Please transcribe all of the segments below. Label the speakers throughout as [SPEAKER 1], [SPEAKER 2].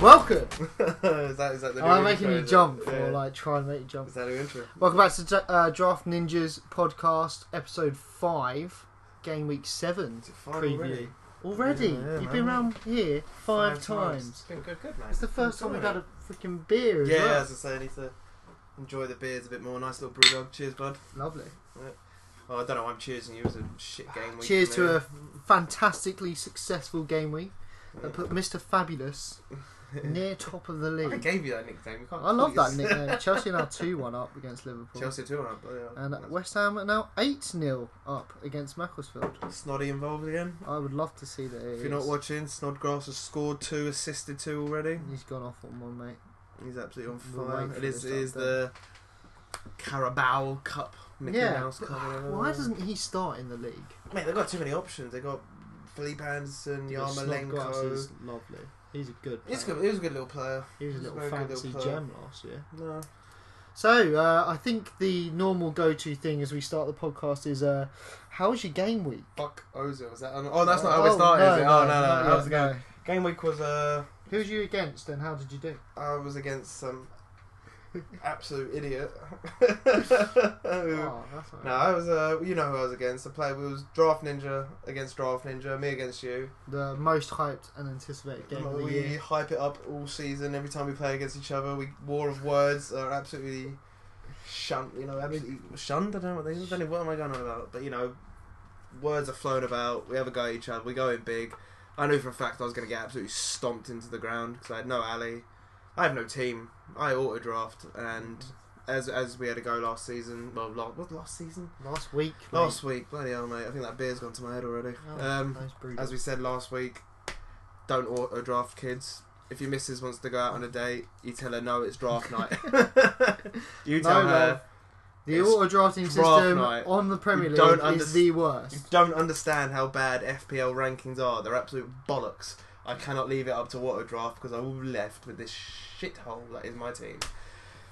[SPEAKER 1] Welcome.
[SPEAKER 2] is that is that the new
[SPEAKER 1] Oh, I'm
[SPEAKER 2] intro,
[SPEAKER 1] making you
[SPEAKER 2] is it?
[SPEAKER 1] jump,
[SPEAKER 2] Yeah.
[SPEAKER 1] or like try and make you jump.
[SPEAKER 2] Is that an intro?
[SPEAKER 1] Welcome back to uh, Draft Ninjas podcast, episode five, game week seven
[SPEAKER 2] Is it fine
[SPEAKER 1] preview.
[SPEAKER 2] already?
[SPEAKER 1] Already?
[SPEAKER 2] Yeah,
[SPEAKER 1] You've
[SPEAKER 2] man.
[SPEAKER 1] been around here five, times.
[SPEAKER 2] It's been good, good, man.
[SPEAKER 1] It's the first time
[SPEAKER 2] Enjoy
[SPEAKER 1] we've had
[SPEAKER 2] it.
[SPEAKER 1] a freaking beer as
[SPEAKER 2] Yeah,
[SPEAKER 1] well.
[SPEAKER 2] as I say, I need to enjoy the beers a bit more. Nice little brewdog. Cheers, bud.
[SPEAKER 1] Lovely.
[SPEAKER 2] Oh, I don't know. why I'm cheersing you. It was a shit game week.
[SPEAKER 1] Cheers
[SPEAKER 2] for
[SPEAKER 1] to
[SPEAKER 2] me.
[SPEAKER 1] a fantastically successful game week that put Mr. Fabulous near top of the
[SPEAKER 2] I
[SPEAKER 1] league.
[SPEAKER 2] gave you that nickname. You can't
[SPEAKER 1] I love
[SPEAKER 2] call
[SPEAKER 1] that
[SPEAKER 2] you-
[SPEAKER 1] nickname. Chelsea are now 2 1 up against Liverpool.
[SPEAKER 2] Chelsea too, aren't they?
[SPEAKER 1] And uh,
[SPEAKER 2] That's
[SPEAKER 1] West Ham are now 8 0 up against Macclesfield.
[SPEAKER 2] Snoddy involved again.
[SPEAKER 1] I would love to see that. it
[SPEAKER 2] If you're not
[SPEAKER 1] is.
[SPEAKER 2] watching, Snodgrass has scored two, assisted two already.
[SPEAKER 1] He's gone off on one, mate.
[SPEAKER 2] He's absolutely on
[SPEAKER 1] We'll
[SPEAKER 2] fire.
[SPEAKER 1] wait for
[SPEAKER 2] it is,
[SPEAKER 1] this
[SPEAKER 2] it is the Carabao Cup, Mickey
[SPEAKER 1] Yeah.
[SPEAKER 2] Mouse Cup. whatever.
[SPEAKER 1] Why doesn't he start in the league?
[SPEAKER 2] Mate, they've got too many options. They've got Philippe Anderson,
[SPEAKER 1] Because Snodgrass
[SPEAKER 2] Yarmolenko.
[SPEAKER 1] is lovely. He's a good. Player.
[SPEAKER 2] He's good, he was a good little player.
[SPEAKER 1] He was a
[SPEAKER 2] he's a
[SPEAKER 1] little
[SPEAKER 2] very good
[SPEAKER 1] fancy
[SPEAKER 2] little player.
[SPEAKER 1] gem last year.
[SPEAKER 2] No.
[SPEAKER 1] So uh, I think the normal go-to thing as we start the podcast is, uh, "How was your game week?"
[SPEAKER 2] Fuck Ozil. Was that? Oh, that's not how it started, is it? oh, no, no. That was the game. Game week was, uh,
[SPEAKER 1] Who was you against, and how did you do?
[SPEAKER 2] I was against some absolute idiot.
[SPEAKER 1] Oh, that's all
[SPEAKER 2] Uh, No,
[SPEAKER 1] right.
[SPEAKER 2] I was, uh, you know who I was against. The player was Draft Ninja against Draft Ninja, me against you.
[SPEAKER 1] The most hyped and anticipated game of the
[SPEAKER 2] we uh,
[SPEAKER 1] year.
[SPEAKER 2] hype it up all season. Every time we play against each other, we war of words are absolutely shunned. You know, absolutely shunned. I don't know what they. I don't know what am I going on about? But you know, words are flown about. We have a go at each other. We go in big. I knew for a fact I was going to get absolutely stomped into the ground because I had no alley. I have no team. I auto draft, and as as we had a go last season. Well, last, was last season,
[SPEAKER 1] Last week.
[SPEAKER 2] last week. Bloody hell, mate! I think that beer's gone to my head already.
[SPEAKER 1] Oh,
[SPEAKER 2] um,
[SPEAKER 1] mate, those brew
[SPEAKER 2] as we said last week, don't auto draft kids. If your missus wants to go out on a date, you tell her no, it's draft night. you
[SPEAKER 1] No,
[SPEAKER 2] tell
[SPEAKER 1] no.
[SPEAKER 2] her
[SPEAKER 1] The
[SPEAKER 2] It's
[SPEAKER 1] auto drafting
[SPEAKER 2] draft
[SPEAKER 1] system
[SPEAKER 2] night.
[SPEAKER 1] on the Premier
[SPEAKER 2] You
[SPEAKER 1] League
[SPEAKER 2] don't
[SPEAKER 1] is
[SPEAKER 2] underst-
[SPEAKER 1] the
[SPEAKER 2] you
[SPEAKER 1] worst.
[SPEAKER 2] don't understand how bad FPL rankings are. They're absolute bollocks. I cannot leave it up to auto draft because I will be left with this shithole that is my team.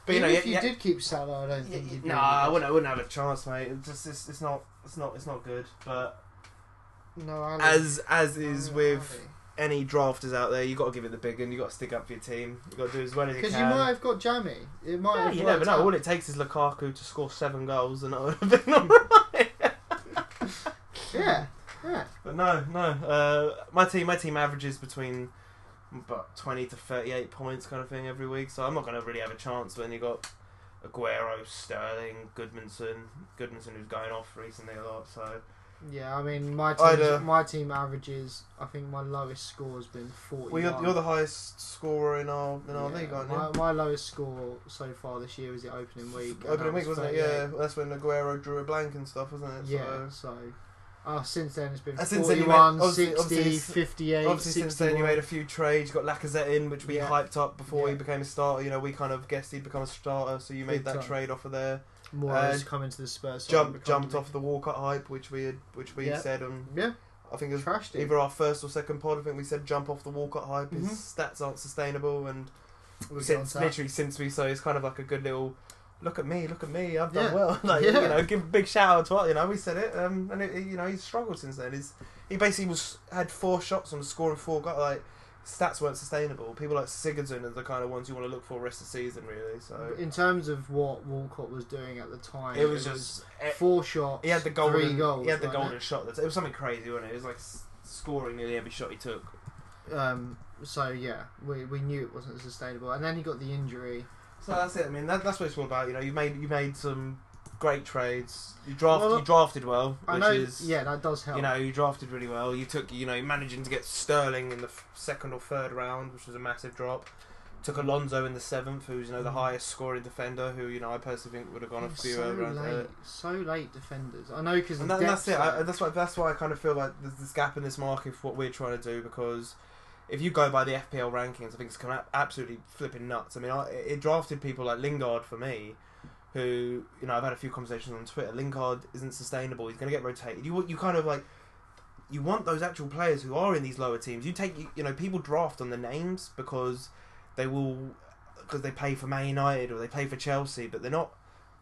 [SPEAKER 2] But you know,
[SPEAKER 1] Even if
[SPEAKER 2] yeah,
[SPEAKER 1] you
[SPEAKER 2] yeah,
[SPEAKER 1] did keep Salah, I don't
[SPEAKER 2] yeah,
[SPEAKER 1] think you'd.
[SPEAKER 2] yeah, nah, I wouldn't, I wouldn't have a chance, mate. It's just, it's, it's not, it's not, it's not good. But
[SPEAKER 1] No, Ali.
[SPEAKER 2] as as is
[SPEAKER 1] No,
[SPEAKER 2] with
[SPEAKER 1] Ali.
[SPEAKER 2] any drafters out there, you got to give it the big and you got to stick up for your team. You got to do as well as you can.
[SPEAKER 1] Because you might have got Jammy. It might
[SPEAKER 2] Yeah,
[SPEAKER 1] have
[SPEAKER 2] you never
[SPEAKER 1] worked
[SPEAKER 2] know.
[SPEAKER 1] out.
[SPEAKER 2] All it takes is Lukaku to score seven goals, and that would have been alright.
[SPEAKER 1] Yeah, yeah.
[SPEAKER 2] But no, no. Uh, my team, my team averages between about twenty to thirty-eight points, kind of thing, every week. So I'm not going to really have a chance when you got Aguero, Sterling, Goodmanson, Goodmanson who's going off recently a lot. So
[SPEAKER 1] Yeah, I mean, my
[SPEAKER 2] I'd,
[SPEAKER 1] team,
[SPEAKER 2] uh,
[SPEAKER 1] my team averages, I think my lowest score has been 41.
[SPEAKER 2] well, you're, you're the highest scorer in our in our
[SPEAKER 1] Yeah,
[SPEAKER 2] league, aren't you?
[SPEAKER 1] my, my lowest score so far this year was the opening week. and
[SPEAKER 2] Opening
[SPEAKER 1] that
[SPEAKER 2] week
[SPEAKER 1] was
[SPEAKER 2] wasn't it?
[SPEAKER 1] 38.
[SPEAKER 2] Yeah, that's when Aguero drew a blank and stuff, wasn't it?
[SPEAKER 1] Yeah, so. Uh, since then, it's been
[SPEAKER 2] Uh, since then you
[SPEAKER 1] 41,
[SPEAKER 2] made- obviously-
[SPEAKER 1] 60,
[SPEAKER 2] obviously it's-
[SPEAKER 1] 58.
[SPEAKER 2] Obviously, since then you
[SPEAKER 1] 61.
[SPEAKER 2] made a few trades. You got Lacazette in, which we
[SPEAKER 1] Yeah.
[SPEAKER 2] hyped up before he
[SPEAKER 1] Yeah.
[SPEAKER 2] became a starter. You know, we kind of guessed he'd become a starter, so you
[SPEAKER 1] Big
[SPEAKER 2] made that
[SPEAKER 1] time.
[SPEAKER 2] trade off of there.
[SPEAKER 1] Moyes
[SPEAKER 2] uh,
[SPEAKER 1] coming to the Spurs. side and
[SPEAKER 2] Jump,
[SPEAKER 1] becoming
[SPEAKER 2] jumped
[SPEAKER 1] the-
[SPEAKER 2] off the Walcott hype, which we had, which we
[SPEAKER 1] Yeah.
[SPEAKER 2] said, and
[SPEAKER 1] Yeah,
[SPEAKER 2] I think it was
[SPEAKER 1] trashed it.
[SPEAKER 2] either our first or second pod. I think we said jump off the Walcott hype.
[SPEAKER 1] Mhm.
[SPEAKER 2] His stats aren't sustainable, and
[SPEAKER 1] We'll get on
[SPEAKER 2] since
[SPEAKER 1] to that.
[SPEAKER 2] literally since we so it's kind of like a good little. Look at me! Look at me! I've done
[SPEAKER 1] Yeah.
[SPEAKER 2] well. Like
[SPEAKER 1] Yeah.
[SPEAKER 2] you know, give a big shout out to what you know. We said it, um, and it, you know he's struggled since then. He's he basically was had four shots and was scoring four. Got like stats weren't sustainable. People like Sigurdsson are the kind of ones you want to look for rest of the season, really. So
[SPEAKER 1] In terms of what Walcott was doing at the time,
[SPEAKER 2] it was just eh,
[SPEAKER 1] four shots.
[SPEAKER 2] he had the golden
[SPEAKER 1] three goals.
[SPEAKER 2] he had the
[SPEAKER 1] wasn't
[SPEAKER 2] golden shot. That's, it was something crazy, wasn't it? It was like s- scoring nearly every shot he took.
[SPEAKER 1] it? Um, so yeah, we, we knew it wasn't sustainable, and then he got the injury.
[SPEAKER 2] So that's it. I mean, that, that's what it's all about. You know, you made you made some great trades. You drafted
[SPEAKER 1] Well,
[SPEAKER 2] you drafted well,
[SPEAKER 1] I
[SPEAKER 2] which
[SPEAKER 1] know.
[SPEAKER 2] is
[SPEAKER 1] yeah, that does help.
[SPEAKER 2] You know, you drafted really well. You took, you know, you're managing to get Sterling in the f- second or third round, which was a massive drop. Took Alonso in the seventh, who's you know the
[SPEAKER 1] Mm.
[SPEAKER 2] highest scoring defender, who you know I personally think would have gone a
[SPEAKER 1] They're
[SPEAKER 2] few
[SPEAKER 1] so
[SPEAKER 2] rounds.
[SPEAKER 1] late,
[SPEAKER 2] earlier.
[SPEAKER 1] so late defenders. I know because
[SPEAKER 2] And, that, and that's it. I, that's why. That's why I kind of feel like there's this gap in this market for what we're trying to do because if you go by the FPL rankings, I think it's come out absolutely flipping nuts. I mean, I, it drafted people like Lingard for me, who you know I've had a few conversations on Twitter. Lingard isn't sustainable. He's going to get rotated. You you kind of like you want those actual players who are in these lower teams. You take you, you know people draft on the names because they will because they play for Man United or they play for Chelsea, but they're not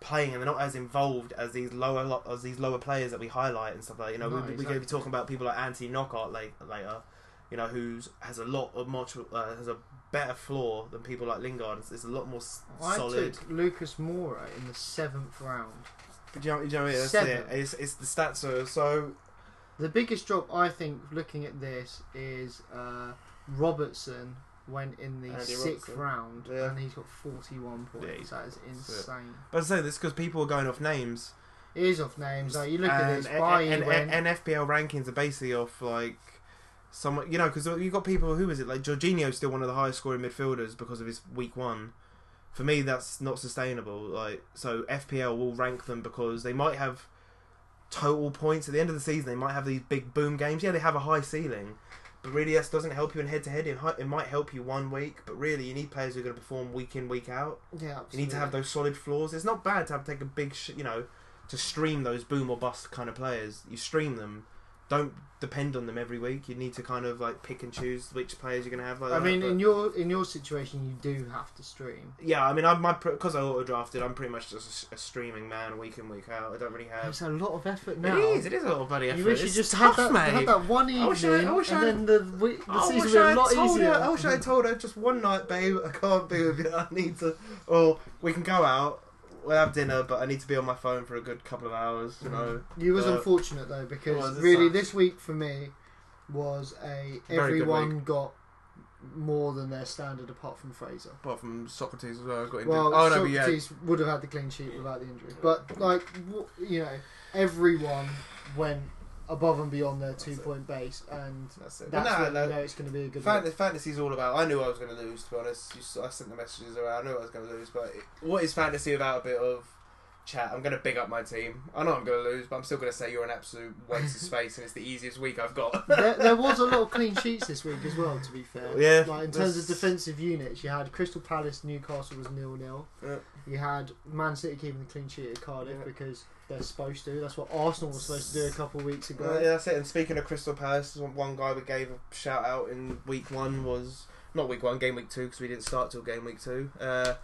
[SPEAKER 2] playing and they're not as involved as these lower lo- as these lower players that we highlight and stuff like that. you know
[SPEAKER 1] No,
[SPEAKER 2] we, we're going to
[SPEAKER 1] exactly.
[SPEAKER 2] be talking about people like Anthony Knockart late, later you know, who's has a lot of much uh, has a better floor than people like Lingard. It's, it's a lot more s-
[SPEAKER 1] I
[SPEAKER 2] solid.
[SPEAKER 1] took Lucas Moura in the seventh round.
[SPEAKER 2] Do you know, do you know what it is?
[SPEAKER 1] Seven.
[SPEAKER 2] Yeah, It's, it's the stats are so.
[SPEAKER 1] The biggest drop I think, looking at this, is uh, Robertson went in the
[SPEAKER 2] Andy
[SPEAKER 1] sixth
[SPEAKER 2] Robertson.
[SPEAKER 1] round
[SPEAKER 2] Yeah.
[SPEAKER 1] and he's got 41 points.
[SPEAKER 2] Yeah, he's-
[SPEAKER 1] that is insane.
[SPEAKER 2] But as I say this because people are going off names.
[SPEAKER 1] It is off names. Like you look at
[SPEAKER 2] and,
[SPEAKER 1] this, Bailly
[SPEAKER 2] and,
[SPEAKER 1] went.
[SPEAKER 2] and, and FPL rankings are basically off like someone you know because you've got people who is it like Jorginho's still one of the highest scoring midfielders because of his week one. For me, that's not sustainable. Like so, FPL will rank them because they might have total points at the end of the season. They might have these big boom games. Yeah, they have a high ceiling. But really, that doesn't help you in head-to-head. It hi- it might help you one week, but really, you need players who are going to perform week in, week out.
[SPEAKER 1] yeah,
[SPEAKER 2] You need to have
[SPEAKER 1] absolutely.
[SPEAKER 2] those solid floors. It's not bad to have take a big, sh- you know, to stream those boom or bust kind of players. You stream them. Don't depend on them every week. You need to kind of like pick and choose which players you're going to have. Like
[SPEAKER 1] I
[SPEAKER 2] that,
[SPEAKER 1] mean,
[SPEAKER 2] but-
[SPEAKER 1] in your in your situation, you do have to stream.
[SPEAKER 2] yeah, I mean, I'm my because I auto drafted. I'm pretty much just a s- a, streaming man week in week out. I don't really have.
[SPEAKER 1] It's a lot of effort now.
[SPEAKER 2] It is. It is a lot of bloody effort.
[SPEAKER 1] You wish you
[SPEAKER 2] It's
[SPEAKER 1] just
[SPEAKER 2] tough,
[SPEAKER 1] had, that,
[SPEAKER 2] mate.
[SPEAKER 1] had that one evening,
[SPEAKER 2] I wish I- I wish
[SPEAKER 1] and
[SPEAKER 2] I-
[SPEAKER 1] then the, we, the
[SPEAKER 2] I
[SPEAKER 1] season
[SPEAKER 2] wish
[SPEAKER 1] would be
[SPEAKER 2] I
[SPEAKER 1] a lot
[SPEAKER 2] told
[SPEAKER 1] easier.
[SPEAKER 2] her. I wish I told her just one night, babe. I can't be with you. I need to, or we can go out. We'll have dinner, but I need to be on my phone for a good couple of hours.
[SPEAKER 1] Mm.
[SPEAKER 2] You know,
[SPEAKER 1] You was
[SPEAKER 2] Uh,
[SPEAKER 1] unfortunate though because
[SPEAKER 2] was, it
[SPEAKER 1] really
[SPEAKER 2] sucks.
[SPEAKER 1] this week for me was a
[SPEAKER 2] good
[SPEAKER 1] everyone got more than their standard apart from Fraser.
[SPEAKER 2] apart from Socrates as well. Got into,
[SPEAKER 1] Well,
[SPEAKER 2] oh no, but yeah,
[SPEAKER 1] Socrates would have had the clean sheet without the injury, but like w- you know, everyone went above and beyond their
[SPEAKER 2] That's
[SPEAKER 1] two
[SPEAKER 2] it.
[SPEAKER 1] point base, and
[SPEAKER 2] that's it. But
[SPEAKER 1] that's when
[SPEAKER 2] no,
[SPEAKER 1] you know
[SPEAKER 2] no.
[SPEAKER 1] it's going to be a good.
[SPEAKER 2] Fan-
[SPEAKER 1] week.
[SPEAKER 2] fantasy's all about. I knew I was going to lose. To be honest, you, s- I sent the messages around. I knew I was going to lose. But it, what is fantasy without a bit of chat? I'm going to big up my team. I know I'm going to lose, but I'm still going to say you're an absolute waste of space, and it's the easiest week I've got.
[SPEAKER 1] there, there was a lot of clean sheets this week as well. To be fair,
[SPEAKER 2] Yeah,
[SPEAKER 1] Like in terms of
[SPEAKER 2] that's-
[SPEAKER 1] defensive units, you had Crystal Palace, Newcastle was nil nil.
[SPEAKER 2] Yeah.
[SPEAKER 1] You had Man City keeping the clean sheet at Cardiff
[SPEAKER 2] Yeah.
[SPEAKER 1] because they're supposed to. That's what Arsenal was supposed to do a couple of weeks ago.
[SPEAKER 2] Uh, yeah, that's it. And speaking of Crystal Palace, one- one guy we gave a shout out in week one was not week one, game week two, because we didn't start till game week two. Uh,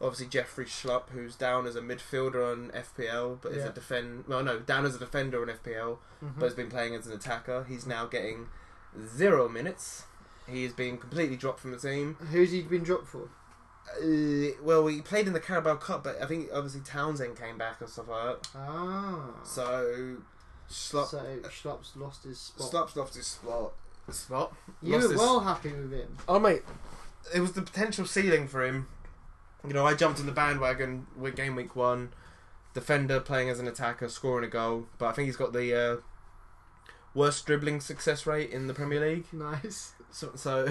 [SPEAKER 2] obviously, Jeffrey Schlupp, who's down as a midfielder on FPL, but is
[SPEAKER 1] Yeah.
[SPEAKER 2] a defend. Well, no, down as a defender on FPL,
[SPEAKER 1] Mhm.
[SPEAKER 2] but has been playing as an attacker. He's now getting zero minutes. He is being completely dropped from the team.
[SPEAKER 1] Who's he been dropped for?
[SPEAKER 2] Uh, well, he played in the Carabao Cup, but I think obviously Townsend came back and stuff like that.
[SPEAKER 1] Ah,
[SPEAKER 2] So Schlupp,
[SPEAKER 1] so Schlupp's lost his spot.
[SPEAKER 2] Schlupp's lost his slot. Slot.
[SPEAKER 1] you
[SPEAKER 2] lost
[SPEAKER 1] were
[SPEAKER 2] his-
[SPEAKER 1] well happy with him.
[SPEAKER 2] Oh mate, it was the potential ceiling for him. You know, I jumped on the bandwagon with game week one, defender playing as an attacker, scoring a goal. But I think he's got the uh, worst dribbling success rate in the Premier League.
[SPEAKER 1] Nice.
[SPEAKER 2] So, so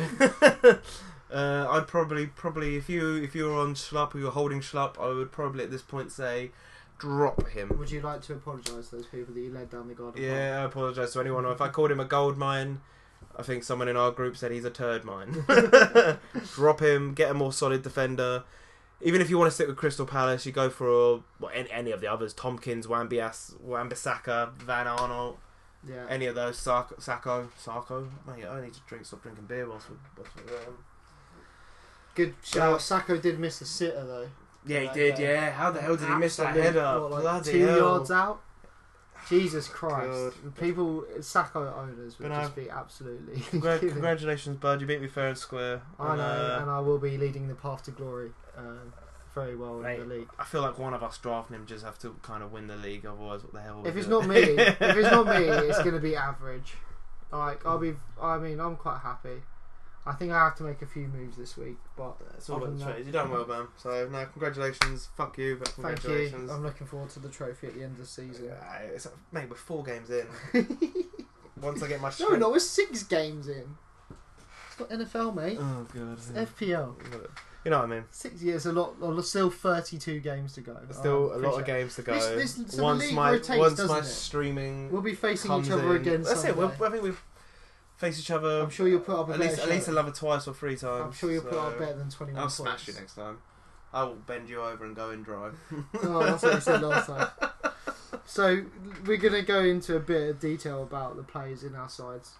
[SPEAKER 2] uh, I'd probably probably if you if you were on Schlupp or you're holding Schlupp, I would probably at this point say drop him.
[SPEAKER 1] Would you like to apologise to those people that you led down the garden? path?
[SPEAKER 2] Mm. Yeah, I apologise to anyone. If I called him a gold mine, I think someone in our group said he's a turd mine. Drop him, get a more solid defender. Even if you want to stick with Crystal Palace, you go for well, any, any of the others Tompkins, Wambias, Wambisaka, Van Arnold,
[SPEAKER 1] yeah.
[SPEAKER 2] any of those. Sarko, Sacco, Sarko. Mate, I need to drink, stop drinking beer whilst we're. Whilst we're um,
[SPEAKER 1] Good shout. Sacco did miss a sitter though.
[SPEAKER 2] yeah, he
[SPEAKER 1] Like,
[SPEAKER 2] did,
[SPEAKER 1] uh,
[SPEAKER 2] yeah. How the hell did he miss that
[SPEAKER 1] Absolute,
[SPEAKER 2] header?
[SPEAKER 1] what, like,
[SPEAKER 2] Bloody
[SPEAKER 1] two
[SPEAKER 2] hell.
[SPEAKER 1] yards out. Jesus Christ!
[SPEAKER 2] God.
[SPEAKER 1] People, Sacco owners would
[SPEAKER 2] But
[SPEAKER 1] just be absolutely.
[SPEAKER 2] Congra-
[SPEAKER 1] killing.
[SPEAKER 2] congratulations, bud. You beat me fair and square.
[SPEAKER 1] I
[SPEAKER 2] And,
[SPEAKER 1] know,
[SPEAKER 2] uh,
[SPEAKER 1] and I will be leading the path to glory um, very well
[SPEAKER 2] Mate,
[SPEAKER 1] in the league.
[SPEAKER 2] I feel like one of us drafting him just have to kind of win the league, otherwise, what the hell?
[SPEAKER 1] If
[SPEAKER 2] we
[SPEAKER 1] it's
[SPEAKER 2] do?
[SPEAKER 1] not me, if it's not me, it's going to be average. Like I'll be, I mean, I'm quite happy. I think I have to make a few moves this week, but
[SPEAKER 2] It's all
[SPEAKER 1] Other
[SPEAKER 2] about the
[SPEAKER 1] than that-
[SPEAKER 2] trades. You've done well, man. So, no, congratulations. Fuck you, but
[SPEAKER 1] thank you.
[SPEAKER 2] congratulations.
[SPEAKER 1] I'm looking forward to the trophy at the end of the season.
[SPEAKER 2] Uh, it's, mate, we're four games in. Once I get my
[SPEAKER 1] No,
[SPEAKER 2] strength-
[SPEAKER 1] no, we're six games in. It's not NFL, mate.
[SPEAKER 2] Oh, God.
[SPEAKER 1] It's
[SPEAKER 2] yeah.
[SPEAKER 1] FPL.
[SPEAKER 2] You know what I mean?
[SPEAKER 1] Six years, a lot. well, there's Still 32 games to go.
[SPEAKER 2] Still
[SPEAKER 1] I
[SPEAKER 2] a lot
[SPEAKER 1] Oh, appreciate
[SPEAKER 2] of games to go.
[SPEAKER 1] This- this- so the
[SPEAKER 2] once
[SPEAKER 1] league
[SPEAKER 2] my,
[SPEAKER 1] rotates,
[SPEAKER 2] once
[SPEAKER 1] doesn't
[SPEAKER 2] my
[SPEAKER 1] it?
[SPEAKER 2] streaming.
[SPEAKER 1] it. We'll be facing
[SPEAKER 2] comes
[SPEAKER 1] each other
[SPEAKER 2] in.
[SPEAKER 1] again.
[SPEAKER 2] That's it. We'll,
[SPEAKER 1] someday.
[SPEAKER 2] I think we face each other.
[SPEAKER 1] I'm sure you'll put up a
[SPEAKER 2] at least,
[SPEAKER 1] better
[SPEAKER 2] at least
[SPEAKER 1] show.
[SPEAKER 2] I'll have it twice or three times.
[SPEAKER 1] I'm sure you'll put
[SPEAKER 2] so-
[SPEAKER 1] up better than 21
[SPEAKER 2] I'll
[SPEAKER 1] points.
[SPEAKER 2] smash you next time. I will bend you over and go and drive.
[SPEAKER 1] Oh, that's what I said last time. So we're going to go into a bit of detail about the players in our sides,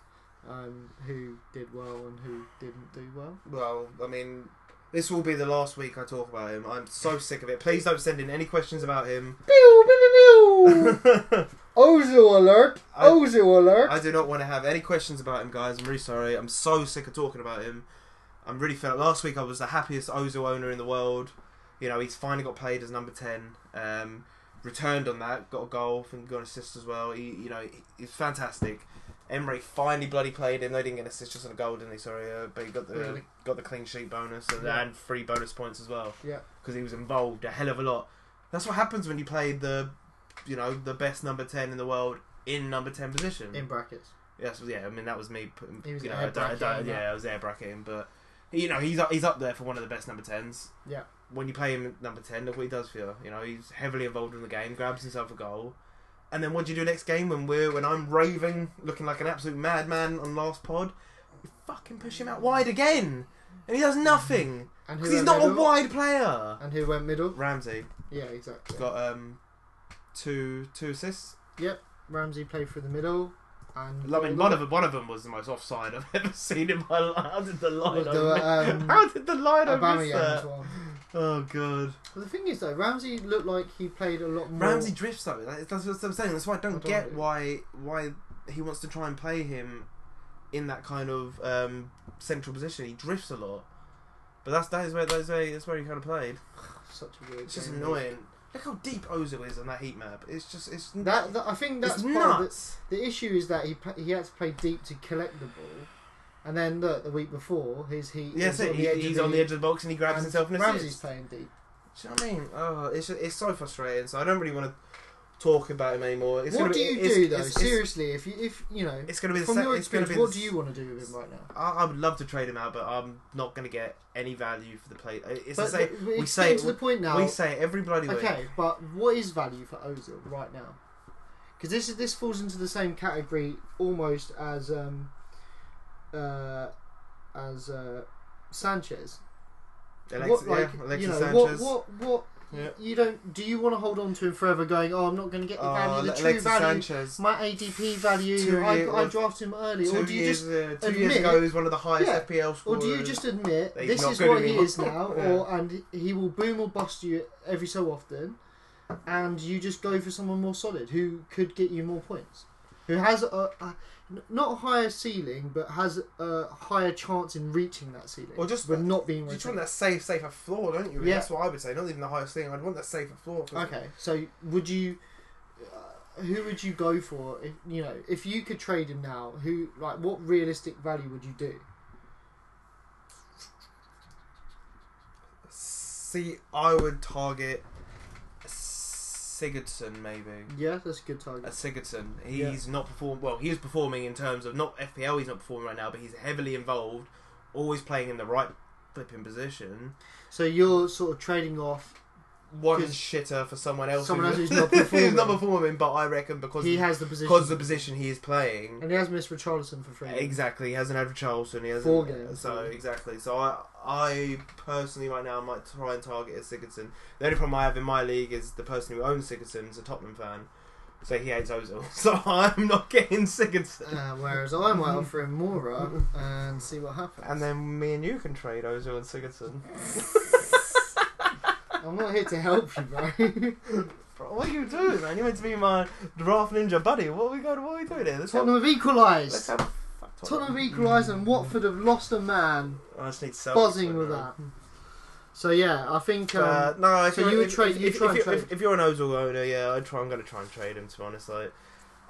[SPEAKER 1] um, who did well and who didn't do well.
[SPEAKER 2] Well, I mean, this will be the last week I talk about him. I'm so sick of it. Please don't send in any questions about him.
[SPEAKER 1] Pew, pew, pew, pew. Ozu alert!
[SPEAKER 2] I-
[SPEAKER 1] Ozu alert!
[SPEAKER 2] I do not want to have any questions about him, guys. I'm really sorry. I'm so sick of talking about him. I'm really fed up. Last week I was the happiest Ozu owner in the world. You know, he's finally got played as number 10. Um, returned on that, got a goal, I think got an assist as well. He, you know, he, he's fantastic. Emery finally bloody played him. They didn't get an assist, just on a goal, didn't they? Sorry, uh, but he got the
[SPEAKER 1] Really?
[SPEAKER 2] got the clean sheet bonus and,
[SPEAKER 1] Yeah.
[SPEAKER 2] and three bonus points as well.
[SPEAKER 1] Yeah.
[SPEAKER 2] because he was involved a hell of a lot. That's what happens when you play the, you know, the best number ten in the world in number ten position.
[SPEAKER 1] In brackets.
[SPEAKER 2] Yes, yeah. I mean, that was me. Putting,
[SPEAKER 1] He was
[SPEAKER 2] you know,
[SPEAKER 1] air
[SPEAKER 2] I don't- I don't-
[SPEAKER 1] bracketing that.
[SPEAKER 2] yeah, I was air bracketing, but you know, he's up, he's up there for one of the best number tens.
[SPEAKER 1] Yeah.
[SPEAKER 2] When you play him at number ten, look what he does for you. You know, he's heavily involved in the game, grabs himself a goal, and then what do you do next game when we're when I'm raving, looking like an absolute madman on last pod? You fucking push him out wide again, and he does nothing
[SPEAKER 1] And
[SPEAKER 2] because he's
[SPEAKER 1] went
[SPEAKER 2] not a
[SPEAKER 1] middle?
[SPEAKER 2] wide player.
[SPEAKER 1] And who went middle?
[SPEAKER 2] Ramsey
[SPEAKER 1] Yeah, exactly.
[SPEAKER 2] got um two two assists.
[SPEAKER 1] Ramsey played through the middle, and
[SPEAKER 2] I mean, one of them, one of them was the most offside I've ever seen in my life. How did the line?
[SPEAKER 1] Was the,
[SPEAKER 2] I miss-
[SPEAKER 1] um,
[SPEAKER 2] How did the line? I miss
[SPEAKER 1] Aubameyang's
[SPEAKER 2] that?
[SPEAKER 1] one.
[SPEAKER 2] Oh god.
[SPEAKER 1] But the thing is, though, Ramsey looked like he played a lot more.
[SPEAKER 2] Ramsey drifts though. That- That's what I'm saying. That's why I
[SPEAKER 1] I
[SPEAKER 2] don't,
[SPEAKER 1] don't
[SPEAKER 2] get
[SPEAKER 1] like it.
[SPEAKER 2] why why he wants to try and play him in that kind of um, central position. He drifts a lot. But that's that is where that's where that's where he kind of played.
[SPEAKER 1] such a weird.
[SPEAKER 2] It's just
[SPEAKER 1] game.
[SPEAKER 2] annoying. Look how deep Ozil is on that heat map. It's just it's
[SPEAKER 1] That, that I think that's
[SPEAKER 2] it's
[SPEAKER 1] part of
[SPEAKER 2] nuts.
[SPEAKER 1] the, the issue is that he pla- he had to play deep to collect the ball, and then look the week before his he
[SPEAKER 2] Yes,
[SPEAKER 1] was on
[SPEAKER 2] it- he-
[SPEAKER 1] edge of
[SPEAKER 2] he's on the edge of the box and he grabs
[SPEAKER 1] and
[SPEAKER 2] himself an
[SPEAKER 1] Ramsey's
[SPEAKER 2] assist.
[SPEAKER 1] playing deep.
[SPEAKER 2] Do you know what I mean? Oh, it's it's so frustrating. So I don't really want to talk about him anymore. It's
[SPEAKER 1] what
[SPEAKER 2] gonna
[SPEAKER 1] do
[SPEAKER 2] be,
[SPEAKER 1] you
[SPEAKER 2] it's-
[SPEAKER 1] do though?
[SPEAKER 2] It's, it's,
[SPEAKER 1] Seriously, if you if you know
[SPEAKER 2] it's going to be the
[SPEAKER 1] from
[SPEAKER 2] same.
[SPEAKER 1] your
[SPEAKER 2] It's going
[SPEAKER 1] experience,
[SPEAKER 2] to be.
[SPEAKER 1] what do
[SPEAKER 2] the,
[SPEAKER 1] you want to do with him right now?
[SPEAKER 2] I, I would love to trade him out, but I'm not going to get any value for the play. uh, It's the
[SPEAKER 1] but
[SPEAKER 2] same.
[SPEAKER 1] but
[SPEAKER 2] we
[SPEAKER 1] it's
[SPEAKER 2] say
[SPEAKER 1] getting
[SPEAKER 2] it-
[SPEAKER 1] to the point now.
[SPEAKER 2] We say it every bloody week.
[SPEAKER 1] Okay, but what is value for Ozil right now? Because this is this falls into the same category almost as um, uh, as uh, Sanchez.
[SPEAKER 2] Alexa,
[SPEAKER 1] what like
[SPEAKER 2] yeah, Alexis
[SPEAKER 1] you know
[SPEAKER 2] Sanchez.
[SPEAKER 1] what what what
[SPEAKER 2] Yeah.
[SPEAKER 1] you don't do you want to hold on to him forever? Going oh I'm not going to get the
[SPEAKER 2] Oh,
[SPEAKER 1] value the
[SPEAKER 2] Ale-
[SPEAKER 1] true
[SPEAKER 2] Alexis
[SPEAKER 1] value
[SPEAKER 2] Sanchez.
[SPEAKER 1] my ADP value
[SPEAKER 2] Two
[SPEAKER 1] I,
[SPEAKER 2] year-
[SPEAKER 1] I drafted him early or
[SPEAKER 2] Two
[SPEAKER 1] do you
[SPEAKER 2] years,
[SPEAKER 1] just
[SPEAKER 2] uh, two years
[SPEAKER 1] admit-
[SPEAKER 2] ago, he was one of the highest
[SPEAKER 1] Yeah.
[SPEAKER 2] FPL
[SPEAKER 1] or
[SPEAKER 2] scorers.
[SPEAKER 1] do you just admit
[SPEAKER 2] He's
[SPEAKER 1] this
[SPEAKER 2] not
[SPEAKER 1] is
[SPEAKER 2] good
[SPEAKER 1] what he
[SPEAKER 2] anymore.
[SPEAKER 1] is now,
[SPEAKER 2] Yeah.
[SPEAKER 1] or and he will boom or bust you every so often, and you just go for someone more solid who could get you more points, who has a, a not a higher ceiling but has a higher chance in reaching that ceiling,
[SPEAKER 2] Or just-
[SPEAKER 1] with not being
[SPEAKER 2] You just
[SPEAKER 1] rotated.
[SPEAKER 2] want that safe, safer floor, don't you?
[SPEAKER 1] Yeah.
[SPEAKER 2] That's what I would say. Not even the highest thing. I'd want that safer floor. 'cause
[SPEAKER 1] Okay, so would you? Uh, who would you go for? If you know, if you could trade him now, who like what realistic value would you do?
[SPEAKER 2] See, I would target Sigurdsson maybe.
[SPEAKER 1] Yeah, that's a good
[SPEAKER 2] At
[SPEAKER 1] target.
[SPEAKER 2] Sigurdsson, he's not perform. Well, he is performing in terms of not FPL. He's not performing right now, but he's heavily involved, always playing in the right flipping position.
[SPEAKER 1] So you're sort of trading off
[SPEAKER 2] One
[SPEAKER 1] 'Cause
[SPEAKER 2] shitter for someone else.
[SPEAKER 1] someone
[SPEAKER 2] who-
[SPEAKER 1] else who's not
[SPEAKER 2] who's not
[SPEAKER 1] performing.
[SPEAKER 2] performing, but I reckon because
[SPEAKER 1] he has the position.
[SPEAKER 2] because the position he is playing.
[SPEAKER 1] And he has missed Richarlison for free.
[SPEAKER 2] Exactly, he hasn't had Charleston. He hasn't.
[SPEAKER 1] Four games.
[SPEAKER 2] So exactly. So I, I personally right now might try and target a Sigurdsson. The only problem I have in my league is the person who owns Sigurdsson is a Tottenham fan, so he hates Ozil. So I'm not getting Sigurdsson.
[SPEAKER 1] Uh, whereas I might offer him Mora and see what happens.
[SPEAKER 2] And then me and you can trade Ozil and Sigurdsson.
[SPEAKER 1] I'm not here to help you, bro.
[SPEAKER 2] Bro, what are you doing, man? You're meant to be my draft ninja buddy. What are we going? What are we doing here? Let's have,
[SPEAKER 1] Tottenham have
[SPEAKER 2] let's
[SPEAKER 1] equalised.
[SPEAKER 2] have fuck
[SPEAKER 1] Tottenham have equalised and Watford have lost a man.
[SPEAKER 2] I just need Celtic
[SPEAKER 1] Buzzing
[SPEAKER 2] to
[SPEAKER 1] with
[SPEAKER 2] win,
[SPEAKER 1] that. So yeah, I think um,
[SPEAKER 2] Uh, no, if
[SPEAKER 1] so
[SPEAKER 2] you're,
[SPEAKER 1] you would
[SPEAKER 2] if,
[SPEAKER 1] trade-
[SPEAKER 2] If,
[SPEAKER 1] you'd
[SPEAKER 2] if,
[SPEAKER 1] try and
[SPEAKER 2] if,
[SPEAKER 1] trade.
[SPEAKER 2] if, if you're an Ozil owner, yeah, I'd try. I'm going to try and trade him. To be honest, like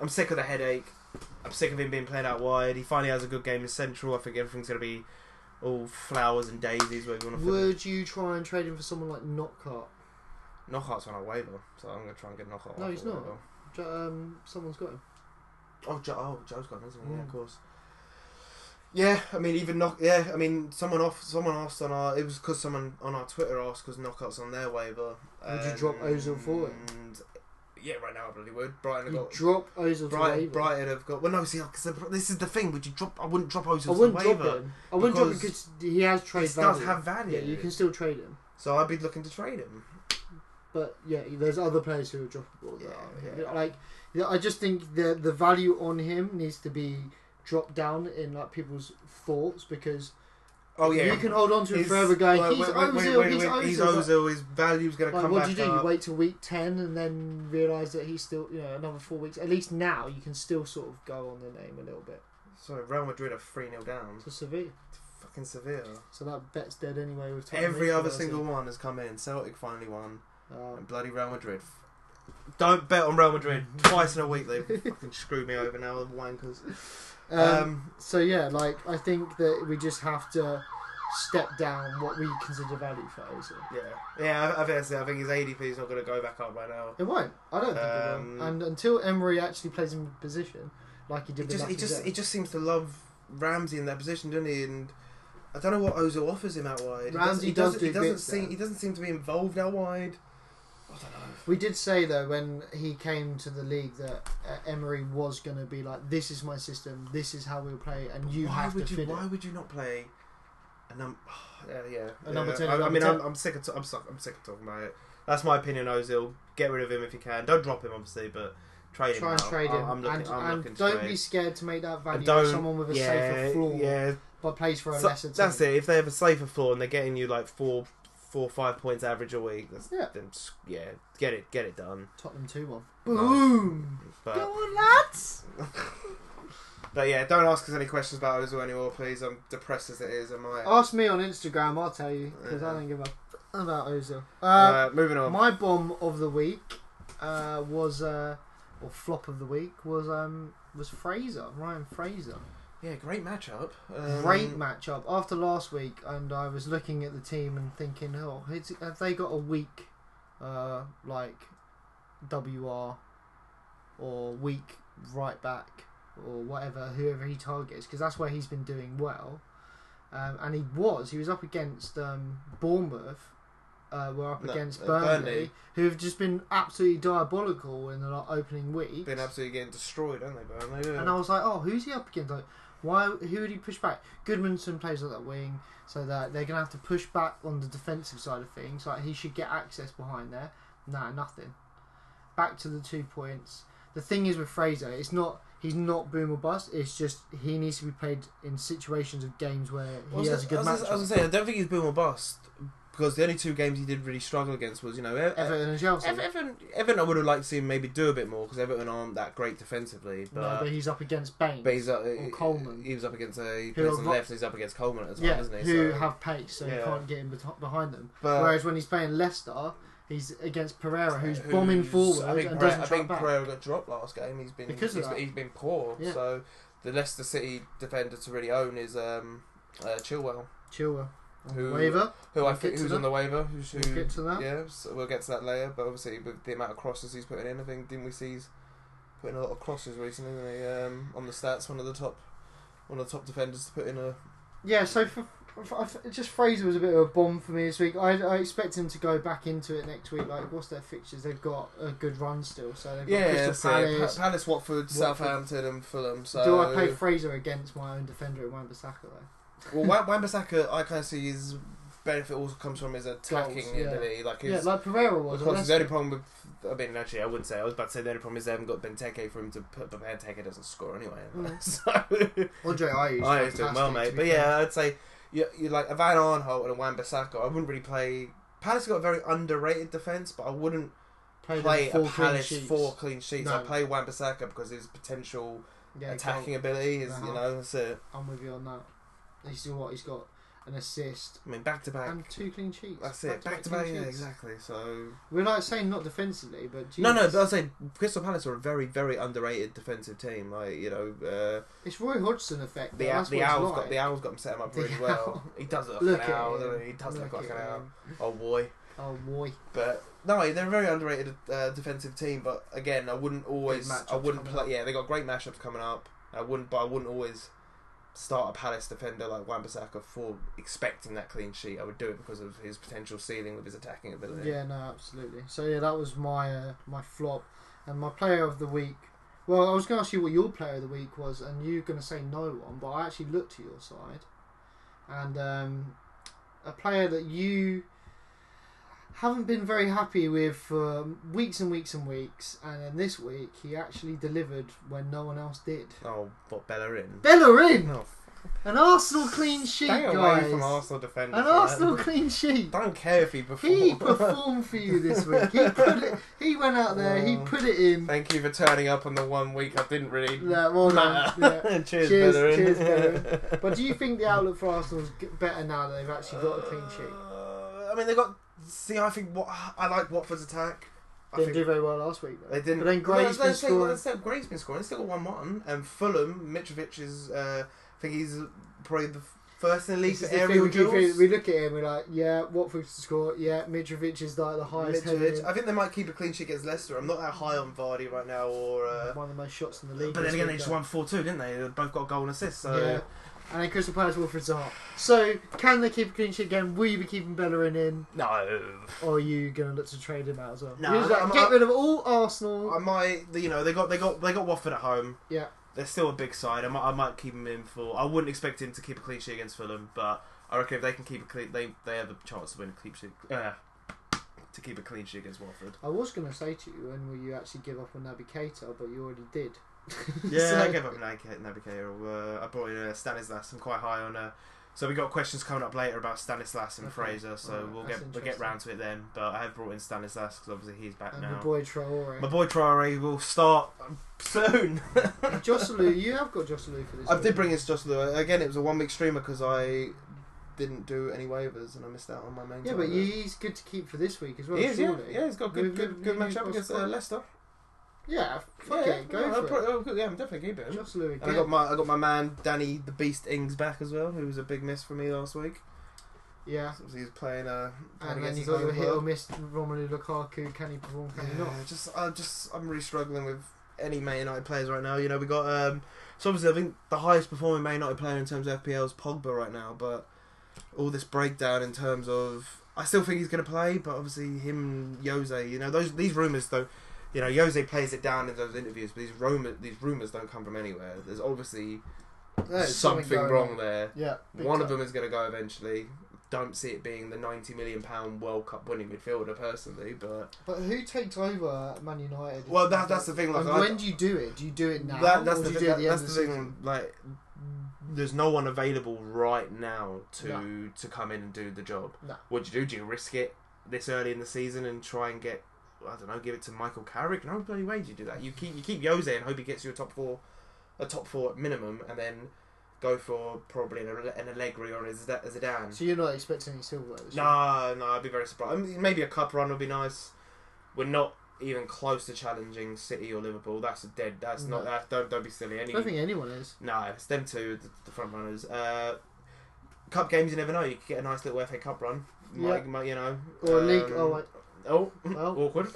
[SPEAKER 2] I'm sick of the headache. I'm sick of him being played out wide. He finally has a good game in central. I think everything's going to be all flowers and daisies. Where you want to put it.
[SPEAKER 1] would you try and trade him for someone like Knockhart?
[SPEAKER 2] Knockouts on our waiver, so I'm going to try and get knockout.
[SPEAKER 1] No,
[SPEAKER 2] off
[SPEAKER 1] he's
[SPEAKER 2] the
[SPEAKER 1] not.
[SPEAKER 2] waiver.
[SPEAKER 1] Jo- Um, someone's got him.
[SPEAKER 2] Oh, Joe, oh, Joe's gone, isn't he? Yeah,
[SPEAKER 1] Mm.
[SPEAKER 2] of course. Yeah, I mean, even knock. Yeah, I mean, someone off. Someone asked on our. It was because someone on our Twitter asked because knockouts on their waiver.
[SPEAKER 1] Would you drop Ozil for him?
[SPEAKER 2] And yeah, right now I bloody would. Brighton have
[SPEAKER 1] You
[SPEAKER 2] got.
[SPEAKER 1] drop Ozil to
[SPEAKER 2] Brighton,
[SPEAKER 1] waiver.
[SPEAKER 2] Brighton have got. Well, no, see, because this is the thing. Would you drop? I wouldn't drop Ozil
[SPEAKER 1] I wouldn't
[SPEAKER 2] to
[SPEAKER 1] drop
[SPEAKER 2] waiver.
[SPEAKER 1] him. I wouldn't drop him because
[SPEAKER 2] because
[SPEAKER 1] he has
[SPEAKER 2] He
[SPEAKER 1] trade value.
[SPEAKER 2] does have value.
[SPEAKER 1] Yeah, you can still trade him.
[SPEAKER 2] So I'd be looking to trade him.
[SPEAKER 1] But yeah, there's other players who are droppable. That
[SPEAKER 2] Yeah,
[SPEAKER 1] are,
[SPEAKER 2] yeah.
[SPEAKER 1] Like, yeah, I just think the the value on him needs to be dropped down in like people's thoughts because
[SPEAKER 2] Oh yeah,
[SPEAKER 1] You can hold on to him
[SPEAKER 2] He's-
[SPEAKER 1] forever, going.
[SPEAKER 2] like,
[SPEAKER 1] he's
[SPEAKER 2] wait, wait, wait,
[SPEAKER 1] Ozil.
[SPEAKER 2] wait,
[SPEAKER 1] he's
[SPEAKER 2] wait,
[SPEAKER 1] Ozil.
[SPEAKER 2] He's
[SPEAKER 1] but-
[SPEAKER 2] Ozil. His value's going to
[SPEAKER 1] Like,
[SPEAKER 2] come
[SPEAKER 1] what do
[SPEAKER 2] back
[SPEAKER 1] you do?
[SPEAKER 2] up.
[SPEAKER 1] You wait till week ten and then realize that he's still, you know, another four weeks. At least now you can still sort of go on the name a little bit
[SPEAKER 2] So Real Madrid are three 0 down.
[SPEAKER 1] to Sevilla.
[SPEAKER 2] Fucking severe.
[SPEAKER 1] So that bet's dead anyway. With Tottenham
[SPEAKER 2] Every other
[SPEAKER 1] equalising.
[SPEAKER 2] single one has come in. Celtic finally won,
[SPEAKER 1] Um,
[SPEAKER 2] and bloody Real Madrid. Don't bet on Real Madrid twice in a week. They fucking screw me over now, the wankers.
[SPEAKER 1] um,
[SPEAKER 2] Um,
[SPEAKER 1] so yeah, like I think that we just have to step down what we consider value for Ozil.
[SPEAKER 2] yeah, yeah. I, I think that's it. I think his ADP is not going to go back up right now.
[SPEAKER 1] It won't. I don't think it
[SPEAKER 2] Um,
[SPEAKER 1] will. And until Emery actually plays him in position, like he
[SPEAKER 2] He
[SPEAKER 1] did with
[SPEAKER 2] just, he
[SPEAKER 1] Lacazette.
[SPEAKER 2] just, he just seems to love Ramsey in that position, doesn't he? And I don't know what Ozil offers him out wide. He doesn't-
[SPEAKER 1] Ramsey
[SPEAKER 2] he
[SPEAKER 1] does
[SPEAKER 2] doesn't,
[SPEAKER 1] do
[SPEAKER 2] he doesn't
[SPEAKER 1] bits
[SPEAKER 2] seem,
[SPEAKER 1] there.
[SPEAKER 2] he doesn't seem to be involved out wide.
[SPEAKER 1] We did say though when he came to the league that uh, Emery was going to be like, "This is my system. This is how we'll play, and you
[SPEAKER 2] why
[SPEAKER 1] have
[SPEAKER 2] would
[SPEAKER 1] to
[SPEAKER 2] you,
[SPEAKER 1] fit
[SPEAKER 2] Why
[SPEAKER 1] it."
[SPEAKER 2] would you not play a number? yeah, yeah.
[SPEAKER 1] A number
[SPEAKER 2] yeah.
[SPEAKER 1] 10, a
[SPEAKER 2] I, I
[SPEAKER 1] number
[SPEAKER 2] mean,
[SPEAKER 1] 10.
[SPEAKER 2] I'm, I'm sick of. T- I'm, suck, I'm sick of talking about it. That's my opinion, Ozil. Get rid of him if you can. Don't drop him, obviously, but trade
[SPEAKER 1] Try
[SPEAKER 2] him.
[SPEAKER 1] and
[SPEAKER 2] now.
[SPEAKER 1] trade him,
[SPEAKER 2] I, am looking,
[SPEAKER 1] and,
[SPEAKER 2] I'm
[SPEAKER 1] and
[SPEAKER 2] looking to
[SPEAKER 1] don't
[SPEAKER 2] trade.
[SPEAKER 1] be scared to make that
[SPEAKER 2] And
[SPEAKER 1] value
[SPEAKER 2] don't-
[SPEAKER 1] for someone with a
[SPEAKER 2] yeah,
[SPEAKER 1] safer floor,
[SPEAKER 2] Yeah,
[SPEAKER 1] but plays for a
[SPEAKER 2] So-
[SPEAKER 1] lesser team.
[SPEAKER 2] That's it. If they have a safer floor and they're getting you like four, four, or five points average a week, that's,
[SPEAKER 1] Yeah.
[SPEAKER 2] then s- yeah, get it, get it done.
[SPEAKER 1] Tottenham two one.
[SPEAKER 2] Nice.
[SPEAKER 1] Boom. Go
[SPEAKER 2] But
[SPEAKER 1] on, lads.
[SPEAKER 2] but yeah, don't ask us any questions about Ozil anymore, please. I'm depressed as it is. Am I?
[SPEAKER 1] Ask me on Instagram. I'll tell you because I
[SPEAKER 2] Yeah.
[SPEAKER 1] don't give a f- about Ozil. Uh,
[SPEAKER 2] uh, moving on.
[SPEAKER 1] my bomb of the week uh, was, uh, or flop of the week was um was Fraser Ryan Fraser.
[SPEAKER 2] yeah, great matchup. Um,
[SPEAKER 1] Great matchup after last week, and I was looking at the team and thinking, oh, it's, have they got a weak, uh, like, WR or weak right back or whatever, whoever he targets, because that's where he's been doing well. Um, and he was, he was up against um, Bournemouth. Uh, were up
[SPEAKER 2] No,
[SPEAKER 1] against
[SPEAKER 2] uh,
[SPEAKER 1] Burnley,
[SPEAKER 2] Burnley.
[SPEAKER 1] who have just been absolutely diabolical in the like, opening week.
[SPEAKER 2] Been absolutely getting destroyed, haven't they, Burnley? Yeah.
[SPEAKER 1] And I was like, oh, who's he up against? Like, why? Who would he push back? Goodmanson plays on that wing, so that they're gonna have to push back on the defensive side of things. Like he should get access behind there. Nah, nothing. Back to the two points. The thing is with Fraser, it's not he's not boom or bust. It's just he needs to be played in situations of games where he
[SPEAKER 2] I was,
[SPEAKER 1] has a good
[SPEAKER 2] I was, I was
[SPEAKER 1] match.
[SPEAKER 2] gonna say, I don't think he's boom or bust because the only two games he did really struggle against was you know Ev-
[SPEAKER 1] Everton and Chelsea.
[SPEAKER 2] Ev- Everton. Everton, I would have liked to see him maybe do a bit more because Everton aren't that great defensively, but.
[SPEAKER 1] no, but he's up against Bain,
[SPEAKER 2] But he's up,
[SPEAKER 1] Or Coleman.
[SPEAKER 2] He was up against a he
[SPEAKER 1] Who
[SPEAKER 2] plays
[SPEAKER 1] are
[SPEAKER 2] on the
[SPEAKER 1] ro-
[SPEAKER 2] left. He's up against Coleman at the time,
[SPEAKER 1] yeah,
[SPEAKER 2] isn't he?
[SPEAKER 1] who
[SPEAKER 2] so,
[SPEAKER 1] have pace, so
[SPEAKER 2] Yeah.
[SPEAKER 1] he can't get in bet- behind them.
[SPEAKER 2] but
[SPEAKER 1] Whereas when he's playing Leicester, he's against Pereira, who's bombing
[SPEAKER 2] who's-
[SPEAKER 1] forward
[SPEAKER 2] I think,
[SPEAKER 1] and
[SPEAKER 2] Pereira,
[SPEAKER 1] doesn't
[SPEAKER 2] I
[SPEAKER 1] track
[SPEAKER 2] think
[SPEAKER 1] back.
[SPEAKER 2] Pereira got dropped last game. He's been
[SPEAKER 1] Because of
[SPEAKER 2] he's-
[SPEAKER 1] that.
[SPEAKER 2] he's been poor.
[SPEAKER 1] Yeah.
[SPEAKER 2] So the Leicester City defender to really own is um, uh, Chilwell,
[SPEAKER 1] Chilwell. On
[SPEAKER 2] Who-
[SPEAKER 1] uh, waiver.
[SPEAKER 2] who
[SPEAKER 1] We'll
[SPEAKER 2] I think
[SPEAKER 1] get to
[SPEAKER 2] who's
[SPEAKER 1] that.
[SPEAKER 2] on the waiver. Who's who?
[SPEAKER 1] We'll get to that.
[SPEAKER 2] Yeah, so we'll get to that later. But obviously, with the amount of crosses he's putting in, I think didn't we see he's putting a lot of crosses recently? Isn't he? Um, on the stats, one of the top, one of the top defenders to put in a
[SPEAKER 1] Yeah, so for, for, for- just Fraser was a bit of a bomb for me this week. I, I expect him to go back into it next week. Like, what's their fixtures? They've got a good run still. So they've got
[SPEAKER 2] Yeah,
[SPEAKER 1] Crystal
[SPEAKER 2] so Pa-
[SPEAKER 1] Palace.
[SPEAKER 2] Palace, Watford, Southampton, and Fulham. So
[SPEAKER 1] Do I play Fraser against my own defender at Wan-Bissaka though?
[SPEAKER 2] well, Wan- Wan-Bissaka, I kind of see his benefit also comes from his attacking
[SPEAKER 1] Goals, yeah.
[SPEAKER 2] ability. Like his,
[SPEAKER 1] Yeah, like Pereira was.
[SPEAKER 2] of
[SPEAKER 1] at
[SPEAKER 2] course, his only
[SPEAKER 1] Leicester.
[SPEAKER 2] problem with. I mean, actually, I would say I was about to say the only problem is they haven't got Benteke for him to put, but Benteke doesn't score anyway.
[SPEAKER 1] Mm.
[SPEAKER 2] so
[SPEAKER 1] Andre Ayew's
[SPEAKER 2] I was doing well,
[SPEAKER 1] fantastic,
[SPEAKER 2] mate.
[SPEAKER 1] to be
[SPEAKER 2] But
[SPEAKER 1] fair.
[SPEAKER 2] yeah, I'd say you you like a Van Arnholt and a Wan-Bissaka. I wouldn't really play. Palace have got a very underrated defense, but I wouldn't
[SPEAKER 1] Played
[SPEAKER 2] play
[SPEAKER 1] them four
[SPEAKER 2] a
[SPEAKER 1] clean
[SPEAKER 2] Palace
[SPEAKER 1] sheets.
[SPEAKER 2] four clean sheets.
[SPEAKER 1] No.
[SPEAKER 2] I play Wan-Bissaka because his potential
[SPEAKER 1] Yeah,
[SPEAKER 2] attacking ability is
[SPEAKER 1] Uh-huh.
[SPEAKER 2] you know that's it.
[SPEAKER 1] goal. I'm with you on that. He's what he's got an assist
[SPEAKER 2] I mean, back to back.
[SPEAKER 1] and two clean sheets.
[SPEAKER 2] That's it. Back to
[SPEAKER 1] clean
[SPEAKER 2] back. Yeah,
[SPEAKER 1] sheets.
[SPEAKER 2] exactly. So
[SPEAKER 1] We're like saying not defensively, but
[SPEAKER 2] no, no.
[SPEAKER 1] Jesus.
[SPEAKER 2] But I say Crystal Palace are a very, very underrated defensive team. Like you know, uh,
[SPEAKER 1] It's Roy Hodgson effect.
[SPEAKER 2] the
[SPEAKER 1] though, that's
[SPEAKER 2] the
[SPEAKER 1] what it's
[SPEAKER 2] owl's
[SPEAKER 1] like.
[SPEAKER 2] got the owl's got him set him up
[SPEAKER 1] The
[SPEAKER 2] really
[SPEAKER 1] owl.
[SPEAKER 2] well. He does look
[SPEAKER 1] Look
[SPEAKER 2] like an
[SPEAKER 1] at
[SPEAKER 2] owl.
[SPEAKER 1] him.
[SPEAKER 2] doesn't he? He does look, like
[SPEAKER 1] at
[SPEAKER 2] an owl.
[SPEAKER 1] him.
[SPEAKER 2] Oh boy.
[SPEAKER 1] Oh boy.
[SPEAKER 2] But no, they're a very underrated uh, defensive team. But again, I wouldn't always.
[SPEAKER 1] matchups
[SPEAKER 2] I wouldn't
[SPEAKER 1] coming
[SPEAKER 2] play. Yeah, they got great mashups coming up. I wouldn't, but I wouldn't always start a Palace defender like Wan-Bissaka for expecting that clean sheet. I would do it because of his potential ceiling with his attacking ability.
[SPEAKER 1] Yeah, no, absolutely. So yeah, that was my uh, my flop, and my player of the week. Well, I was going to ask you what your player of the week was, and you're going to say no one, but I actually looked to your side, and um, a player that you haven't been very happy with for weeks and weeks and weeks, and then this week he actually delivered when no one else did.
[SPEAKER 2] Oh, what Bellerin?
[SPEAKER 1] Bellerin.
[SPEAKER 2] Oh,
[SPEAKER 1] An Arsenal clean sheet,
[SPEAKER 2] Stay
[SPEAKER 1] guys.
[SPEAKER 2] away from Arsenal defenders.
[SPEAKER 1] An
[SPEAKER 2] man.
[SPEAKER 1] Arsenal clean sheet.
[SPEAKER 2] I don't care if he performed.
[SPEAKER 1] He performed for you this week. He put it. He went out there. He
[SPEAKER 2] Oh.
[SPEAKER 1] put it in.
[SPEAKER 2] Thank you for turning up on the one week I didn't really
[SPEAKER 1] Yeah, well done.
[SPEAKER 2] matter. cheers,
[SPEAKER 1] Cheers-
[SPEAKER 2] Bellerin.
[SPEAKER 1] cheers, Bellerin. But do you think the outlook for Arsenal's g- better now that they've actually got a clean sheet?
[SPEAKER 2] Uh, I mean, they got. See, I think what I like Watford's attack. I
[SPEAKER 1] Didn't
[SPEAKER 2] think
[SPEAKER 1] do very well last week. Though.
[SPEAKER 2] They didn't.
[SPEAKER 1] But then Gray's
[SPEAKER 2] no,
[SPEAKER 1] been
[SPEAKER 2] they still-
[SPEAKER 1] scoring.
[SPEAKER 2] they still- Gray's been scoring. He's still got one one. And Fulham, Mitrovic is. Uh, I think he's probably the first in the league
[SPEAKER 1] This is
[SPEAKER 2] for
[SPEAKER 1] the
[SPEAKER 2] aerial
[SPEAKER 1] thing we, keep
[SPEAKER 2] duels.
[SPEAKER 1] feeling- we look at him, we're like, yeah, Watford to score. Yeah, Mitrovic is like the highest
[SPEAKER 2] Mitrovic.
[SPEAKER 1] headed-
[SPEAKER 2] I think they might keep a clean sheet against Leicester. I'm not that high on Vardy right now, or. Uh,
[SPEAKER 1] one of the most shots in the league.
[SPEAKER 2] but then
[SPEAKER 1] this
[SPEAKER 2] again, they
[SPEAKER 1] week,
[SPEAKER 2] just
[SPEAKER 1] though.
[SPEAKER 2] won four two, didn't they? They both got a goal and assist. So
[SPEAKER 1] Yeah. And then Crystal Palace, Wilfred Zaha. So, can they keep a clean sheet again? Will you be keeping Bellerin in?
[SPEAKER 2] no,
[SPEAKER 1] Or are you going to look to trade him out as well?
[SPEAKER 2] No,
[SPEAKER 1] You're just like,
[SPEAKER 2] I'm-
[SPEAKER 1] get
[SPEAKER 2] I'm-
[SPEAKER 1] rid of all Arsenal.
[SPEAKER 2] I might, you know, they got they got they got Watford at home.
[SPEAKER 1] Yeah.
[SPEAKER 2] they're still a big side. I might, I might keep him in for. I wouldn't expect him to keep a clean sheet against Fulham, but I reckon if they can keep a clean, they they have a chance to win a clean sheet. Uh, to keep a clean sheet against Watford.
[SPEAKER 1] I was going to say to you, when will you actually give up on Naby Keita? But you already did.
[SPEAKER 2] Yeah,
[SPEAKER 1] So-
[SPEAKER 2] I gave up Navigator. Uh, I brought in uh, Stanislas. I'm quite high on. Uh, so we got questions coming up later about Stanislas and
[SPEAKER 1] Okay.
[SPEAKER 2] Fraser. So
[SPEAKER 1] Alright,
[SPEAKER 2] we'll
[SPEAKER 1] that's
[SPEAKER 2] get we'll get
[SPEAKER 1] interesting.
[SPEAKER 2] round to it then. But I have brought in Stanislas because obviously he's back
[SPEAKER 1] And
[SPEAKER 2] now.
[SPEAKER 1] your boy Traore.
[SPEAKER 2] My boy Traore will start um, soon.
[SPEAKER 1] Joselu, you have got Joselu for this.
[SPEAKER 2] I
[SPEAKER 1] week.
[SPEAKER 2] did bring in Jostler. Again, it was a one week streamer because I didn't do any waivers and I missed out on my main.
[SPEAKER 1] Yeah, but he- he's good to keep for this week as well.
[SPEAKER 2] he is, yeah,
[SPEAKER 1] surely.
[SPEAKER 2] yeah, he's got
[SPEAKER 1] Who-
[SPEAKER 2] good,
[SPEAKER 1] who-
[SPEAKER 2] good, good
[SPEAKER 1] who
[SPEAKER 2] match up
[SPEAKER 1] you've
[SPEAKER 2] against
[SPEAKER 1] got?
[SPEAKER 2] uh, Leicester.
[SPEAKER 1] Yeah, fuck
[SPEAKER 2] yeah,
[SPEAKER 1] it, go
[SPEAKER 2] no,
[SPEAKER 1] for
[SPEAKER 2] I'll
[SPEAKER 1] it.
[SPEAKER 2] pro- I'll go- yeah, I'm definitely keeping him.
[SPEAKER 1] Just Louis
[SPEAKER 2] And I got my, I got my man Danny the Beast Ings back as well, who was a big miss for me last week.
[SPEAKER 1] yeah,
[SPEAKER 2] Obviously, he was playing. Uh, playing
[SPEAKER 1] and then
[SPEAKER 2] against
[SPEAKER 1] you
[SPEAKER 2] his
[SPEAKER 1] got
[SPEAKER 2] own
[SPEAKER 1] your hit
[SPEAKER 2] club.
[SPEAKER 1] or miss Romelu Lukaku. Can he perform? Can he
[SPEAKER 2] Yeah,
[SPEAKER 1] not?
[SPEAKER 2] just I just I'm really struggling with any Man United players right now. You know, we got um so obviously I think the highest performing Man United player in terms of FPL is Pogba right now, but all this breakdown in terms of I still think he's gonna play, but obviously him Jose, you know, those these rumours though you know, Jose plays it down in those interviews, but these rumor these rumours don't come from anywhere. There's obviously
[SPEAKER 1] There's
[SPEAKER 2] something,
[SPEAKER 1] going
[SPEAKER 2] wrong
[SPEAKER 1] on.
[SPEAKER 2] there.
[SPEAKER 1] Yeah, big
[SPEAKER 2] One of
[SPEAKER 1] time.
[SPEAKER 2] them is going to go eventually. Don't see it being the ninety million pound World Cup winning midfielder personally, but
[SPEAKER 1] But who takes over at Man United?
[SPEAKER 2] Well, that- that's the thing, like,
[SPEAKER 1] and
[SPEAKER 2] I-
[SPEAKER 1] when do you do it? Do you do it now?
[SPEAKER 2] That, that's
[SPEAKER 1] or
[SPEAKER 2] the,
[SPEAKER 1] do you do
[SPEAKER 2] thing,
[SPEAKER 1] it
[SPEAKER 2] that,
[SPEAKER 1] at the end
[SPEAKER 2] that's
[SPEAKER 1] of
[SPEAKER 2] the
[SPEAKER 1] the season?
[SPEAKER 2] thing. Mm. Like, there's no one available right now to
[SPEAKER 1] No.
[SPEAKER 2] to come in and do the job.
[SPEAKER 1] No.
[SPEAKER 2] What do you do? Do you risk it this early in the season and try and get? I don't know. Give it to Michael Carrick. No bloody way do you do that. You keep you keep Jose and hope he gets you a top four, a top four at minimum, and then go for probably an, Ale- an Allegri or a Zida- a Zidane.
[SPEAKER 1] So you're not expecting any silver? this year?
[SPEAKER 2] No, no, I'd be very surprised. I mean, Maybe a cup run would be nice. We're not even close to challenging City or Liverpool. That's a dead. That's
[SPEAKER 1] No.
[SPEAKER 2] not. That, don't don't be silly. Any,
[SPEAKER 1] I don't think anyone is.
[SPEAKER 2] no, it's them two, the, the front runners. Uh, cup games, you never know. You could get a nice little FA Cup run. Might,
[SPEAKER 1] Yeah.
[SPEAKER 2] might, you know.
[SPEAKER 1] Or a league.
[SPEAKER 2] um,
[SPEAKER 1] Oh, wait.
[SPEAKER 2] Oh,
[SPEAKER 1] Well.
[SPEAKER 2] awkward.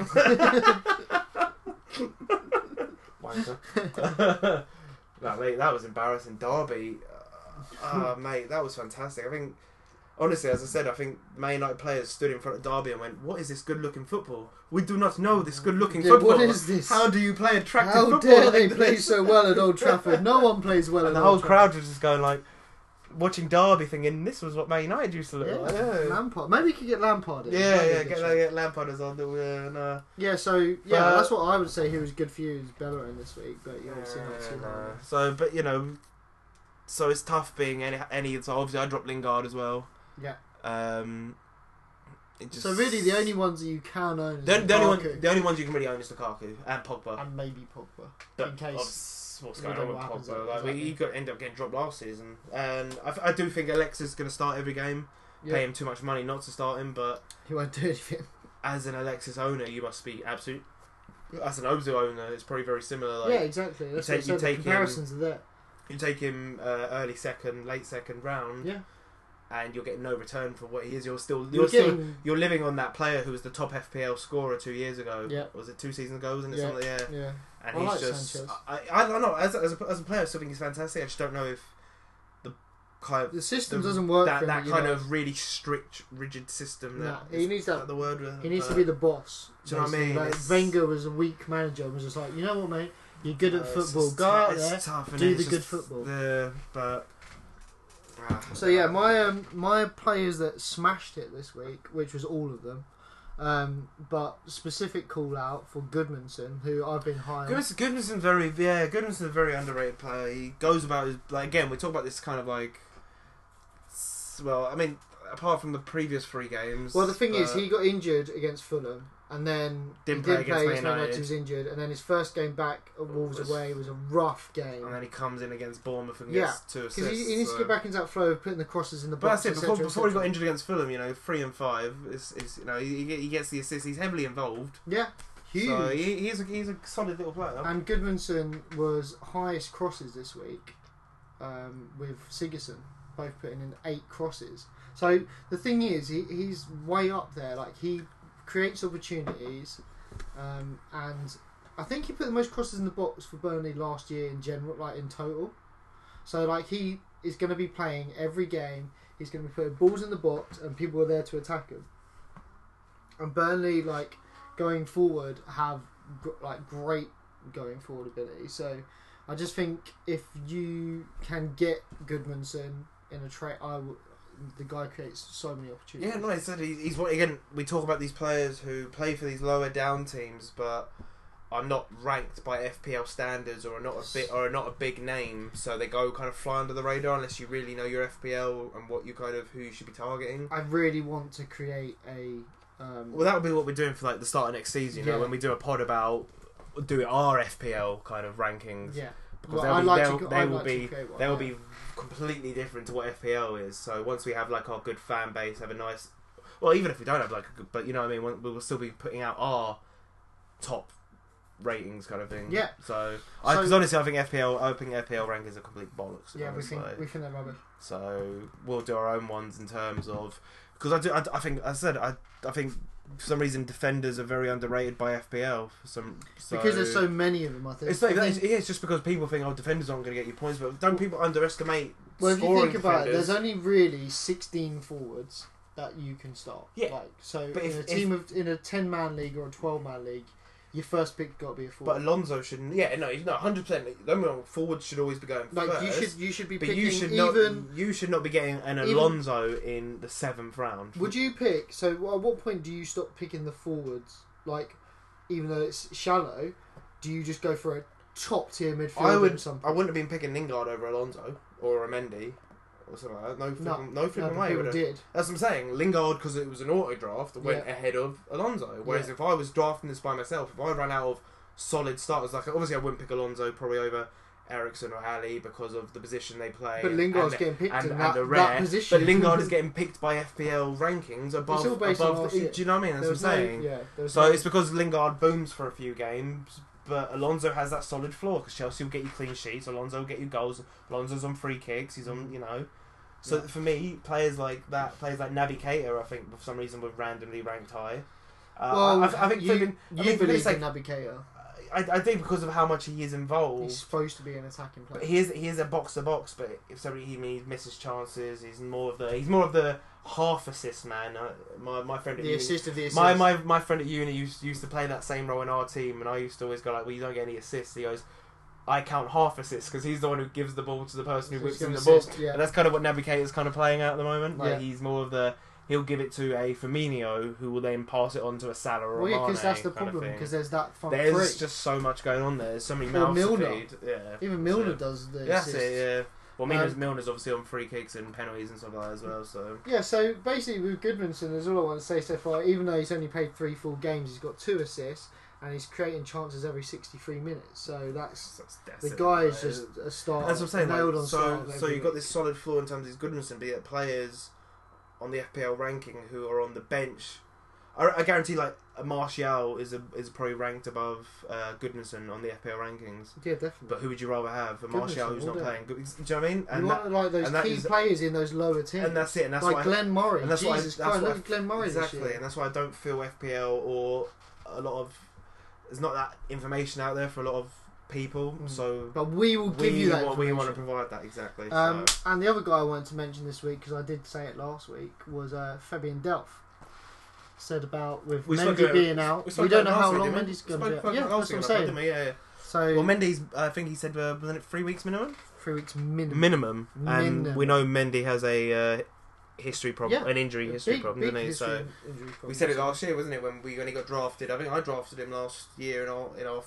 [SPEAKER 2] Wanker. no, mate, that was embarrassing. Derby, uh, oh, mate, that was fantastic. I think, honestly, as I said, I think Man United players stood in front of Derby and went, "What is this good-looking football? We do not know this good-looking
[SPEAKER 1] Yeah,
[SPEAKER 2] football.
[SPEAKER 1] what is this?
[SPEAKER 2] How do you play attractive
[SPEAKER 1] How
[SPEAKER 2] football?
[SPEAKER 1] dare
[SPEAKER 2] like
[SPEAKER 1] they
[SPEAKER 2] this?"
[SPEAKER 1] play so well at Old Trafford? No one plays well at
[SPEAKER 2] And the
[SPEAKER 1] Old
[SPEAKER 2] whole crowd was just going like, watching Derby, thinking this was what Man United used to look
[SPEAKER 1] Trafford.
[SPEAKER 2] like.
[SPEAKER 1] Yeah. Lampard. Maybe you could get Lampard. In.
[SPEAKER 2] Yeah,
[SPEAKER 1] That'd be a
[SPEAKER 2] yeah,
[SPEAKER 1] good
[SPEAKER 2] get,
[SPEAKER 1] shout.
[SPEAKER 2] get Lampard as on the uh, no.
[SPEAKER 1] Yeah, so yeah,
[SPEAKER 2] But-
[SPEAKER 1] that's what I would say. He was good for you is Bellerin this week, but you obviously not too
[SPEAKER 2] Yeah,
[SPEAKER 1] long.
[SPEAKER 2] So, but you know, so it's tough being any. any so obviously, I dropped Lingard as well.
[SPEAKER 1] Yeah.
[SPEAKER 2] Um. it just-
[SPEAKER 1] So really, the only ones that you can own is
[SPEAKER 2] the, only- the only
[SPEAKER 1] Lukaku
[SPEAKER 2] one, the only ones you can really own is Lukaku and Pogba.
[SPEAKER 1] and maybe Pogba.
[SPEAKER 2] But
[SPEAKER 1] in case-
[SPEAKER 2] obs- what's
[SPEAKER 1] we
[SPEAKER 2] going
[SPEAKER 1] don't
[SPEAKER 2] on
[SPEAKER 1] know
[SPEAKER 2] with
[SPEAKER 1] what happens
[SPEAKER 2] Pogba?
[SPEAKER 1] there,
[SPEAKER 2] Like, we-
[SPEAKER 1] exactly.
[SPEAKER 2] he got end up getting dropped last season, and I, I do think Alexa's going to start every game.
[SPEAKER 1] Yeah,
[SPEAKER 2] Pay him too much money not to start him, but
[SPEAKER 1] he won't do anything.
[SPEAKER 2] as an Alexis owner, you must be absolute. As an Ozu owner, it's probably very similar. Like,
[SPEAKER 1] yeah, exactly. That's
[SPEAKER 2] take-
[SPEAKER 1] what I said,
[SPEAKER 2] you take um,
[SPEAKER 1] the
[SPEAKER 2] him-
[SPEAKER 1] comparisons are there.
[SPEAKER 2] You take him uh, early second, late second round,
[SPEAKER 1] Yeah.
[SPEAKER 2] and you're getting no return for what he is. You're still Mm. you're,
[SPEAKER 1] You're
[SPEAKER 2] still
[SPEAKER 1] getting
[SPEAKER 2] you're living on that player who was the top FPL scorer two years ago.
[SPEAKER 1] Yeah.
[SPEAKER 2] was it two seasons ago? Wasn't it?
[SPEAKER 1] Yeah.
[SPEAKER 2] Something, yeah.
[SPEAKER 1] yeah.
[SPEAKER 2] And
[SPEAKER 1] I
[SPEAKER 2] he's
[SPEAKER 1] like
[SPEAKER 2] just
[SPEAKER 1] Sanchez.
[SPEAKER 2] I, I I don't know as a, as, a, as a player, I still think he's fantastic. I just don't know if the kind of
[SPEAKER 1] The system
[SPEAKER 2] the-
[SPEAKER 1] doesn't work for
[SPEAKER 2] that,
[SPEAKER 1] him.
[SPEAKER 2] that
[SPEAKER 1] you
[SPEAKER 2] kind
[SPEAKER 1] know.
[SPEAKER 2] of really strict, rigid system.
[SPEAKER 1] Nah,
[SPEAKER 2] that
[SPEAKER 1] he
[SPEAKER 2] is-
[SPEAKER 1] needs
[SPEAKER 2] is
[SPEAKER 1] that-
[SPEAKER 2] the word. with-
[SPEAKER 1] He needs to
[SPEAKER 2] but-
[SPEAKER 1] be the boss.
[SPEAKER 2] uh, Do you know what I
[SPEAKER 1] basically.
[SPEAKER 2] mean?
[SPEAKER 1] Like,
[SPEAKER 2] It's-
[SPEAKER 1] Wenger was a weak manager and was just like, you know what, mate, you're good
[SPEAKER 2] Uh,
[SPEAKER 1] at
[SPEAKER 2] it's
[SPEAKER 1] football.
[SPEAKER 2] just
[SPEAKER 1] Go
[SPEAKER 2] tou-
[SPEAKER 1] out
[SPEAKER 2] it's
[SPEAKER 1] there.
[SPEAKER 2] tough,
[SPEAKER 1] do
[SPEAKER 2] innit?
[SPEAKER 1] the
[SPEAKER 2] It's
[SPEAKER 1] good
[SPEAKER 2] just
[SPEAKER 1] football.
[SPEAKER 2] The, but ah,
[SPEAKER 1] So yeah, my um, my players that smashed it this week, which was all of them, Um, but specific call out for Goodmanson, who I've been high. on.
[SPEAKER 2] Goodmanson, Goodmanson's very yeah. Goodmanson's a very underrated player. He goes about his like again. We talk about this kind of like. s- Well, I mean, apart from the previous three games.
[SPEAKER 1] Well, the thing is,
[SPEAKER 2] but-
[SPEAKER 1] he got injured against Fulham, and then he didn't
[SPEAKER 2] Didn't play against
[SPEAKER 1] play
[SPEAKER 2] Man
[SPEAKER 1] against Man United.
[SPEAKER 2] United.
[SPEAKER 1] He was injured, and then his first game back at Wolves
[SPEAKER 2] Was-
[SPEAKER 1] away was a rough game
[SPEAKER 2] and then he comes in against Bournemouth and
[SPEAKER 1] Yeah,
[SPEAKER 2] gets two assists.
[SPEAKER 1] because he, he needs
[SPEAKER 2] so-
[SPEAKER 1] to get back into that flow of putting the crosses in the
[SPEAKER 2] But
[SPEAKER 1] box.
[SPEAKER 2] that's it. Before,
[SPEAKER 1] etc.,
[SPEAKER 2] before he got
[SPEAKER 1] etc..
[SPEAKER 2] injured against Fulham, you know, three and five is, is you know he, he gets the assists. He's heavily involved.
[SPEAKER 1] yeah, huge.
[SPEAKER 2] So he, he's a, he's a solid little player.
[SPEAKER 1] And Goodmanson was highest crosses this week um, with Sigerson, both putting in eight crosses. So the thing is, he, he's way up there. Like he creates opportunities, um, and I think he put the most crosses in the box for Burnley last year in general, like in total. So like he is going to be playing every game. He's going to be putting balls in the box, and people are there to attack him. And Burnley, like going forward, have gr- like great going forward ability. So I just think if you can get Goodmanson in a trade, I w- the guy creates so many opportunities.
[SPEAKER 2] Yeah, no, he said he's, he's what again. We talk about these players who play for these lower down teams, but are not ranked by FPL standards or are not a bit or are not a big name, so they go kind of fly under the radar unless you really know your FPL and what you kind of who you should be targeting.
[SPEAKER 1] I really want to create a. Um,
[SPEAKER 2] Well, that would be what we're doing for like the start of next season. You know,
[SPEAKER 1] Yeah.
[SPEAKER 2] when we do a pod about do our FPL kind of rankings
[SPEAKER 1] yeah,
[SPEAKER 2] because
[SPEAKER 1] well,
[SPEAKER 2] they'll
[SPEAKER 1] I'd
[SPEAKER 2] be,
[SPEAKER 1] like
[SPEAKER 2] they'll-
[SPEAKER 1] to.
[SPEAKER 2] they
[SPEAKER 1] I'd
[SPEAKER 2] will
[SPEAKER 1] like
[SPEAKER 2] be
[SPEAKER 1] to create one,
[SPEAKER 2] They'll
[SPEAKER 1] yeah.
[SPEAKER 2] be completely different to what FPL is. So once we have like our good fan base, have a nice, well, even if we don't have like a good, but you know what I mean, we- we will still be putting out our top ratings kind of thing.
[SPEAKER 1] Yeah.
[SPEAKER 2] So, because
[SPEAKER 1] So-
[SPEAKER 2] honestly, I think FPL, I think FPL rankings are complete bollocks.
[SPEAKER 1] Yeah, we
[SPEAKER 2] honestly.
[SPEAKER 1] think we think they're rubbish.
[SPEAKER 2] So we'll do our own ones in terms of because I do. I, I think I said I. I think for some reason defenders are very underrated by FPL. For some so,
[SPEAKER 1] because there's so many of them, I think.
[SPEAKER 2] it's like
[SPEAKER 1] I
[SPEAKER 2] that,
[SPEAKER 1] mean,
[SPEAKER 2] it's, yeah, it's just because people think oh defenders aren't going to get you points, but don't people underestimate?
[SPEAKER 1] well, if you
[SPEAKER 2] scoring
[SPEAKER 1] think about it,
[SPEAKER 2] defenders?
[SPEAKER 1] there's only really 16 forwards that you can start.
[SPEAKER 2] Yeah.
[SPEAKER 1] Like, so
[SPEAKER 2] But
[SPEAKER 1] in
[SPEAKER 2] if-
[SPEAKER 1] a
[SPEAKER 2] if-
[SPEAKER 1] team of in a 10 man league or a 12 man league, your first pick got to be a forward.
[SPEAKER 2] But Alonso shouldn't. Yeah, no, he's not hundred percent. Don't get me wrong, forwards should always be going
[SPEAKER 1] Like
[SPEAKER 2] first.
[SPEAKER 1] you should you should be
[SPEAKER 2] but
[SPEAKER 1] picking
[SPEAKER 2] you should not.
[SPEAKER 1] even.
[SPEAKER 2] you should not be getting an
[SPEAKER 1] even-
[SPEAKER 2] Alonso in the seventh round.
[SPEAKER 1] Would you pick? So at what point do you stop picking the forwards? Like, even though it's shallow, do you just go for a top tier midfielder?
[SPEAKER 2] I
[SPEAKER 1] Or
[SPEAKER 2] would.
[SPEAKER 1] something?
[SPEAKER 2] I wouldn't have been picking Lingard over Alonso or Mendy or something like that. No,
[SPEAKER 1] No,
[SPEAKER 2] flipping, no,
[SPEAKER 1] No,
[SPEAKER 2] flipping
[SPEAKER 1] but
[SPEAKER 2] way.
[SPEAKER 1] people
[SPEAKER 2] would I?
[SPEAKER 1] did.
[SPEAKER 2] That's what I'm saying. Lingard, because it was an auto draft, went
[SPEAKER 1] Yeah.
[SPEAKER 2] ahead of Alonso. Whereas
[SPEAKER 1] Yeah.
[SPEAKER 2] if I was drafting this by myself, if I ran out of solid starters, like obviously I wouldn't pick Alonso probably over Ericsson or Ali because of the position they play.
[SPEAKER 1] But
[SPEAKER 2] and-
[SPEAKER 1] Lingard's
[SPEAKER 2] and,
[SPEAKER 1] getting picked
[SPEAKER 2] and,
[SPEAKER 1] in
[SPEAKER 2] and
[SPEAKER 1] that,
[SPEAKER 2] the
[SPEAKER 1] that
[SPEAKER 2] rare.
[SPEAKER 1] position.
[SPEAKER 2] But Lingard is getting picked by FPL rankings above
[SPEAKER 1] all based on
[SPEAKER 2] above.
[SPEAKER 1] last
[SPEAKER 2] The,
[SPEAKER 1] year.
[SPEAKER 2] do you know what I mean?
[SPEAKER 1] There
[SPEAKER 2] That's what I'm
[SPEAKER 1] was no-
[SPEAKER 2] saying.
[SPEAKER 1] Yeah, there was
[SPEAKER 2] So
[SPEAKER 1] no-
[SPEAKER 2] it's because Lingard booms for a few games, but Alonso has that solid floor because Chelsea will get you clean sheets, Alonso will get you goals, Alonso's on free kicks, he's on, you know. So
[SPEAKER 1] Mm. Yeah.
[SPEAKER 2] for me, players like that, players like Naby Keita, I think for some reason were randomly ranked high. Uh,
[SPEAKER 1] well,
[SPEAKER 2] I, I think
[SPEAKER 1] you,
[SPEAKER 2] flipping- I
[SPEAKER 1] you
[SPEAKER 2] mean, for me,
[SPEAKER 1] believe
[SPEAKER 2] it's like,
[SPEAKER 1] in Naby Keita.
[SPEAKER 2] I, I think because of how much he is involved.
[SPEAKER 1] He's supposed to be an attacking player.
[SPEAKER 2] but he is he is a box to box, but if somebody he means misses chances, he's more of the he's more of the half assist man. Uh, my my friend at
[SPEAKER 1] the
[SPEAKER 2] uni-
[SPEAKER 1] assist of the assist.
[SPEAKER 2] my, my my friend at uni used used to play that same role in our team, and I used to always go like, "Well, you don't get any assists." He goes, "I count half assists because he's the one who gives the ball to the person who
[SPEAKER 1] So he's
[SPEAKER 2] whips in the
[SPEAKER 1] gonna
[SPEAKER 2] ball."
[SPEAKER 1] assist, yeah.
[SPEAKER 2] And that's kind of what Navigator's kind of playing at the moment. Like
[SPEAKER 1] Yeah.
[SPEAKER 2] he's more of the he'll give it to a Firmino who will then pass it on to a Salah or
[SPEAKER 1] Well,
[SPEAKER 2] a
[SPEAKER 1] yeah,
[SPEAKER 2] Mane.
[SPEAKER 1] because that's the
[SPEAKER 2] kind of
[SPEAKER 1] problem.
[SPEAKER 2] thing.
[SPEAKER 1] Because there's that front
[SPEAKER 2] there's
[SPEAKER 1] three.
[SPEAKER 2] just so much going on there. There's so many
[SPEAKER 1] Or
[SPEAKER 2] mouths to
[SPEAKER 1] Milner.
[SPEAKER 2] feed. Yeah,
[SPEAKER 1] Even Milner
[SPEAKER 2] Yeah.
[SPEAKER 1] does the
[SPEAKER 2] that's
[SPEAKER 1] assists.
[SPEAKER 2] it. Yeah. Well, Milner's,
[SPEAKER 1] Um,
[SPEAKER 2] Milner's obviously on free kicks and penalties and stuff like that as well. So
[SPEAKER 1] Yeah, so basically with Goodmanson, is all I want to say so far. Even though he's only played three full games, he's got two assists and he's creating chances every 63 minutes. So that's
[SPEAKER 2] that's,
[SPEAKER 1] the
[SPEAKER 2] it,
[SPEAKER 1] guy is
[SPEAKER 2] right?
[SPEAKER 1] just a star.
[SPEAKER 2] That's what I'm saying.
[SPEAKER 1] Nailed
[SPEAKER 2] Like,
[SPEAKER 1] on
[SPEAKER 2] so,
[SPEAKER 1] stars
[SPEAKER 2] so
[SPEAKER 1] every
[SPEAKER 2] you've got
[SPEAKER 1] week.
[SPEAKER 2] this solid floor in terms of his goodness, and be it players on the FPL ranking who are on the bench. I, I guarantee, like a Martial is a, is probably ranked above uh, Goodmanson on the FPL rankings.
[SPEAKER 1] Yeah, definitely.
[SPEAKER 2] But who would you rather have? A
[SPEAKER 1] Goodmanson,
[SPEAKER 2] Martial who's not
[SPEAKER 1] all day.
[SPEAKER 2] playing. Good, do you know what I mean?
[SPEAKER 1] you
[SPEAKER 2] And,
[SPEAKER 1] want like those
[SPEAKER 2] and that
[SPEAKER 1] key
[SPEAKER 2] is-
[SPEAKER 1] players in those lower
[SPEAKER 2] that,
[SPEAKER 1] teams.
[SPEAKER 2] and that's it. And that's
[SPEAKER 1] like
[SPEAKER 2] why
[SPEAKER 1] Glenn Murray.
[SPEAKER 2] and that's why-
[SPEAKER 1] Jesus
[SPEAKER 2] that's
[SPEAKER 1] Christ,
[SPEAKER 2] why-
[SPEAKER 1] look at Glenn Murray this
[SPEAKER 2] Exactly,
[SPEAKER 1] year.
[SPEAKER 2] and that's why I don't feel FPL or a lot of there's not that information out there for a lot of people.
[SPEAKER 1] Mm.
[SPEAKER 2] So
[SPEAKER 1] But we will give
[SPEAKER 2] we,
[SPEAKER 1] you that.
[SPEAKER 2] want, we want to
[SPEAKER 1] information.
[SPEAKER 2] provide that exactly.
[SPEAKER 1] Um,
[SPEAKER 2] so.
[SPEAKER 1] And the other guy I wanted to mention this week because I did say it last week was uh, Fabian Delph. Said about with
[SPEAKER 2] We spoke
[SPEAKER 1] Mendy
[SPEAKER 2] about-
[SPEAKER 1] being out, we, don't know how long Mendy's going to be. out. Yeah, that's what I'm saying. So
[SPEAKER 2] Well, Mendy's, I think he said, uh, wasn't it three weeks minimum?
[SPEAKER 1] three weeks minimum.
[SPEAKER 2] Minimum. And
[SPEAKER 1] Minimum.
[SPEAKER 2] we know Mendy has a uh,
[SPEAKER 3] history problem,
[SPEAKER 1] Yeah.
[SPEAKER 3] an injury history
[SPEAKER 1] big,
[SPEAKER 3] problem,
[SPEAKER 1] big
[SPEAKER 3] isn't he?
[SPEAKER 1] history
[SPEAKER 3] So
[SPEAKER 1] and injury
[SPEAKER 2] We
[SPEAKER 1] problem.
[SPEAKER 2] said it last year, wasn't it? When we when he got drafted, I think I drafted him last year in our in our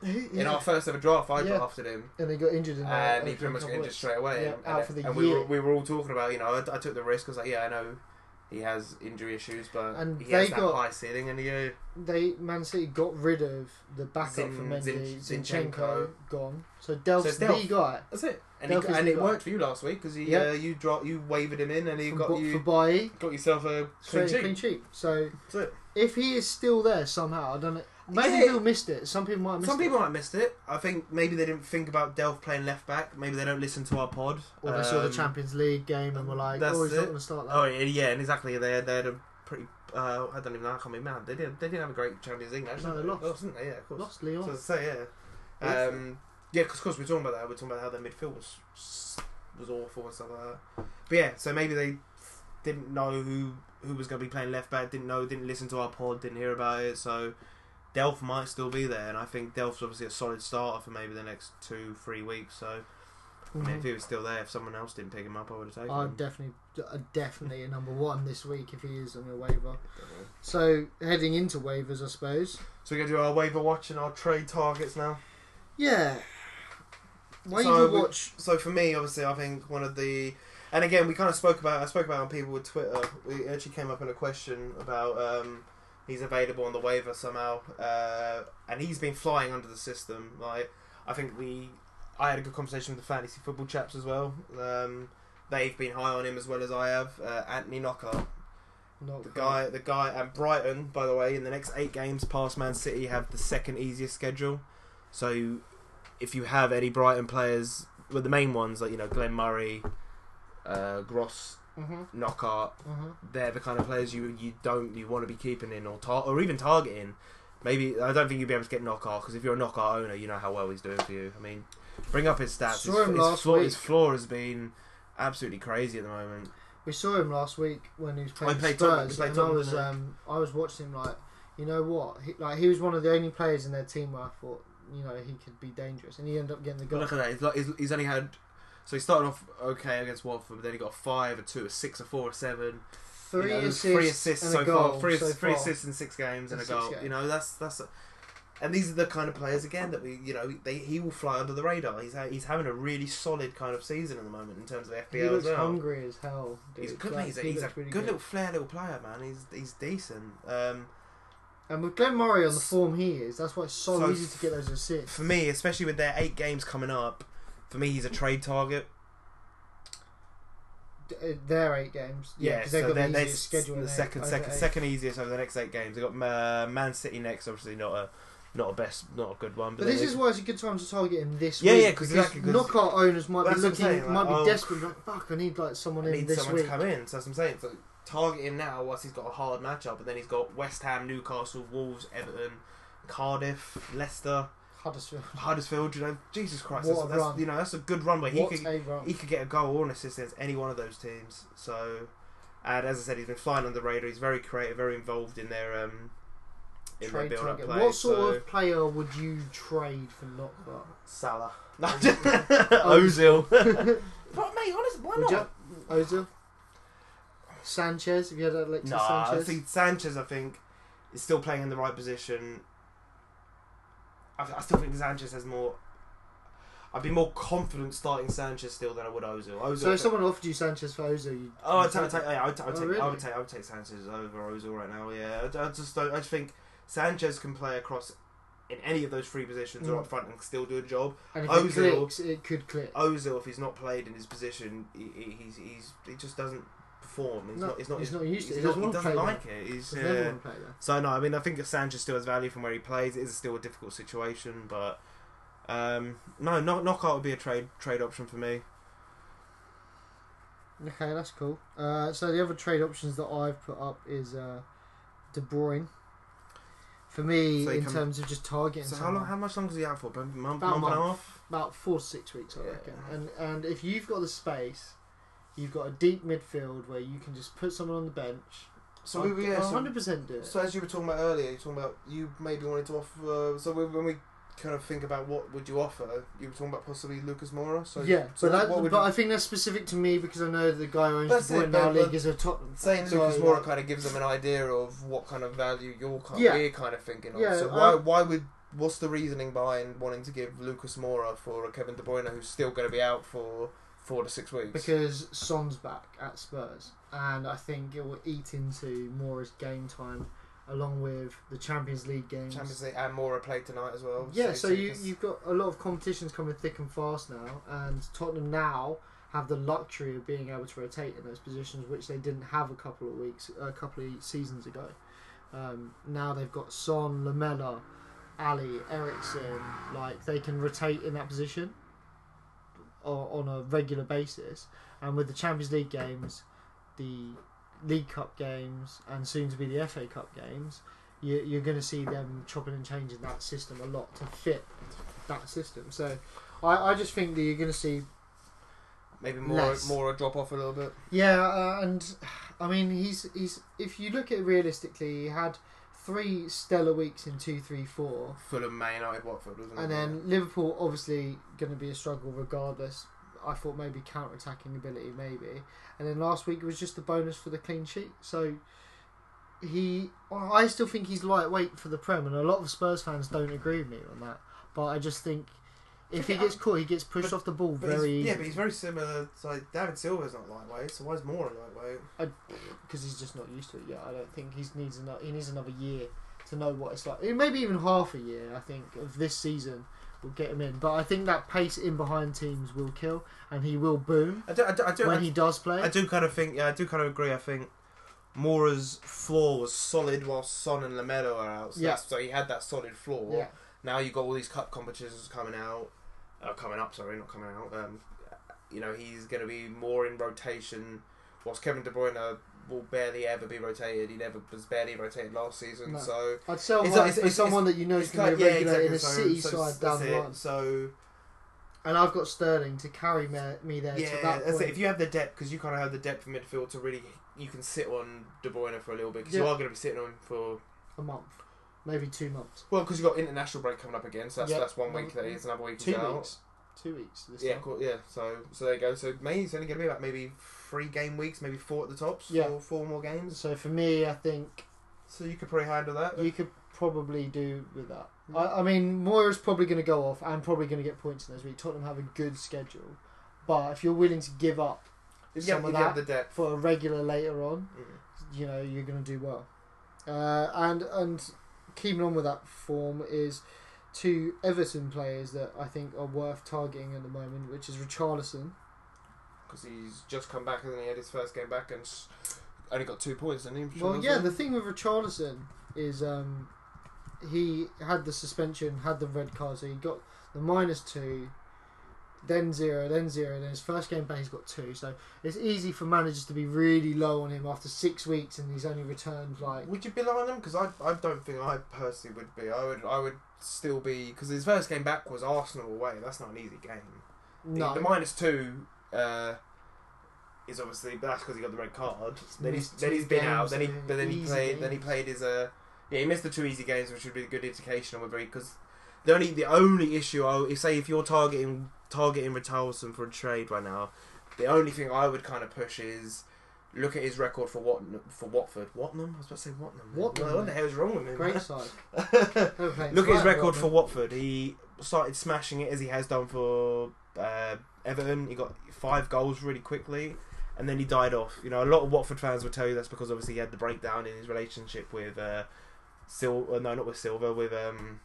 [SPEAKER 1] Who-
[SPEAKER 2] in
[SPEAKER 1] yeah.
[SPEAKER 2] our first ever draft. I
[SPEAKER 1] Yeah.
[SPEAKER 2] drafted him,
[SPEAKER 1] and they got injured in that.
[SPEAKER 2] and he pretty much got injured straight away.
[SPEAKER 1] Yeah,
[SPEAKER 2] and,
[SPEAKER 1] out
[SPEAKER 2] and-
[SPEAKER 1] for the
[SPEAKER 2] and we
[SPEAKER 1] year.
[SPEAKER 2] were we were all talking about you know I, I took the risk. I was like, yeah, I know he has injury issues, but
[SPEAKER 1] And
[SPEAKER 2] he has
[SPEAKER 1] they
[SPEAKER 2] that
[SPEAKER 1] got-
[SPEAKER 2] high ceiling, and he. Uh,
[SPEAKER 1] They Man City got rid of the backup
[SPEAKER 2] Zin-
[SPEAKER 1] for Mendy,
[SPEAKER 2] Zin-
[SPEAKER 1] Zinchenko,
[SPEAKER 2] Zinchenko.
[SPEAKER 1] gone. So Delph's
[SPEAKER 2] So Delph-
[SPEAKER 1] the guy
[SPEAKER 2] That's it. And, he,
[SPEAKER 1] Delphi's
[SPEAKER 2] and
[SPEAKER 1] the
[SPEAKER 2] it
[SPEAKER 1] guy.
[SPEAKER 2] worked for you last week because
[SPEAKER 1] Yeah.
[SPEAKER 2] uh, you dro- you wavered him in and he
[SPEAKER 1] for,
[SPEAKER 2] got
[SPEAKER 1] Bo-
[SPEAKER 2] you
[SPEAKER 1] for Bailly,
[SPEAKER 2] got yourself a clean
[SPEAKER 1] straight
[SPEAKER 2] sheet.
[SPEAKER 1] clean sheet. So
[SPEAKER 2] That's it.
[SPEAKER 1] if he is still there somehow, I don't know. Maybe
[SPEAKER 2] Yeah.
[SPEAKER 1] Bill missed it. Some people might have missed
[SPEAKER 2] Some people might have missed it. I think maybe they didn't think about Delph playing left back. Maybe they don't listen to our pod.
[SPEAKER 1] it. Or they saw the
[SPEAKER 2] Um,
[SPEAKER 1] Champions League game and were like,
[SPEAKER 2] that's
[SPEAKER 1] "Oh, he's not
[SPEAKER 2] it.
[SPEAKER 1] going to start that."
[SPEAKER 2] Oh yeah, yeah, and exactly. They had- they had a pretty. Uh, I don't even know. I can't be mad. They did. They didn't have a great Champions League. match,
[SPEAKER 1] No,
[SPEAKER 2] did
[SPEAKER 1] they lost.
[SPEAKER 2] didn't they? Yeah, of course.
[SPEAKER 1] Lost Leon.
[SPEAKER 2] So as I say, yeah, um, yeah. Because of course we're talking about that. We're talking about how their midfield was was awful and stuff like that. But yeah, so maybe they didn't know who who was going to be playing left back. Didn't know. Didn't listen to our pod. Didn't hear about it. So. Delph might still be there, and I think Delph's obviously a solid starter for maybe the next two, three weeks. So, I mean, if
[SPEAKER 1] Mhm.
[SPEAKER 2] he was still there, if someone else didn't pick him up, I would have taken
[SPEAKER 1] I'd
[SPEAKER 2] him.
[SPEAKER 1] definitely, I'd definitely a number one this week if he is on a waiver. So heading into waivers, I suppose.
[SPEAKER 2] So we're gonna do our waiver watch and our trade targets now.
[SPEAKER 1] Yeah. Waiver
[SPEAKER 2] So we-
[SPEAKER 1] watch.
[SPEAKER 2] So for me, obviously, I think one of the, and again, we kind of spoke about. I spoke about on people with Twitter. We it actually came up in a question about um, he's available on the waiver somehow, uh, and he's been flying under the system. Like I think we, I had a good conversation with the fantasy football chaps as well. Um, they've been high on him as well as I have. Uh, Anthony Knocker,
[SPEAKER 1] Not
[SPEAKER 2] the guy, the guy, and Brighton. By the way, in the next eight games, past Man City have the second easiest schedule. So, if you have any Brighton players, well, the main ones like you know Glenn Murray, uh, Gross,
[SPEAKER 1] hmm
[SPEAKER 2] Knockart,
[SPEAKER 1] hmm
[SPEAKER 2] they're the kind of players you you don't you want to be keeping in or tar- or even targeting. Maybe I don't think you'd be able to get Knockart because if you're a Knockart owner, you know how well he's doing for you. I mean, bring up his stats.
[SPEAKER 1] Saw
[SPEAKER 2] his,
[SPEAKER 1] him
[SPEAKER 2] his
[SPEAKER 1] last
[SPEAKER 2] floor,
[SPEAKER 1] week.
[SPEAKER 2] his floor has been absolutely crazy at the moment.
[SPEAKER 1] We saw him last week when he was playing
[SPEAKER 2] played Tottenham, we
[SPEAKER 1] Spurs,
[SPEAKER 2] played
[SPEAKER 1] and I
[SPEAKER 2] Tottenham,
[SPEAKER 1] was
[SPEAKER 2] didn't
[SPEAKER 1] um, I was watching him like, you know what? He, like he was one of the only players in their team where I thought, you know, he could be dangerous, and he ended up getting the
[SPEAKER 2] Well,
[SPEAKER 1] goal.
[SPEAKER 2] look at that. He's, lo- he's, he's only had. So he started off okay against Watford, but then he got a five, a two, a six, a four, a seven. You
[SPEAKER 1] Three
[SPEAKER 2] know,
[SPEAKER 1] assists,
[SPEAKER 2] three assists
[SPEAKER 1] and
[SPEAKER 2] so
[SPEAKER 1] a goal.
[SPEAKER 2] far, three,
[SPEAKER 1] so
[SPEAKER 2] three
[SPEAKER 1] far.
[SPEAKER 2] assists in six games and,
[SPEAKER 1] In
[SPEAKER 2] a
[SPEAKER 1] six
[SPEAKER 2] goal.
[SPEAKER 1] games.
[SPEAKER 2] You know that's that's. and these are the kind of players again that we, you know, they he will fly under the radar. He's ha- he's having a really solid kind of season at the moment in terms of
[SPEAKER 1] He
[SPEAKER 2] FPL as
[SPEAKER 1] looks
[SPEAKER 2] well.
[SPEAKER 1] hungry as hell. Dude.
[SPEAKER 2] He's a good,
[SPEAKER 1] Like,
[SPEAKER 2] mate. He's a,
[SPEAKER 1] he
[SPEAKER 2] he's a
[SPEAKER 1] looks really
[SPEAKER 2] good little flair, little player, man. He's he's decent. Um,
[SPEAKER 1] And with Glenn Murray on the form he is, that's why it's so,
[SPEAKER 2] So-
[SPEAKER 1] easy to get those assists.
[SPEAKER 2] for me, especially with their eight games coming up, for me he's a trade target.
[SPEAKER 1] D- uh, Their eight games, yeah,
[SPEAKER 2] Yeah,
[SPEAKER 1] because
[SPEAKER 2] so
[SPEAKER 1] they've
[SPEAKER 2] they're,
[SPEAKER 1] got the
[SPEAKER 2] they're
[SPEAKER 1] easiest schedule. in
[SPEAKER 2] the
[SPEAKER 1] eight-
[SPEAKER 2] second,
[SPEAKER 1] over
[SPEAKER 2] second,
[SPEAKER 1] eight.
[SPEAKER 2] second easiest over the next eight games. They have got uh, Man City next, obviously not a not a best, not a good one. But,
[SPEAKER 1] But this
[SPEAKER 2] they-
[SPEAKER 1] is why it's a good time to target him this
[SPEAKER 2] Yeah,
[SPEAKER 1] week.
[SPEAKER 2] yeah, 'cause exactly, 'cause-
[SPEAKER 1] knockout owners might
[SPEAKER 2] That's
[SPEAKER 1] be
[SPEAKER 2] what I'm
[SPEAKER 1] looking,
[SPEAKER 2] saying, like,
[SPEAKER 1] might be
[SPEAKER 2] oh,
[SPEAKER 1] desperate. Like, fuck, I need like someone
[SPEAKER 2] I
[SPEAKER 1] in
[SPEAKER 2] need
[SPEAKER 1] this
[SPEAKER 2] someone
[SPEAKER 1] week.
[SPEAKER 2] to come in. So that's what I'm saying. So target him now whilst he's got a hard matchup, and then he's got West Ham, Newcastle, Wolves, Everton, Cardiff, Leicester,
[SPEAKER 1] Huddersfield.
[SPEAKER 2] Huddersfield. You know, Jesus Christ,
[SPEAKER 1] What
[SPEAKER 2] that's,
[SPEAKER 1] a
[SPEAKER 2] that's-
[SPEAKER 1] run.
[SPEAKER 2] you know that's a good run where he
[SPEAKER 1] what
[SPEAKER 2] could
[SPEAKER 1] a run.
[SPEAKER 2] he could get a goal or an assist against any one of those teams. So, and as I said, he's been flying under the radar. He's very creative, very involved in their um, in their
[SPEAKER 1] trade
[SPEAKER 2] build-up
[SPEAKER 1] target.
[SPEAKER 2] play.
[SPEAKER 1] what sort
[SPEAKER 2] so.
[SPEAKER 1] of player would you trade for Knockout?
[SPEAKER 2] Salah. Ozil. but mate, honestly, why
[SPEAKER 1] Would you?
[SPEAKER 2] not?
[SPEAKER 1] Ozil? Sanchez? If you had uh, Alexis
[SPEAKER 2] Nah, I
[SPEAKER 1] Sanchez?
[SPEAKER 2] think Sanchez. I think is still playing in the right position. I, I still think Sanchez has more. I'd be more confident starting Sanchez still than I would Ozil. Ozil.
[SPEAKER 1] so if someone offered you Sanchez for Ozil, you'd,
[SPEAKER 2] Oh, I'd
[SPEAKER 1] you'd
[SPEAKER 2] take, I'd take, yeah, I'd ta- I'd
[SPEAKER 1] Oh,
[SPEAKER 2] take, I
[SPEAKER 1] really?
[SPEAKER 2] would take, I would take Sanchez over Ozil right now. Yeah, I, I just, don't, I just think Sanchez can play across in any of those three positions or
[SPEAKER 1] Mm.
[SPEAKER 2] up front and still do a job.
[SPEAKER 1] And if it
[SPEAKER 2] Ozil-
[SPEAKER 1] clicks, it could click.
[SPEAKER 2] Ozil, if he's not played in his position, he, he- he's he's he just doesn't perform. He's
[SPEAKER 1] No,
[SPEAKER 2] not. He's not.
[SPEAKER 1] he's not used to it.
[SPEAKER 2] he's
[SPEAKER 1] He doesn't
[SPEAKER 2] not-
[SPEAKER 1] wanna play
[SPEAKER 2] like it. He's,
[SPEAKER 1] Does everyone
[SPEAKER 2] uh,
[SPEAKER 1] play there?
[SPEAKER 2] so no, I mean, I think that Sanchez still has value from where he plays. It is still a difficult situation, but um, no, knock, knockout would be a trade trade option for me.
[SPEAKER 1] Okay, that's cool. Uh, so the other trade options that I've put up is uh, De Bruyne. For me,
[SPEAKER 2] So you
[SPEAKER 1] in
[SPEAKER 2] can-
[SPEAKER 1] terms of just targeting,
[SPEAKER 2] So how
[SPEAKER 1] someone,
[SPEAKER 2] long? How much longer is he out for? About a Month,
[SPEAKER 1] About a
[SPEAKER 2] month, and a
[SPEAKER 1] month.
[SPEAKER 2] half.
[SPEAKER 1] about four to six weeks, I
[SPEAKER 2] Yeah.
[SPEAKER 1] reckon. And and if you've got the space, you've got a deep midfield where you can just put someone on the bench.
[SPEAKER 2] So
[SPEAKER 1] I'd
[SPEAKER 2] we, yeah, so-
[SPEAKER 1] hundred percent do it.
[SPEAKER 2] uh, So as you were talking about earlier, you were talking about you maybe wanted to offer. So we, when we kind of think about what would you offer, you were talking about possibly Lucas Moura. So
[SPEAKER 1] yeah,
[SPEAKER 2] so
[SPEAKER 1] but, that,
[SPEAKER 2] what would
[SPEAKER 1] but
[SPEAKER 2] you-
[SPEAKER 1] I think that's specific to me because I know the guy who owns
[SPEAKER 2] That's
[SPEAKER 1] the Boy
[SPEAKER 2] it,
[SPEAKER 1] Now
[SPEAKER 2] but- but
[SPEAKER 1] League is a Tottenham. fan,
[SPEAKER 2] saying
[SPEAKER 1] so,
[SPEAKER 2] Lucas
[SPEAKER 1] like,
[SPEAKER 2] Moura kind of gives them an idea of what kind of value you're kind
[SPEAKER 1] Yeah.
[SPEAKER 2] we're kind of thinking of.
[SPEAKER 1] Yeah, um,
[SPEAKER 2] so why
[SPEAKER 1] I-
[SPEAKER 2] why would what's the reasoning behind wanting to give Lucas Moura for a Kevin De Bruyne who's still going to be out for four to six weeks?
[SPEAKER 1] because Son's back at Spurs, and I think it will eat into Moura's game time along with the Champions League games.
[SPEAKER 2] Champions League and Moura played tonight as well.
[SPEAKER 1] Yeah, so you,
[SPEAKER 2] it's-
[SPEAKER 1] you've got a lot of competitions coming thick and fast now, and Tottenham now have the luxury of being able to rotate in those positions, which they didn't have a couple of weeks, a couple of seasons ago. Um, now they've got Son, Lamella, Ali, Ericsson. Like they can rotate in that position o- on a regular basis, and with the Champions League games, the League Cup games, and soon to be the FA Cup games you, you're going to see them chopping and changing that system a lot to fit that system. So I, I just think that you're going to see,
[SPEAKER 2] maybe Moura
[SPEAKER 1] less.
[SPEAKER 2] Moura drop off a little bit.
[SPEAKER 1] yeah, uh, and I mean he's he's if you look at it realistically, he had three stellar weeks in two, three, four,
[SPEAKER 2] Fulham, Man United, Watford, wasn't it?
[SPEAKER 1] and then Liverpool obviously going to be a struggle regardless. I thought maybe counter attacking ability, maybe, and then last week was just the bonus for the clean sheet. So. He, I still think he's lightweight for the Prem, and a lot of Spurs fans don't agree with me on that. But I just think if he gets caught, he gets pushed
[SPEAKER 2] uh, But-
[SPEAKER 1] off the ball
[SPEAKER 2] But he's-
[SPEAKER 1] very
[SPEAKER 2] yeah, but he's very similar. To, like David Silva's not lightweight, so why is Moura lightweight?
[SPEAKER 1] because he's just not used to it yet. I don't think he needs another. He needs another year to know what it's like. Eh, Maybe even half a year. I think of this season will get him in. But I think that pace in behind teams will kill, and he will boom
[SPEAKER 2] I do, I do, I do, I
[SPEAKER 1] when he does play.
[SPEAKER 2] I do kind of think, yeah, I do kind of agree. I think Mora's floor was solid while Son and Lamelo are out. So,
[SPEAKER 1] Yeah.
[SPEAKER 2] that's- so he had that solid floor.
[SPEAKER 1] yeah,
[SPEAKER 2] Now you've got all these cup competitions coming out, uh, coming up, sorry, not coming out. Um, you know, he's going to be more in rotation, whilst Kevin De Bruyne will barely ever be rotated. He never was barely rotated last season.
[SPEAKER 1] No.
[SPEAKER 2] So
[SPEAKER 1] I'd sell
[SPEAKER 2] It's
[SPEAKER 1] it's,
[SPEAKER 2] like- it's- it's-
[SPEAKER 1] someone that you know is
[SPEAKER 2] It's
[SPEAKER 1] going to
[SPEAKER 2] like-
[SPEAKER 1] be a regular in a
[SPEAKER 2] so-
[SPEAKER 1] city
[SPEAKER 2] so
[SPEAKER 1] side down
[SPEAKER 2] that's
[SPEAKER 1] the
[SPEAKER 2] it.
[SPEAKER 1] line.
[SPEAKER 2] So
[SPEAKER 1] And I've got Sterling to carry me, me there
[SPEAKER 2] yeah,
[SPEAKER 1] to that
[SPEAKER 2] that's
[SPEAKER 1] point.
[SPEAKER 2] it. if you have the depth, because you kind of have the depth of midfield to really, you can sit on De Bruyne for a little bit because you
[SPEAKER 1] Yeah.
[SPEAKER 2] are going to be sitting on him for
[SPEAKER 1] a month, maybe two months,
[SPEAKER 2] Well, because you've got international break coming up again, so that's,
[SPEAKER 1] Yeah.
[SPEAKER 2] that's one week that is another week.
[SPEAKER 1] two
[SPEAKER 2] is out.
[SPEAKER 1] weeks, two weeks. This
[SPEAKER 2] Yeah,
[SPEAKER 1] time.
[SPEAKER 2] cool, yeah. So so there you go. So maybe it's only going to be about maybe three game weeks, maybe four at the tops.
[SPEAKER 1] Yeah.
[SPEAKER 2] Four, four more games.
[SPEAKER 1] So for me, I think
[SPEAKER 2] So you could probably handle that.
[SPEAKER 1] you could probably do with that. I, I mean, Moira's probably going to go off and probably going to get points in those weeks. Tottenham have a good schedule, but if you're willing to give up
[SPEAKER 2] if you,
[SPEAKER 1] some
[SPEAKER 2] have, if
[SPEAKER 1] of
[SPEAKER 2] you have
[SPEAKER 1] that
[SPEAKER 2] the depth.
[SPEAKER 1] for a regular later on,
[SPEAKER 2] Mm.
[SPEAKER 1] you know you're going to do well. Uh, and and keeping on with that form is two Everton players that I think are worth targeting at the moment, which is Richarlison.
[SPEAKER 2] Because he's just come back and then he had his first game back and s- only got two points. And he
[SPEAKER 1] Well, yeah, the thing with Richarlison is um, he had the suspension, had the red card, so he got the minus two, then zero, then zero, and then his first game back he's got two. So it's easy for managers to be really low on him after six weeks, and he's only returned like
[SPEAKER 2] Would you be lying him? Because I, I don't think I personally would be. I would I would still be because his first game back was Arsenal away. That's not an easy game.
[SPEAKER 1] no.
[SPEAKER 2] The minus two uh, is obviously that's because he got the red card. Then he's
[SPEAKER 1] missed
[SPEAKER 2] then
[SPEAKER 1] two
[SPEAKER 2] he's been
[SPEAKER 1] games
[SPEAKER 2] out. Then he
[SPEAKER 1] and
[SPEAKER 2] but then he
[SPEAKER 1] easy
[SPEAKER 2] played then he played his uh yeah he missed the two easy games, which would be a good indication of whether because the only the only issue I would say if you're targeting targeting Richarlison for a trade right now, the only thing I would kind of push is. Look at his record for Wat for Watford. Watnam? I was about to say Watnam.
[SPEAKER 1] Watnam,
[SPEAKER 2] What the
[SPEAKER 1] mate.
[SPEAKER 2] hell is wrong with me?
[SPEAKER 1] Great
[SPEAKER 2] man?
[SPEAKER 1] side.
[SPEAKER 2] Look at his record for Watford. He started smashing it as he has done for uh, Everton. He got five goals really quickly, and then he died off. You know, a lot of Watford fans will tell you that's because obviously he had the breakdown in his relationship with uh, Sil. uh, No, not with Silver. With um,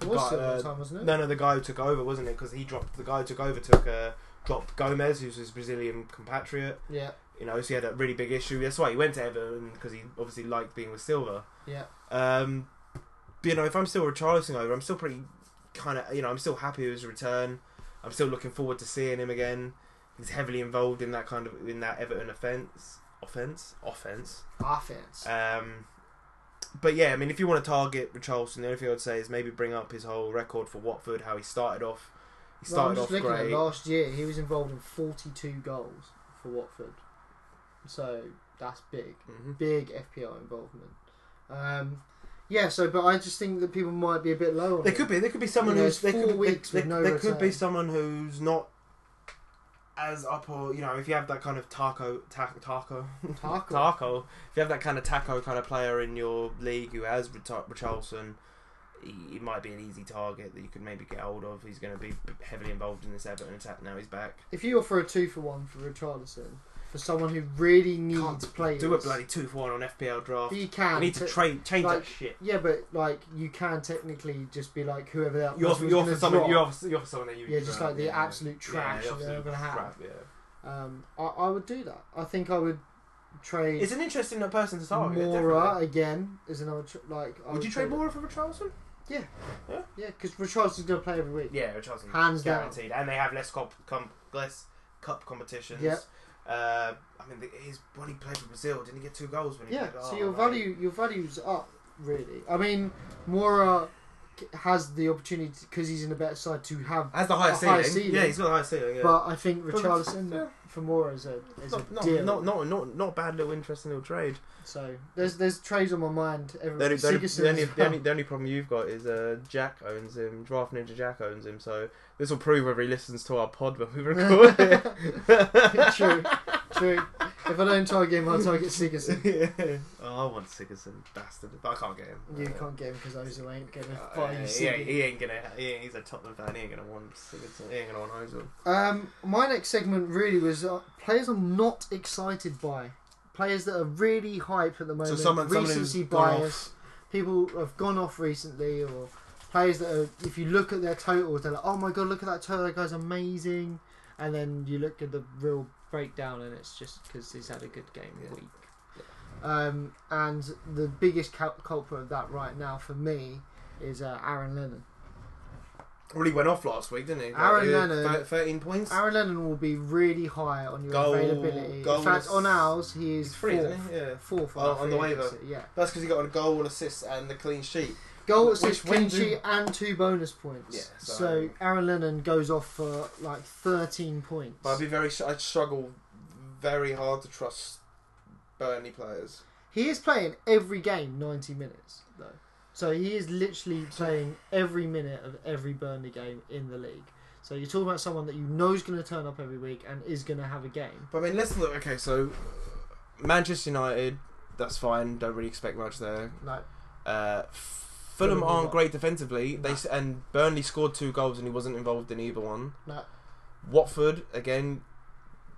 [SPEAKER 1] It was
[SPEAKER 2] Got,
[SPEAKER 1] Silva
[SPEAKER 2] uh,
[SPEAKER 1] at the time, wasn't it?
[SPEAKER 2] no, no, the guy who took over wasn't it? Because he dropped the guy who took over took uh, dropped Gomez, who's his Brazilian compatriot.
[SPEAKER 1] Yeah,
[SPEAKER 2] You know, so he had a really big issue. That's why he went to Everton because he obviously liked being with Silver.
[SPEAKER 1] yeah.
[SPEAKER 2] Um, but, you know, if I'm still Richarlison over, I'm still pretty kind of, you know, I'm still happy with his return. I'm still looking forward to seeing him again. He's heavily involved in that kind of in that Everton offense, offense, offense.
[SPEAKER 1] Offense.
[SPEAKER 2] Um, but yeah, I mean, if you want to target Richarlison, the only thing I'd say is maybe bring up his whole record for Watford, how he started off. He
[SPEAKER 1] Well, I'm
[SPEAKER 2] started
[SPEAKER 1] just
[SPEAKER 2] off
[SPEAKER 1] looking
[SPEAKER 2] great.
[SPEAKER 1] at last year, he was involved in 42 goals for Watford. So that's big.
[SPEAKER 2] Mhm.
[SPEAKER 1] Big FPL involvement. Um, Yeah, so but I just think that people might be a bit low. On
[SPEAKER 2] There
[SPEAKER 1] it.
[SPEAKER 2] could be there could be someone
[SPEAKER 1] You know,
[SPEAKER 2] who's
[SPEAKER 1] it's
[SPEAKER 2] there
[SPEAKER 1] four
[SPEAKER 2] could,
[SPEAKER 1] weeks
[SPEAKER 2] there,
[SPEAKER 1] with
[SPEAKER 2] there-
[SPEAKER 1] no
[SPEAKER 2] there could be
[SPEAKER 1] return.
[SPEAKER 2] someone who's not as up or you know if you have that kind of taco ta- taco
[SPEAKER 1] Taco.
[SPEAKER 2] taco if you have that kind of taco kind of player in your league who has Richar- Richarlison. He he might be an easy target that you could maybe get hold of. He's going to be heavily involved in this Everton attack now. He's back.
[SPEAKER 1] If you offer a two for one for Richardson for someone who really needs
[SPEAKER 2] Can't
[SPEAKER 1] players,
[SPEAKER 2] Do a bloody two for one on FPL draft.
[SPEAKER 1] you can.
[SPEAKER 2] We need to
[SPEAKER 1] but-
[SPEAKER 2] trade change
[SPEAKER 1] like,
[SPEAKER 2] that shit.
[SPEAKER 1] Yeah, but like you can technically just be like whoever that
[SPEAKER 2] You
[SPEAKER 1] person
[SPEAKER 2] offer,
[SPEAKER 1] was
[SPEAKER 2] you offer
[SPEAKER 1] gonna
[SPEAKER 2] someone.
[SPEAKER 1] drop.
[SPEAKER 2] You offer, you offer someone that you.
[SPEAKER 1] Yeah, just
[SPEAKER 2] draft,
[SPEAKER 1] like the
[SPEAKER 2] yeah.
[SPEAKER 1] absolute trash
[SPEAKER 2] the
[SPEAKER 1] that they're
[SPEAKER 2] absolute
[SPEAKER 1] gonna have.
[SPEAKER 2] crap, yeah.
[SPEAKER 1] Um, I, I would do that. I think I would trade
[SPEAKER 2] It's an interesting person to target.
[SPEAKER 1] Mora again is another tr- like. I
[SPEAKER 2] Would you trade
[SPEAKER 1] Mora?
[SPEAKER 2] Mora for Richarlison?
[SPEAKER 1] Yeah, because Richardson's gonna play every week.
[SPEAKER 2] Yeah, Richarlison.
[SPEAKER 1] Hands down.
[SPEAKER 2] guaranteed. And they have less cup, com- less cup competitions.
[SPEAKER 1] Yep.
[SPEAKER 2] Uh, I mean, the, he's when he played for Brazil, didn't he get two goals when he
[SPEAKER 1] Yeah,
[SPEAKER 2] played?
[SPEAKER 1] so
[SPEAKER 2] Oh,
[SPEAKER 1] your
[SPEAKER 2] like-
[SPEAKER 1] value your value's up really. I mean, Mora c- has the opportunity because he's in a better side to have,
[SPEAKER 2] has the highest
[SPEAKER 1] The highest
[SPEAKER 2] ceiling.
[SPEAKER 1] ceiling.
[SPEAKER 2] Yeah, he's got the highest ceiling. Yeah.
[SPEAKER 1] but I think
[SPEAKER 2] But
[SPEAKER 1] Richarlison
[SPEAKER 2] yeah.
[SPEAKER 1] for Mora is a is
[SPEAKER 2] not,
[SPEAKER 1] a
[SPEAKER 2] not,
[SPEAKER 1] deal.
[SPEAKER 2] not, not, not, not a bad little interesting little trade.
[SPEAKER 1] so there's there's trades on my mind.
[SPEAKER 2] The only,
[SPEAKER 1] Every
[SPEAKER 2] the, only,
[SPEAKER 1] Sigurdsson
[SPEAKER 2] the, only,
[SPEAKER 1] as
[SPEAKER 2] the,
[SPEAKER 1] well.
[SPEAKER 2] only, the only problem you've got is uh, Jack owns him. Draft Ninja Jack owns him. So this will prove whether he listens to our pod when we record it.
[SPEAKER 1] true, true. If I don't target him, I'll target Sigurdsson.
[SPEAKER 2] Oh, I want Sigerson, bastard. But I can't get him.
[SPEAKER 1] You
[SPEAKER 2] Uh,
[SPEAKER 1] can't get him because Ozil ain't gonna
[SPEAKER 2] uh,
[SPEAKER 1] buy you
[SPEAKER 2] he, ain't-
[SPEAKER 1] Sigurdsson.
[SPEAKER 2] he ain't gonna. He ain't, he's a Tottenham fan. He ain't gonna want Sigerson. He ain't gonna want Ozil.
[SPEAKER 1] Um, my next segment really was uh, players I'm not excited by. Players that are really hype at the moment. recency bias. People have gone off recently, or players that are. If you look at their totals, they're like, "Oh my god, look at that total! That guy's amazing." And then you look at the real breakdown, and it's just because he's had a good game
[SPEAKER 2] Yeah.
[SPEAKER 1] week. Um, and the biggest cul- culprit of that right now for me is uh, Aaron Lennon.
[SPEAKER 2] Really went off last week, didn't he?
[SPEAKER 1] Aaron
[SPEAKER 2] he had
[SPEAKER 1] Lennon-
[SPEAKER 2] thir- Thirteen points.
[SPEAKER 1] Aaron Lennon will be really high on your
[SPEAKER 2] Goal-
[SPEAKER 1] availability.
[SPEAKER 2] goals-
[SPEAKER 1] In fact, on ours, he is
[SPEAKER 2] He's free,
[SPEAKER 1] fourth.
[SPEAKER 2] isn't he? Yeah.
[SPEAKER 1] Fourth
[SPEAKER 2] Oh,
[SPEAKER 1] our
[SPEAKER 2] on
[SPEAKER 1] free
[SPEAKER 2] the
[SPEAKER 1] agent,
[SPEAKER 2] waiver.
[SPEAKER 1] so, Yeah.
[SPEAKER 2] That's because he got a goal, an assist, and the clean sheet.
[SPEAKER 1] Goal,
[SPEAKER 2] Which
[SPEAKER 1] assist, clean
[SPEAKER 2] when do-
[SPEAKER 1] sheet, and two bonus points.
[SPEAKER 2] Yeah,
[SPEAKER 1] so,
[SPEAKER 2] so-
[SPEAKER 1] Aaron Lennon goes off for like 13 points.
[SPEAKER 2] But I'd be very. I'd struggle very hard to trust Burnley players.
[SPEAKER 1] He is playing every game 90 minutes, though. So he is literally playing every minute of every Burnley game in the league. So you're talking about someone that you know is going to turn up every week and is going to have a game.
[SPEAKER 2] But I mean, let's look. Okay, so uh, Manchester United. That's fine. Don't really expect much there.
[SPEAKER 1] Like,
[SPEAKER 2] Uh,
[SPEAKER 1] Fulham
[SPEAKER 2] Fulham aren't great defensively. They s and Burnley scored two goals and he wasn't involved in either one.
[SPEAKER 1] No.
[SPEAKER 2] Watford again,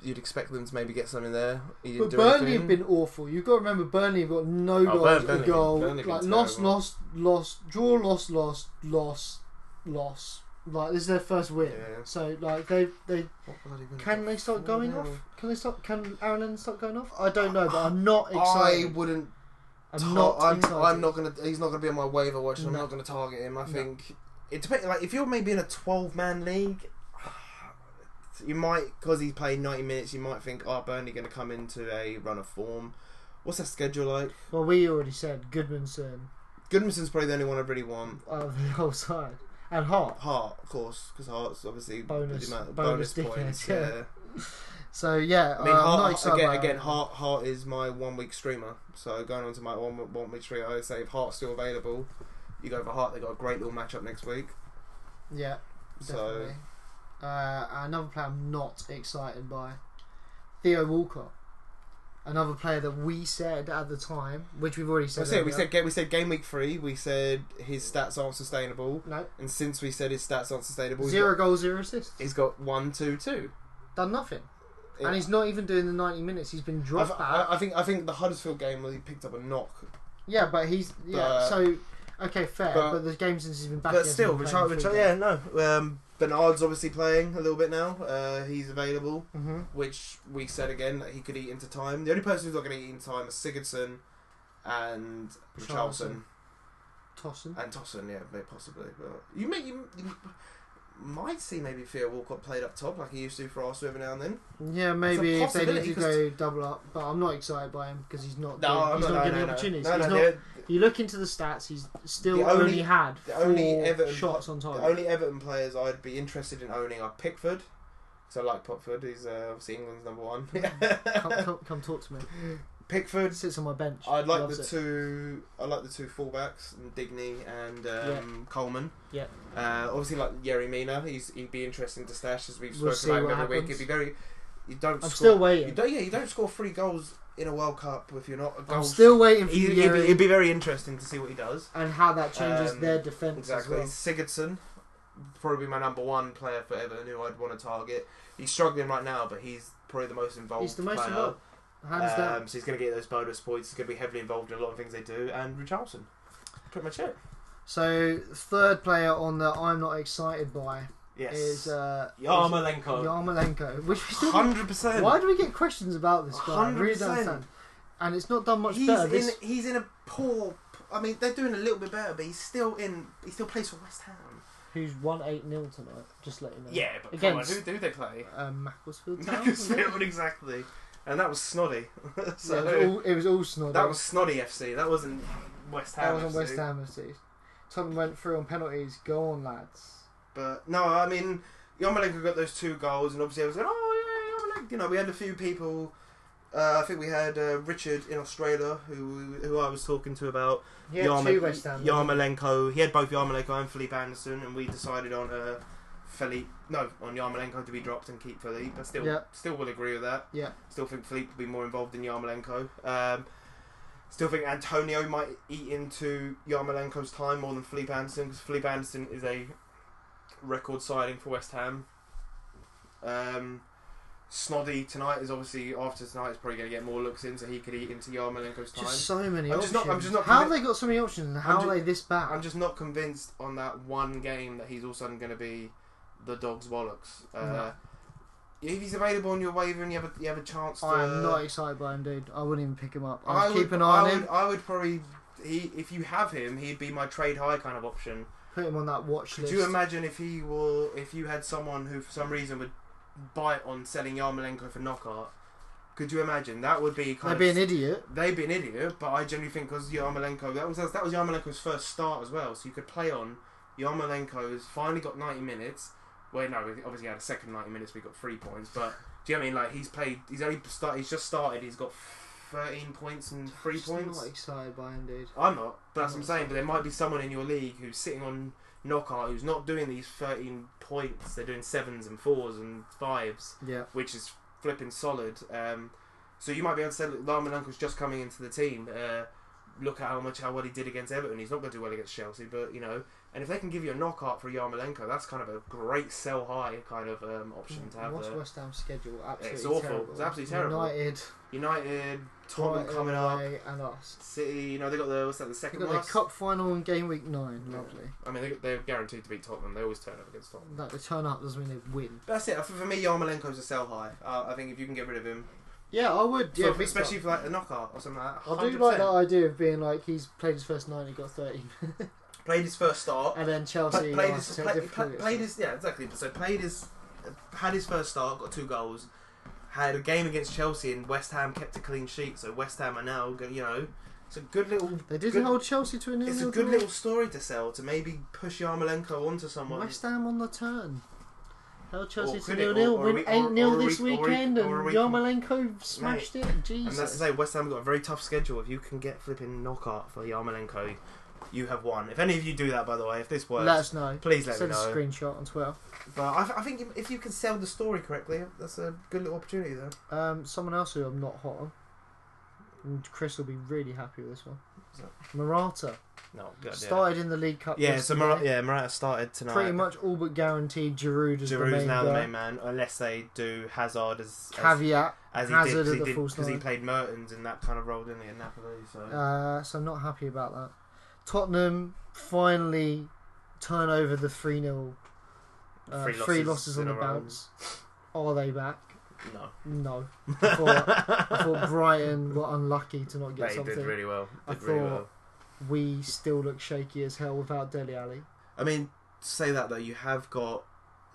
[SPEAKER 2] you'd expect them to maybe get something there. He didn't
[SPEAKER 1] But
[SPEAKER 2] do
[SPEAKER 1] Burnley
[SPEAKER 2] anything.
[SPEAKER 1] have been awful. You've got to remember Burnley have got no
[SPEAKER 2] Oh,
[SPEAKER 1] goals,
[SPEAKER 2] Burnley-
[SPEAKER 1] a goal,
[SPEAKER 2] Burnley have been
[SPEAKER 1] like lost,
[SPEAKER 2] terrible.
[SPEAKER 1] lost, lost, draw, lost, lost, lost, loss. Like this is their first win.
[SPEAKER 2] Yeah.
[SPEAKER 1] So like they they
[SPEAKER 2] What bloody win
[SPEAKER 1] can
[SPEAKER 2] is
[SPEAKER 1] they
[SPEAKER 2] that?
[SPEAKER 1] start going
[SPEAKER 2] Four
[SPEAKER 1] off?
[SPEAKER 2] nil.
[SPEAKER 1] Can they stop? Can Aaron Lennon start going off? I don't know, but I'm not excited.
[SPEAKER 2] I wouldn't.
[SPEAKER 1] I'm
[SPEAKER 2] tar-
[SPEAKER 1] not
[SPEAKER 2] I'm,
[SPEAKER 1] excited.
[SPEAKER 2] I'm not gonna. He's not gonna be on my waiver watch. I'm
[SPEAKER 1] No.
[SPEAKER 2] not gonna target him. I
[SPEAKER 1] No.
[SPEAKER 2] think it depends. Like if you're maybe in a 12 man league, you might because he's played 90 minutes. You might think, oh, Burnley gonna come into a run of form. What's their schedule like?
[SPEAKER 1] Well, we already said Goodmanson
[SPEAKER 2] Goodmanson's probably the only one I really want.
[SPEAKER 1] uh, the whole side and Hart.
[SPEAKER 2] Hart, of course, because Hart's obviously
[SPEAKER 1] Bonus-
[SPEAKER 2] the amount-
[SPEAKER 1] bonus dickhead,
[SPEAKER 2] points.
[SPEAKER 1] yeah.
[SPEAKER 2] Yeah.
[SPEAKER 1] So yeah,
[SPEAKER 2] I mean,
[SPEAKER 1] uh, I'm not
[SPEAKER 2] Hart,
[SPEAKER 1] excited
[SPEAKER 2] again,
[SPEAKER 1] about
[SPEAKER 2] again,
[SPEAKER 1] Aaron.
[SPEAKER 2] Hart, Hart is my one week streamer. So going on to my one, one week streamer, I would say if Hart's still available, you go for Hart. They got a great little matchup next week.
[SPEAKER 1] Yeah.
[SPEAKER 2] So
[SPEAKER 1] Definitely. Uh, another player I'm not excited by, Theo Walcott. Another player that we said at the time, which we've already said.
[SPEAKER 2] we said we
[SPEAKER 1] earlier.
[SPEAKER 2] said ga- we said game week three. We said his stats aren't sustainable,
[SPEAKER 1] no
[SPEAKER 2] and since we said his stats aren't sustainable, he's
[SPEAKER 1] zero
[SPEAKER 2] got-
[SPEAKER 1] goals, zero assists.
[SPEAKER 2] he's got one, two, two.
[SPEAKER 1] Done nothing,
[SPEAKER 2] Yeah.
[SPEAKER 1] and he's not even doing the 90 minutes. He's been
[SPEAKER 2] I've-
[SPEAKER 1] dropped
[SPEAKER 2] I,
[SPEAKER 1] back.
[SPEAKER 2] I think I think the Huddersfield game where he picked up a knock,
[SPEAKER 1] yeah, but he's yeah.
[SPEAKER 2] But-
[SPEAKER 1] so okay, fair. But,
[SPEAKER 2] but-
[SPEAKER 1] the game since he's been back,
[SPEAKER 2] but
[SPEAKER 1] he hasn't
[SPEAKER 2] still,
[SPEAKER 1] been
[SPEAKER 2] Richard,
[SPEAKER 1] playing
[SPEAKER 2] Richard,
[SPEAKER 1] full
[SPEAKER 2] yeah, no. Um, Bernard's obviously playing a little bit now. Uh, he's available.
[SPEAKER 1] game. Mhm.
[SPEAKER 2] which we said again that he could eat into time. The only person who's not going to eat into time is Sigurdsson and
[SPEAKER 1] Richarlison.
[SPEAKER 2] Charlton
[SPEAKER 1] Tossen.
[SPEAKER 2] and Tosson. Yeah, maybe possibly. But you may you, you might see maybe Theo Walcott played up top like he used to for Arsenal every now and then.
[SPEAKER 1] Yeah, maybe if they need
[SPEAKER 2] possibility,
[SPEAKER 1] to
[SPEAKER 2] 'cause-
[SPEAKER 1] go double up, but I'm not excited by him because he's not.
[SPEAKER 2] No,
[SPEAKER 1] doing,
[SPEAKER 2] I'm
[SPEAKER 1] he's not,
[SPEAKER 2] no,
[SPEAKER 1] getting
[SPEAKER 2] no,
[SPEAKER 1] the
[SPEAKER 2] no.
[SPEAKER 1] opportunities.
[SPEAKER 2] No,
[SPEAKER 1] he's
[SPEAKER 2] no,
[SPEAKER 1] not
[SPEAKER 2] the,
[SPEAKER 1] You look into the stats. He's still
[SPEAKER 2] The
[SPEAKER 1] only,
[SPEAKER 2] only-
[SPEAKER 1] had
[SPEAKER 2] the
[SPEAKER 1] four
[SPEAKER 2] only Everton-
[SPEAKER 1] shots on
[SPEAKER 2] the
[SPEAKER 1] target.
[SPEAKER 2] only Everton players I'd be interested in owning are Pickford. because I like Pickford. He's uh, obviously England's number one.
[SPEAKER 1] come, come, come talk to me.
[SPEAKER 2] Pickford.
[SPEAKER 1] sits on my bench.
[SPEAKER 2] I like
[SPEAKER 1] Loves
[SPEAKER 2] the
[SPEAKER 1] it.
[SPEAKER 2] two. I like the two fullbacks, Digney and um, Coleman.
[SPEAKER 1] Yeah.
[SPEAKER 2] Uh, obviously, like Yerry Mina, he's he'd be interesting to stash as we've
[SPEAKER 1] We'll see
[SPEAKER 2] spoken about
[SPEAKER 1] what
[SPEAKER 2] every week.
[SPEAKER 1] happens.
[SPEAKER 2] It'd be very. You don't.
[SPEAKER 1] I'm
[SPEAKER 2] score,
[SPEAKER 1] still
[SPEAKER 2] You
[SPEAKER 1] waiting.
[SPEAKER 2] don't, yeah, you don't score three goals in a World Cup if you're not a goal.
[SPEAKER 1] I'm still waiting for
[SPEAKER 2] He- It'd, be,
[SPEAKER 1] Yerry
[SPEAKER 2] it'd be very interesting to see what he does.
[SPEAKER 1] and how that changes
[SPEAKER 2] Um,
[SPEAKER 1] their defense
[SPEAKER 2] Exactly.
[SPEAKER 1] as
[SPEAKER 2] Sigurdsson, probably my number one player for Everton who I'd want to target. He's struggling right now, but he's probably the most
[SPEAKER 1] well.
[SPEAKER 2] involved.
[SPEAKER 1] He's the most
[SPEAKER 2] player.
[SPEAKER 1] involved, hands down.
[SPEAKER 2] Um, so he's going to get those bonus points. He's going to be heavily involved in a lot of things they do. And Richarlison, pretty much it.
[SPEAKER 1] So third player on the I'm not excited by
[SPEAKER 2] Yes.
[SPEAKER 1] is uh,
[SPEAKER 2] Yarmolenko.
[SPEAKER 1] Yarmolenko. Which we still-
[SPEAKER 2] Hundred percent.
[SPEAKER 1] why do we get questions about this guy? I really don't
[SPEAKER 2] 100%.
[SPEAKER 1] understand. And it's not done much
[SPEAKER 2] He's
[SPEAKER 1] better.
[SPEAKER 2] in.
[SPEAKER 1] This,
[SPEAKER 2] He's in a poor. I mean, they're doing a little bit better, but he's still in. He still plays for West Ham.
[SPEAKER 1] who's won eight 0 tonight? Just let you know.
[SPEAKER 2] Yeah, but come on,
[SPEAKER 1] against
[SPEAKER 2] who do they play?
[SPEAKER 1] um, Macclesfield Town. was it?
[SPEAKER 2] Macclesfield, exactly. And that was snoddy. so
[SPEAKER 1] Yeah, it was all, it was all snoddy.
[SPEAKER 2] that was snoddy FC. That wasn't West
[SPEAKER 1] That
[SPEAKER 2] Ham.
[SPEAKER 1] was on
[SPEAKER 2] FC.
[SPEAKER 1] West Ham FC. Tottenham went through on penalties. Go on, lads.
[SPEAKER 2] But no, I mean, Yarmolenko got those two goals, and obviously I was like, oh yeah, Yarmolenko. You know, we had a few people. Uh, I think we had uh, Richard in Australia, who who I was talking to about
[SPEAKER 1] He had
[SPEAKER 2] Yarmo-
[SPEAKER 1] two West Ham.
[SPEAKER 2] Yarmolenko. He had both Yarmolenko and Philippe Anderson, and we decided on uh, Philippe. No, on Yarmolenko to be dropped and keep Philippe. I still
[SPEAKER 1] Yeah.
[SPEAKER 2] still will agree with that.
[SPEAKER 1] Yeah.
[SPEAKER 2] Still think Philippe will be more involved in Yarmolenko. Um, still think Antonio might eat into Yarmolenko's time more than Philippe Anderson because Philippe Anderson is a record signing for West Ham. Um, Snoddy tonight is obviously after tonight is probably going to get more looks in, so he could eat into Yarmolenko's time.
[SPEAKER 1] Just so many
[SPEAKER 2] I'm
[SPEAKER 1] options.
[SPEAKER 2] just not- I'm just not
[SPEAKER 1] how have
[SPEAKER 2] convinced-
[SPEAKER 1] they got so many options and how
[SPEAKER 2] I'm ju-
[SPEAKER 1] are they this bad?
[SPEAKER 2] I'm just not convinced on that one game that he's all of a sudden going to be the dog's bollocks. Uh,
[SPEAKER 1] No.
[SPEAKER 2] If he's available on your waiver and you have a, you have a chance to,
[SPEAKER 1] I am not excited by him, dude. I wouldn't even pick him up.
[SPEAKER 2] uh, I
[SPEAKER 1] I'd
[SPEAKER 2] would-
[SPEAKER 1] keep an eye on
[SPEAKER 2] I
[SPEAKER 1] him,
[SPEAKER 2] Would, I would probably he if you have him, he'd be my trade high kind of option.
[SPEAKER 1] put him on that watch
[SPEAKER 2] Could
[SPEAKER 1] list.
[SPEAKER 2] you imagine if he will if you had someone who for some reason would bite on selling Yarmolenko for knockout? Could you imagine that would be kind
[SPEAKER 1] They'd be
[SPEAKER 2] of
[SPEAKER 1] an idiot.
[SPEAKER 2] they'd be an idiot, but I generally think because Yarmolenko, that was that was Yarmolenko's first start as well, so you could play on Yarmolenko's finally got 90 minutes. Well, no, we obviously had a second 90 minutes, we got three points, but do you know what I mean? Like he's played, he's only start, he's just started, he's got 13 points and three
[SPEAKER 1] Just
[SPEAKER 2] points.
[SPEAKER 1] Not excited by him, dude.
[SPEAKER 2] I'm not, but that's
[SPEAKER 1] I'm
[SPEAKER 2] what I'm
[SPEAKER 1] not
[SPEAKER 2] saying. But there might be someone in your league who's sitting on knockout who's not doing these 13 points. They're doing sevens and fours and fives
[SPEAKER 1] Yeah.
[SPEAKER 2] which is flipping solid. Um, so you might be able to say, look, Larmanenko's just coming into the team. Uh, look at how much how well he did against Everton. He's not going to do well against Chelsea, but you know, and if they can give you a knockout for Yarmolenko, that's kind of a great sell high kind of um, option to have.
[SPEAKER 1] What's
[SPEAKER 2] there.
[SPEAKER 1] West Ham's schedule? Absolutely
[SPEAKER 2] It's awful.
[SPEAKER 1] Terrible.
[SPEAKER 2] It's absolutely terrible.
[SPEAKER 1] United,
[SPEAKER 2] United, Tottenham
[SPEAKER 1] Brighton
[SPEAKER 2] coming up,
[SPEAKER 1] away and us.
[SPEAKER 2] City. You know they got the what's that the
[SPEAKER 1] uh, They
[SPEAKER 2] second
[SPEAKER 1] got their
[SPEAKER 2] last?
[SPEAKER 1] cup final in game week nine.
[SPEAKER 2] Yeah.
[SPEAKER 1] Lovely.
[SPEAKER 2] I mean they, they're guaranteed to beat Tottenham. They always turn up against Tottenham.
[SPEAKER 1] That the turn up doesn't mean they win.
[SPEAKER 2] That's it. For for me, Yarmolenko's a sell high. Uh, I think if you can get rid of him,
[SPEAKER 1] Yeah, I would.
[SPEAKER 2] For-
[SPEAKER 1] Yeah, big
[SPEAKER 2] especially
[SPEAKER 1] time.
[SPEAKER 2] for like a knockout or something like that.
[SPEAKER 1] I do like
[SPEAKER 2] 100%.
[SPEAKER 1] that idea of being like he's played his first nine, he got thirteen,
[SPEAKER 2] Played his first start.
[SPEAKER 1] and then
[SPEAKER 2] Play-
[SPEAKER 1] Chelsea.
[SPEAKER 2] played
[SPEAKER 1] are
[SPEAKER 2] his,
[SPEAKER 1] so
[SPEAKER 2] play-
[SPEAKER 1] difficult.
[SPEAKER 2] play- played his, yeah, exactly. So played his, had his first start, got two goals, had a game against Chelsea, and West Ham kept a clean sheet. So West Ham are now, go- you know, it's a good little,
[SPEAKER 1] They did
[SPEAKER 2] good-
[SPEAKER 1] hold Chelsea to a nil.
[SPEAKER 2] it's a
[SPEAKER 1] nil
[SPEAKER 2] good
[SPEAKER 1] draw.
[SPEAKER 2] little story to sell to maybe push Yarmolenko onto someone.
[SPEAKER 1] West Ham on the turn. Held Chelsea to
[SPEAKER 2] could it-
[SPEAKER 1] nil nil.
[SPEAKER 2] or- or
[SPEAKER 1] Win
[SPEAKER 2] we- or-
[SPEAKER 1] eight nil
[SPEAKER 2] or we-
[SPEAKER 1] this
[SPEAKER 2] or we-
[SPEAKER 1] weekend, and
[SPEAKER 2] or we-
[SPEAKER 1] Yarmolenko smashed it.
[SPEAKER 2] and that's to
[SPEAKER 1] Jesus.
[SPEAKER 2] say, West Ham got a very tough schedule. If you can get flipping knockout for Yarmolenko, you have won. If any of you do that, by the way, if this works,
[SPEAKER 1] Let us know.
[SPEAKER 2] please let
[SPEAKER 1] Send
[SPEAKER 2] me
[SPEAKER 1] us a
[SPEAKER 2] know.
[SPEAKER 1] screenshot on Twitter.
[SPEAKER 2] But I, I think if you can sell the story correctly, that's a good little opportunity there.
[SPEAKER 1] Um, someone else who I'm not hot on. And Chris will be really happy with this one.
[SPEAKER 2] Who's that?
[SPEAKER 1] Morata
[SPEAKER 2] No, good idea.
[SPEAKER 1] started in the League Cup.
[SPEAKER 2] Yeah, so
[SPEAKER 1] yesterday.
[SPEAKER 2] Mor- yeah, Morata started tonight.
[SPEAKER 1] Pretty much all but guaranteed Giroud is the
[SPEAKER 2] Giroud's
[SPEAKER 1] main
[SPEAKER 2] now
[SPEAKER 1] guy.
[SPEAKER 2] the main man, unless they do Hazard as as,
[SPEAKER 1] Caveat.
[SPEAKER 2] as he
[SPEAKER 1] Hazard at
[SPEAKER 2] did
[SPEAKER 1] the false
[SPEAKER 2] because he,
[SPEAKER 1] nine.
[SPEAKER 2] played Mertens in that kind of role, didn't he, in Napoli? So
[SPEAKER 1] Uh, so I'm not happy about that. Tottenham finally turn over the 3 0. Uh, three, losses, on
[SPEAKER 2] in
[SPEAKER 1] the
[SPEAKER 2] a row.
[SPEAKER 1] bounce. Are they back?
[SPEAKER 2] No,
[SPEAKER 1] No. I thought, I thought Brighton were unlucky to not get
[SPEAKER 2] they
[SPEAKER 1] something.
[SPEAKER 2] did really well.
[SPEAKER 1] I
[SPEAKER 2] Did really
[SPEAKER 1] thought-
[SPEAKER 2] well.
[SPEAKER 1] We still look shaky as hell without Deli Alley.
[SPEAKER 2] I mean, to say that though, you have got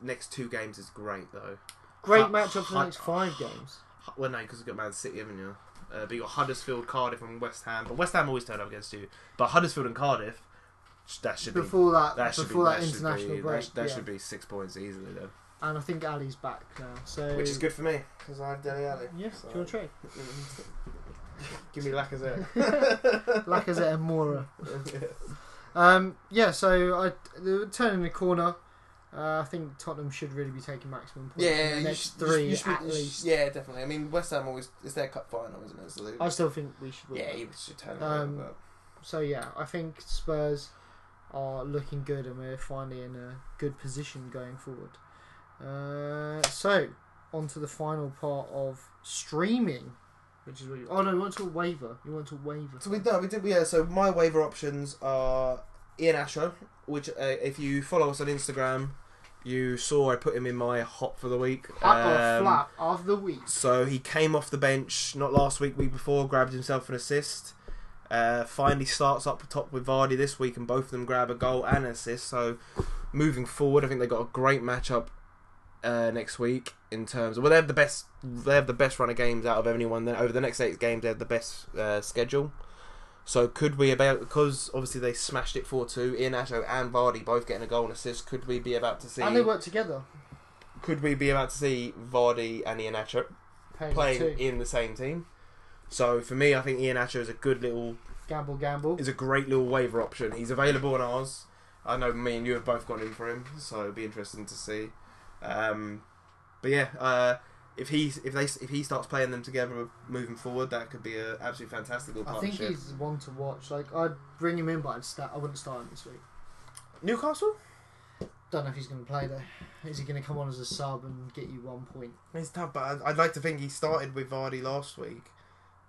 [SPEAKER 2] next two games is great though.
[SPEAKER 1] Great
[SPEAKER 2] Hu-
[SPEAKER 1] matchup for the
[SPEAKER 2] Hu-
[SPEAKER 1] next five games.
[SPEAKER 2] Hu- Well, no, because you've got Man City, haven't you? Uh, but you got Huddersfield, Cardiff, and West Ham. But West Ham always turn up against you. But Huddersfield and Cardiff, that should be
[SPEAKER 1] Before that,
[SPEAKER 2] That should
[SPEAKER 1] before
[SPEAKER 2] be,
[SPEAKER 1] that,
[SPEAKER 2] should
[SPEAKER 1] international
[SPEAKER 2] be-
[SPEAKER 1] break.
[SPEAKER 2] That, sh- that
[SPEAKER 1] yeah.
[SPEAKER 2] should be six points easily, though.
[SPEAKER 1] And I think Ali's back now. So
[SPEAKER 2] Which is good for me because I have Deli Alley.
[SPEAKER 1] Yeah, do you want to trade?
[SPEAKER 2] Give me Lacazette.
[SPEAKER 1] Lacazette and Mora. Um, yeah, so I they were turning the corner. Uh, I think Tottenham should really be taking maximum points. in
[SPEAKER 3] Yeah,
[SPEAKER 1] the
[SPEAKER 3] you
[SPEAKER 1] next
[SPEAKER 3] should- you should-
[SPEAKER 1] three
[SPEAKER 3] you should-
[SPEAKER 1] at
[SPEAKER 3] you should-
[SPEAKER 1] least.
[SPEAKER 3] Yeah, definitely. I mean, West Ham always it's their cup final, isn't it? So they,
[SPEAKER 1] I still think we should win.
[SPEAKER 3] yeah, you should turn it
[SPEAKER 1] Um,
[SPEAKER 3] around. But
[SPEAKER 1] So yeah, I think Spurs are looking good, and we're finally in a good position going forward. Uh, so on to the final part of streaming, which is what you. Oh no, you want to talk waiver? You want to talk waiver?
[SPEAKER 2] So we no, we did. Yeah. So my waiver options are Ian Asher, which uh, if you follow us on Instagram, you saw I put him in my hot for the week.
[SPEAKER 1] Hot or
[SPEAKER 2] Um,
[SPEAKER 1] flap of the week.
[SPEAKER 2] So he came off the bench not last week, week before, grabbed himself an assist. Uh, finally starts up top with Vardy this week, and both of them grab a goal and an assist. So moving forward, I think they got a great matchup uh, next week in terms of well, they have the best they have the best run of games out of anyone. Then over the next eight games, they have the best uh, schedule. So could we about because obviously they smashed it four two. Ian Atto and Vardy both getting a goal and assist. Could we be about to see?
[SPEAKER 1] And they work together.
[SPEAKER 2] Could we be about to see Vardy and Ian Atto
[SPEAKER 1] Paying
[SPEAKER 2] playing
[SPEAKER 1] two.
[SPEAKER 2] in the same team. So for me, I think Ian Acho is a good little,
[SPEAKER 1] Gamble, gamble.
[SPEAKER 2] is a great little waiver option. He's available on ours. I know me and you have both gone in for him, so it'll be interesting to see. Um, but yeah, uh, if he if they if he starts playing them together moving forward, that could be an absolutely fantastic little
[SPEAKER 1] I think
[SPEAKER 2] partnership.
[SPEAKER 1] he's one to watch. Like I'd bring him in, but I'd start. I wouldn't start him this week.
[SPEAKER 2] Newcastle.
[SPEAKER 1] Don't know if he's going to play though. Is he going to come on as a sub and get you one point?
[SPEAKER 2] It's tough, but I'd, I'd like to think he started with Vardy last week.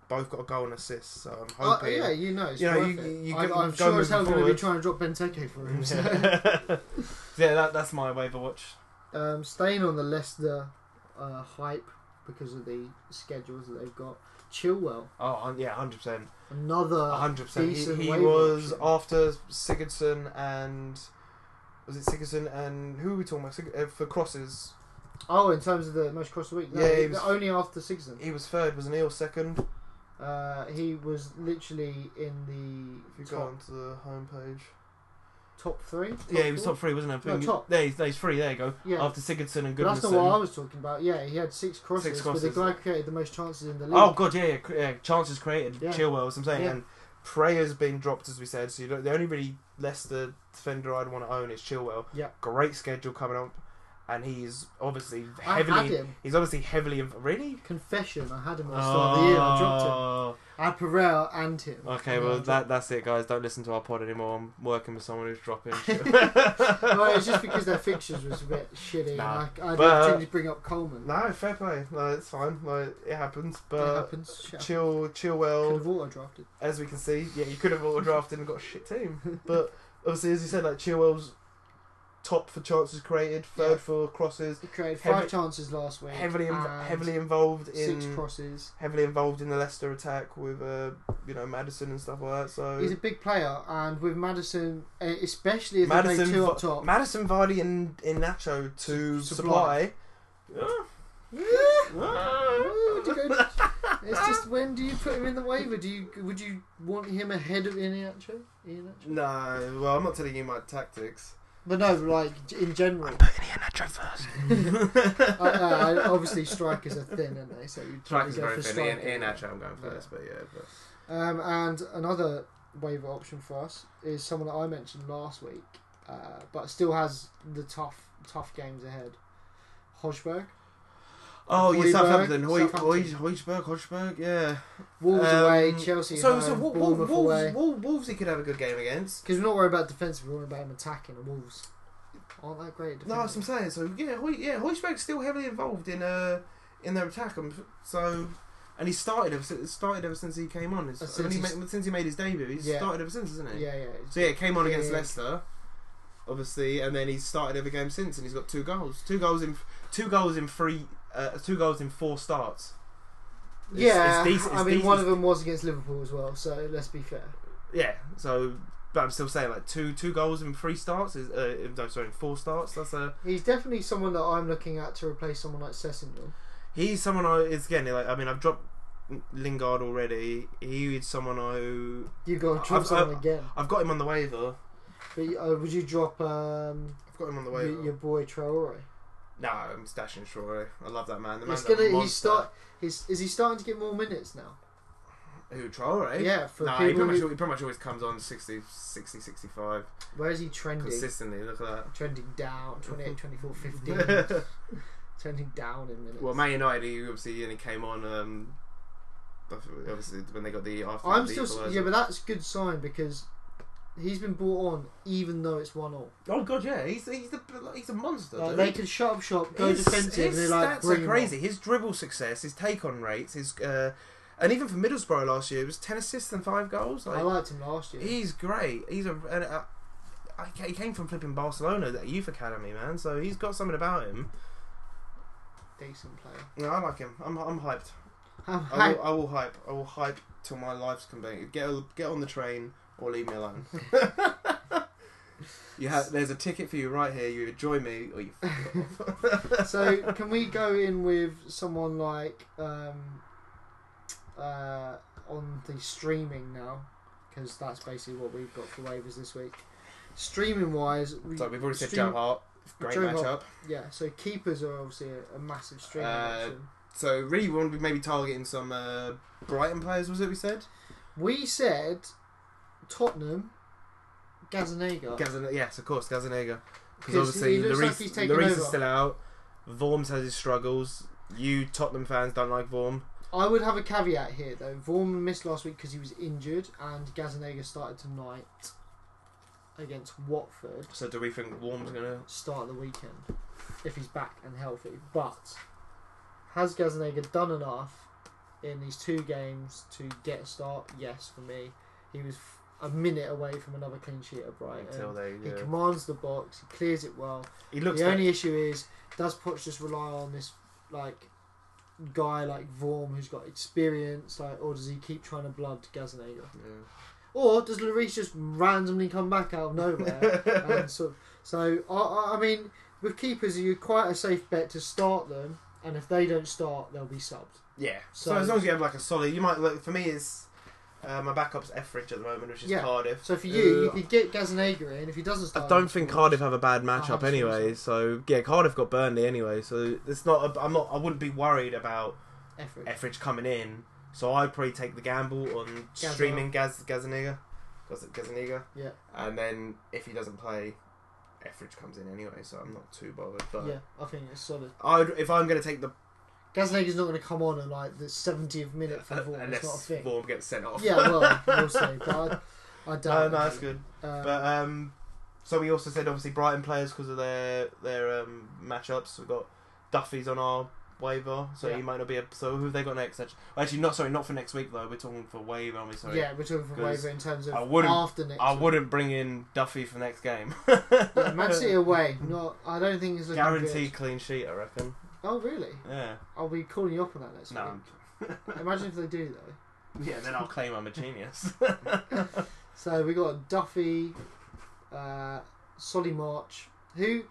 [SPEAKER 2] Both got a goal and assist, so I'm
[SPEAKER 1] Uh,
[SPEAKER 2] hoping.
[SPEAKER 1] yeah, you know, it's
[SPEAKER 2] You know,
[SPEAKER 1] worth
[SPEAKER 2] you-
[SPEAKER 1] it.
[SPEAKER 2] you
[SPEAKER 1] I'm,
[SPEAKER 2] go-
[SPEAKER 1] I'm
[SPEAKER 2] go
[SPEAKER 1] sure as
[SPEAKER 2] moving
[SPEAKER 1] hell going to be
[SPEAKER 2] forward.
[SPEAKER 1] trying to drop Benteke for him. so.
[SPEAKER 2] yeah, that, that's my waiver watch.
[SPEAKER 1] um, staying on the Leicester uh, hype because of the schedules that they've got. Chilwell,
[SPEAKER 2] Oh hun- yeah, hundred percent. A
[SPEAKER 1] another
[SPEAKER 2] hundred percent. He,
[SPEAKER 1] decent
[SPEAKER 2] he
[SPEAKER 1] waiver
[SPEAKER 2] was
[SPEAKER 1] option.
[SPEAKER 2] after Sigurdsson and was it Sigurdsson and who were we talking about Sig- uh, for crosses?
[SPEAKER 1] oh, in terms of the most cross of the week. No,
[SPEAKER 2] Yeah,
[SPEAKER 1] he-
[SPEAKER 2] he was-
[SPEAKER 1] only after Sigson.
[SPEAKER 2] He was third, wasn't he, or second?
[SPEAKER 1] Uh, he was literally in the
[SPEAKER 2] If you go
[SPEAKER 1] top,
[SPEAKER 2] onto the homepage.
[SPEAKER 1] top three. Top
[SPEAKER 2] yeah, he was
[SPEAKER 1] four?
[SPEAKER 2] top three, wasn't he?
[SPEAKER 1] No, top.
[SPEAKER 2] There, he's, there he's three. There you go.
[SPEAKER 1] Yeah.
[SPEAKER 2] After Sigurdsson and
[SPEAKER 1] But
[SPEAKER 2] Goodmanson.
[SPEAKER 1] that's not what I was talking about. Yeah, he had six crosses,
[SPEAKER 2] Six
[SPEAKER 1] but
[SPEAKER 2] crosses.
[SPEAKER 1] the guy created the most chances in the league.
[SPEAKER 2] Oh god, yeah, yeah, cr- yeah. Chances created,
[SPEAKER 1] Yeah.
[SPEAKER 2] Chilwell, as I'm saying,
[SPEAKER 1] Yeah.
[SPEAKER 2] and Preyer's been dropped as we said. So you don't, the only really Leicester defender I'd want to own is Chilwell.
[SPEAKER 1] Yeah.
[SPEAKER 2] great schedule coming up, and he's obviously
[SPEAKER 1] I had
[SPEAKER 2] heavily.
[SPEAKER 1] him.
[SPEAKER 2] He's obviously heavily inv- really.
[SPEAKER 1] Confession, I had him at the start of the year. I dropped him. I had Pereira and him.
[SPEAKER 2] Oh. Okay,
[SPEAKER 1] And then I
[SPEAKER 2] well
[SPEAKER 1] dropped
[SPEAKER 2] that that's it, guys. Don't listen to our pod anymore. I'm working with someone who's dropping.
[SPEAKER 1] well, it's just because their fixtures was a bit shitty.
[SPEAKER 2] Nah.
[SPEAKER 1] And I, I
[SPEAKER 2] But-
[SPEAKER 1] didn't bring up Coleman.
[SPEAKER 2] no, fair play. No, it's fine. Like it happens,
[SPEAKER 1] it
[SPEAKER 2] but
[SPEAKER 1] happens. Shit happens.
[SPEAKER 2] chill, chill
[SPEAKER 1] Could
[SPEAKER 2] well.
[SPEAKER 1] have auto drafted.
[SPEAKER 2] As we can see, yeah, you could have auto drafted and got a shit team, but obviously, as you said, like Chilwell's top for chances created, third
[SPEAKER 1] Yeah.
[SPEAKER 2] for crosses,
[SPEAKER 1] He created
[SPEAKER 2] Heavy-
[SPEAKER 1] five chances last week.
[SPEAKER 2] heavily inv-
[SPEAKER 1] and
[SPEAKER 2] heavily involved in
[SPEAKER 1] six crosses.
[SPEAKER 2] heavily involved in the Leicester attack with uh, you know Madison and stuff like that. So
[SPEAKER 1] He's a big player, and with Madison, eh, especially if they play two
[SPEAKER 2] Va-
[SPEAKER 1] up top.
[SPEAKER 2] Madison, Vardy, and, and Nacho to
[SPEAKER 1] Supply.
[SPEAKER 2] supply.
[SPEAKER 1] Oh, do you go- it's just when do you put him in the waiver? Do you would you want him ahead of Iheanacho? Iheanacho?
[SPEAKER 2] no, well, I'm not telling you my tactics.
[SPEAKER 1] But no, like in general,
[SPEAKER 2] putting Nacho first.
[SPEAKER 1] uh, uh, obviously strikers are thin, aren't they? So you
[SPEAKER 2] Track is
[SPEAKER 1] go
[SPEAKER 2] very
[SPEAKER 1] for
[SPEAKER 2] thin. Ian,
[SPEAKER 1] striker.
[SPEAKER 2] Ian Nacho, I'm going
[SPEAKER 1] Yeah.
[SPEAKER 2] first, but yeah. But.
[SPEAKER 1] Um, and another waiver option for us is someone that I mentioned last week, uh, but still has the tough tough games ahead. Hodgeberg,
[SPEAKER 2] Oh, yeah,
[SPEAKER 1] Hoiberg,
[SPEAKER 2] Southampton. Hoy, Hoy,
[SPEAKER 1] Southampton.
[SPEAKER 2] Hoysberg, Hodgeberg, yeah.
[SPEAKER 1] Wolves
[SPEAKER 2] Um,
[SPEAKER 1] away, Chelsea
[SPEAKER 2] So,
[SPEAKER 1] home,
[SPEAKER 2] so Wol- Wol-
[SPEAKER 1] Bournemouth
[SPEAKER 2] Wolves,
[SPEAKER 1] away.
[SPEAKER 2] Wol- Wolves, he could have a good game against.
[SPEAKER 1] Because we're not worried about defensive, we're worried about him attacking. And Wolves aren't that great. at
[SPEAKER 2] No, that's what I'm
[SPEAKER 1] defending.
[SPEAKER 2] saying. So, yeah, Hoy, yeah, Hoysberg's still heavily involved in uh, in their attack. um, So, and he started ever since, started ever since he came on. It's-
[SPEAKER 1] Uh,
[SPEAKER 2] I mean,
[SPEAKER 1] since
[SPEAKER 2] he ma- since he made his debut, he's
[SPEAKER 1] Yeah.
[SPEAKER 2] started ever since, isn't he?
[SPEAKER 1] yeah, yeah. it's-
[SPEAKER 2] So yeah, it came on against
[SPEAKER 1] Yeah.
[SPEAKER 2] Leicester, obviously, and then he's started every game since, and he's got two goals, two goals in, two goals in three, uh, two goals in four starts. It's-
[SPEAKER 1] yeah,
[SPEAKER 2] it's decent-
[SPEAKER 1] I
[SPEAKER 2] it's
[SPEAKER 1] mean, one of
[SPEAKER 2] decent.
[SPEAKER 1] them was against Liverpool as well. So let's be fair.
[SPEAKER 2] Yeah, so but I'm still saying like two two goals in three starts is uh, no sorry in four starts. That's a
[SPEAKER 1] He's definitely someone that I'm looking at to replace someone like Sessegnon.
[SPEAKER 2] he's someone I is again like I mean I've dropped Lingard already. He is someone I
[SPEAKER 1] You go and drop
[SPEAKER 2] I've-
[SPEAKER 1] someone
[SPEAKER 2] I've-
[SPEAKER 1] again.
[SPEAKER 2] I've got him on the waiver.
[SPEAKER 1] But uh, would you drop um,
[SPEAKER 2] I've got him on the
[SPEAKER 1] your,
[SPEAKER 2] waiver.
[SPEAKER 1] your boy Traore?
[SPEAKER 2] No, I'm stashing Shaw. I love that man. The
[SPEAKER 1] He's
[SPEAKER 2] man's
[SPEAKER 1] gonna.
[SPEAKER 2] a
[SPEAKER 1] He's
[SPEAKER 2] monster.
[SPEAKER 1] start. He's, is he starting to get more minutes now?
[SPEAKER 2] Who Traore?
[SPEAKER 1] Yeah, for
[SPEAKER 2] Eh? nah, he
[SPEAKER 1] people
[SPEAKER 2] pretty, much,
[SPEAKER 1] who-
[SPEAKER 2] he pretty much always comes on 60, 60 65
[SPEAKER 1] Where is he trending?
[SPEAKER 2] consistently. Look at that.
[SPEAKER 1] Trending down 28, 24, 15. trending down in minutes.
[SPEAKER 2] well, Man United, he obviously only came on. Um, obviously when they got the after.
[SPEAKER 1] I'm
[SPEAKER 2] the
[SPEAKER 1] still.
[SPEAKER 2] equaliser.
[SPEAKER 1] Yeah, but that's a good sign because he's been brought on even though it's 1 0.
[SPEAKER 2] oh god, yeah, he's he's the he's a monster.
[SPEAKER 1] Like,
[SPEAKER 2] dude.
[SPEAKER 1] they can shut up shop, go
[SPEAKER 2] His-
[SPEAKER 1] defensive,
[SPEAKER 2] his
[SPEAKER 1] and they're like,
[SPEAKER 2] stats
[SPEAKER 1] bring
[SPEAKER 2] are
[SPEAKER 1] him
[SPEAKER 2] crazy. His dribble success, his take on rates, his uh, and even for Middlesbrough last year, it was ten assists and five goals.
[SPEAKER 1] on. I
[SPEAKER 2] Like,
[SPEAKER 1] liked him last year.
[SPEAKER 2] he's great. He's a and, uh, I ca- he came from flipping Barcelona, that youth academy man. So he's got something about him.
[SPEAKER 1] Decent player.
[SPEAKER 2] No, I like him. I'm I'm hyped.
[SPEAKER 1] How-
[SPEAKER 2] I will, I will hype. I will hype till my life's convenient. Get get on the train or leave me alone. you have there's a ticket for you right here. You either join me or you.
[SPEAKER 1] so can we go in with someone like um, uh, on the streaming now because that's basically what we've got for waivers this week streaming wise we,
[SPEAKER 2] So we've already said
[SPEAKER 1] stream-
[SPEAKER 2] Joe Hart. Great
[SPEAKER 1] Joe Hart.
[SPEAKER 2] matchup.
[SPEAKER 1] yeah so keepers are obviously a, a massive streaming
[SPEAKER 2] Uh,
[SPEAKER 1] option
[SPEAKER 2] So really, we want to be maybe targeting some uh, Brighton players. Was it we said?
[SPEAKER 1] we said Tottenham Gazaniga
[SPEAKER 2] Gazan- yes, of course, Gazaniga. Because
[SPEAKER 1] 'Cause
[SPEAKER 2] obviously,
[SPEAKER 1] Oh. he looks like
[SPEAKER 2] Lloris
[SPEAKER 1] he's taken
[SPEAKER 2] Lloris
[SPEAKER 1] over.
[SPEAKER 2] is still out. Vorms has his struggles. You Tottenham fans don't like Vorm.
[SPEAKER 1] I would have a caveat here though Vorm missed last week because he was injured and Gazaniga started tonight against Watford
[SPEAKER 2] So do we think Vorm's gonna?
[SPEAKER 1] start of the weekend if he's back and healthy. But has Gazzaniga done enough in these two games to get a start? Yes, for me. He was f- a minute away from another clean sheet at
[SPEAKER 2] Until
[SPEAKER 1] Brighton.
[SPEAKER 2] they,
[SPEAKER 1] He
[SPEAKER 2] yeah.
[SPEAKER 1] commands the box. He clears it well.
[SPEAKER 2] he looks.
[SPEAKER 1] the
[SPEAKER 2] like-
[SPEAKER 1] only issue is does Poch just rely on this like guy like Vorm who's got experience, like, or does he keep trying to blood Gazzaniga?
[SPEAKER 2] Yeah.
[SPEAKER 1] Or does Lloris just randomly come back out of nowhere? and sort of, so, I- I, I mean, with keepers, you're quite a safe bet to start them, and if they don't start, they'll be subbed.
[SPEAKER 2] Yeah. So,
[SPEAKER 1] So-
[SPEAKER 2] as long as you have like a solid, you might look. For me, it's uh, my backup's Etheridge at the moment, which is
[SPEAKER 1] Yeah.
[SPEAKER 2] Cardiff.
[SPEAKER 1] So for you, you
[SPEAKER 2] Uh,
[SPEAKER 1] could get Gazaniga in if he doesn't
[SPEAKER 2] I
[SPEAKER 1] start.
[SPEAKER 2] don't think Cardiff have a bad
[SPEAKER 1] matchup
[SPEAKER 2] matchup
[SPEAKER 1] anyway,
[SPEAKER 2] anyway. So yeah, Cardiff got Burnley anyway. So it's not. A, I'm not. I wouldn't be worried about
[SPEAKER 1] Effort.
[SPEAKER 2] Etheridge coming in. So I'd probably take the gamble on
[SPEAKER 1] Gazza.
[SPEAKER 2] streaming Gaz Gazaniga. Gaz Gazaniga.
[SPEAKER 1] Yeah.
[SPEAKER 2] And then if he doesn't play, Etheridge comes in anyway. So I'm not too bothered. But
[SPEAKER 1] Yeah, I think it's solid.
[SPEAKER 2] I'd, if I'm going to take the
[SPEAKER 1] Gazaniga's not going to come on in like the 70th minute for
[SPEAKER 2] uh,
[SPEAKER 1] Vaughan. it's not a
[SPEAKER 2] unless
[SPEAKER 1] thing.
[SPEAKER 2] Vaughan gets sent off.
[SPEAKER 1] Yeah, well, we'll see. But I, I
[SPEAKER 2] no,
[SPEAKER 1] doubt.
[SPEAKER 2] no, that's good.
[SPEAKER 1] Uh,
[SPEAKER 2] But um, so we also said obviously Brighton players because of their their um, matchups. We've got Duffy's on our waiver, so
[SPEAKER 1] Yeah.
[SPEAKER 2] he might not be. A, so who have they got next? Actually, actually, not sorry, not for next week though. We're talking for waiver, aren't we? Sorry.
[SPEAKER 1] yeah, we're talking for
[SPEAKER 2] 'Cause
[SPEAKER 1] waiver in terms of
[SPEAKER 2] I wouldn't-
[SPEAKER 1] after next.
[SPEAKER 2] I
[SPEAKER 1] week.
[SPEAKER 2] wouldn't bring in Duffy for next game.
[SPEAKER 1] Yeah, Man City away. Not, I don't think it's looking
[SPEAKER 2] Guaranteed
[SPEAKER 1] Good.
[SPEAKER 2] clean sheet, I reckon.
[SPEAKER 1] Oh really?
[SPEAKER 2] Yeah.
[SPEAKER 1] I'll be calling you up on that next
[SPEAKER 2] No.
[SPEAKER 1] week.
[SPEAKER 2] I'm-
[SPEAKER 1] Imagine if they do though.
[SPEAKER 2] Yeah, then I'll claim I'm a genius.
[SPEAKER 1] So we got Duffy, uh, Solly March, who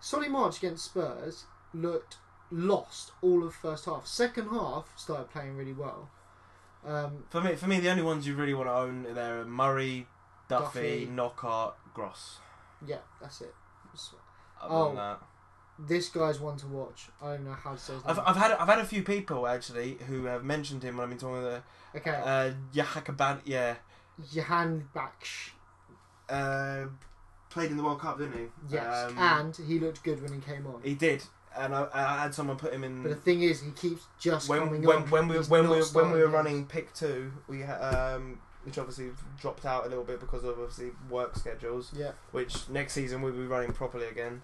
[SPEAKER 1] Solly March against Spurs looked lost all of first half. Second half started playing really well. Um,
[SPEAKER 2] for me, for me, the only ones you really want to own there are Murray,
[SPEAKER 1] Duffy.
[SPEAKER 2] Duffy, Knockhart, Gross.
[SPEAKER 1] yeah, that's it. So
[SPEAKER 2] Other
[SPEAKER 1] Oh.
[SPEAKER 2] than that.
[SPEAKER 1] this guy's one to watch. I don't know how to say his name.
[SPEAKER 2] I've, I've had I've had a few people actually who have mentioned him when I've been talking to
[SPEAKER 1] okay,
[SPEAKER 2] uh, Yahakaban. Yeah,
[SPEAKER 1] Johan Baksh.
[SPEAKER 2] uh, played in the World Cup, didn't he?
[SPEAKER 1] Yes,
[SPEAKER 2] Um,
[SPEAKER 1] and he looked good when he came on.
[SPEAKER 2] he did. And I, I had someone put him in
[SPEAKER 1] but the thing is, he keeps just
[SPEAKER 2] when
[SPEAKER 1] coming
[SPEAKER 2] when,
[SPEAKER 1] on.
[SPEAKER 2] when we
[SPEAKER 1] He's
[SPEAKER 2] when
[SPEAKER 1] not
[SPEAKER 2] we when
[SPEAKER 1] starting
[SPEAKER 2] we were
[SPEAKER 1] games.
[SPEAKER 2] running pick two, we ha- um, which obviously dropped out a little bit because of obviously work schedules.
[SPEAKER 1] Yeah,
[SPEAKER 2] Which next season we'll be running properly again.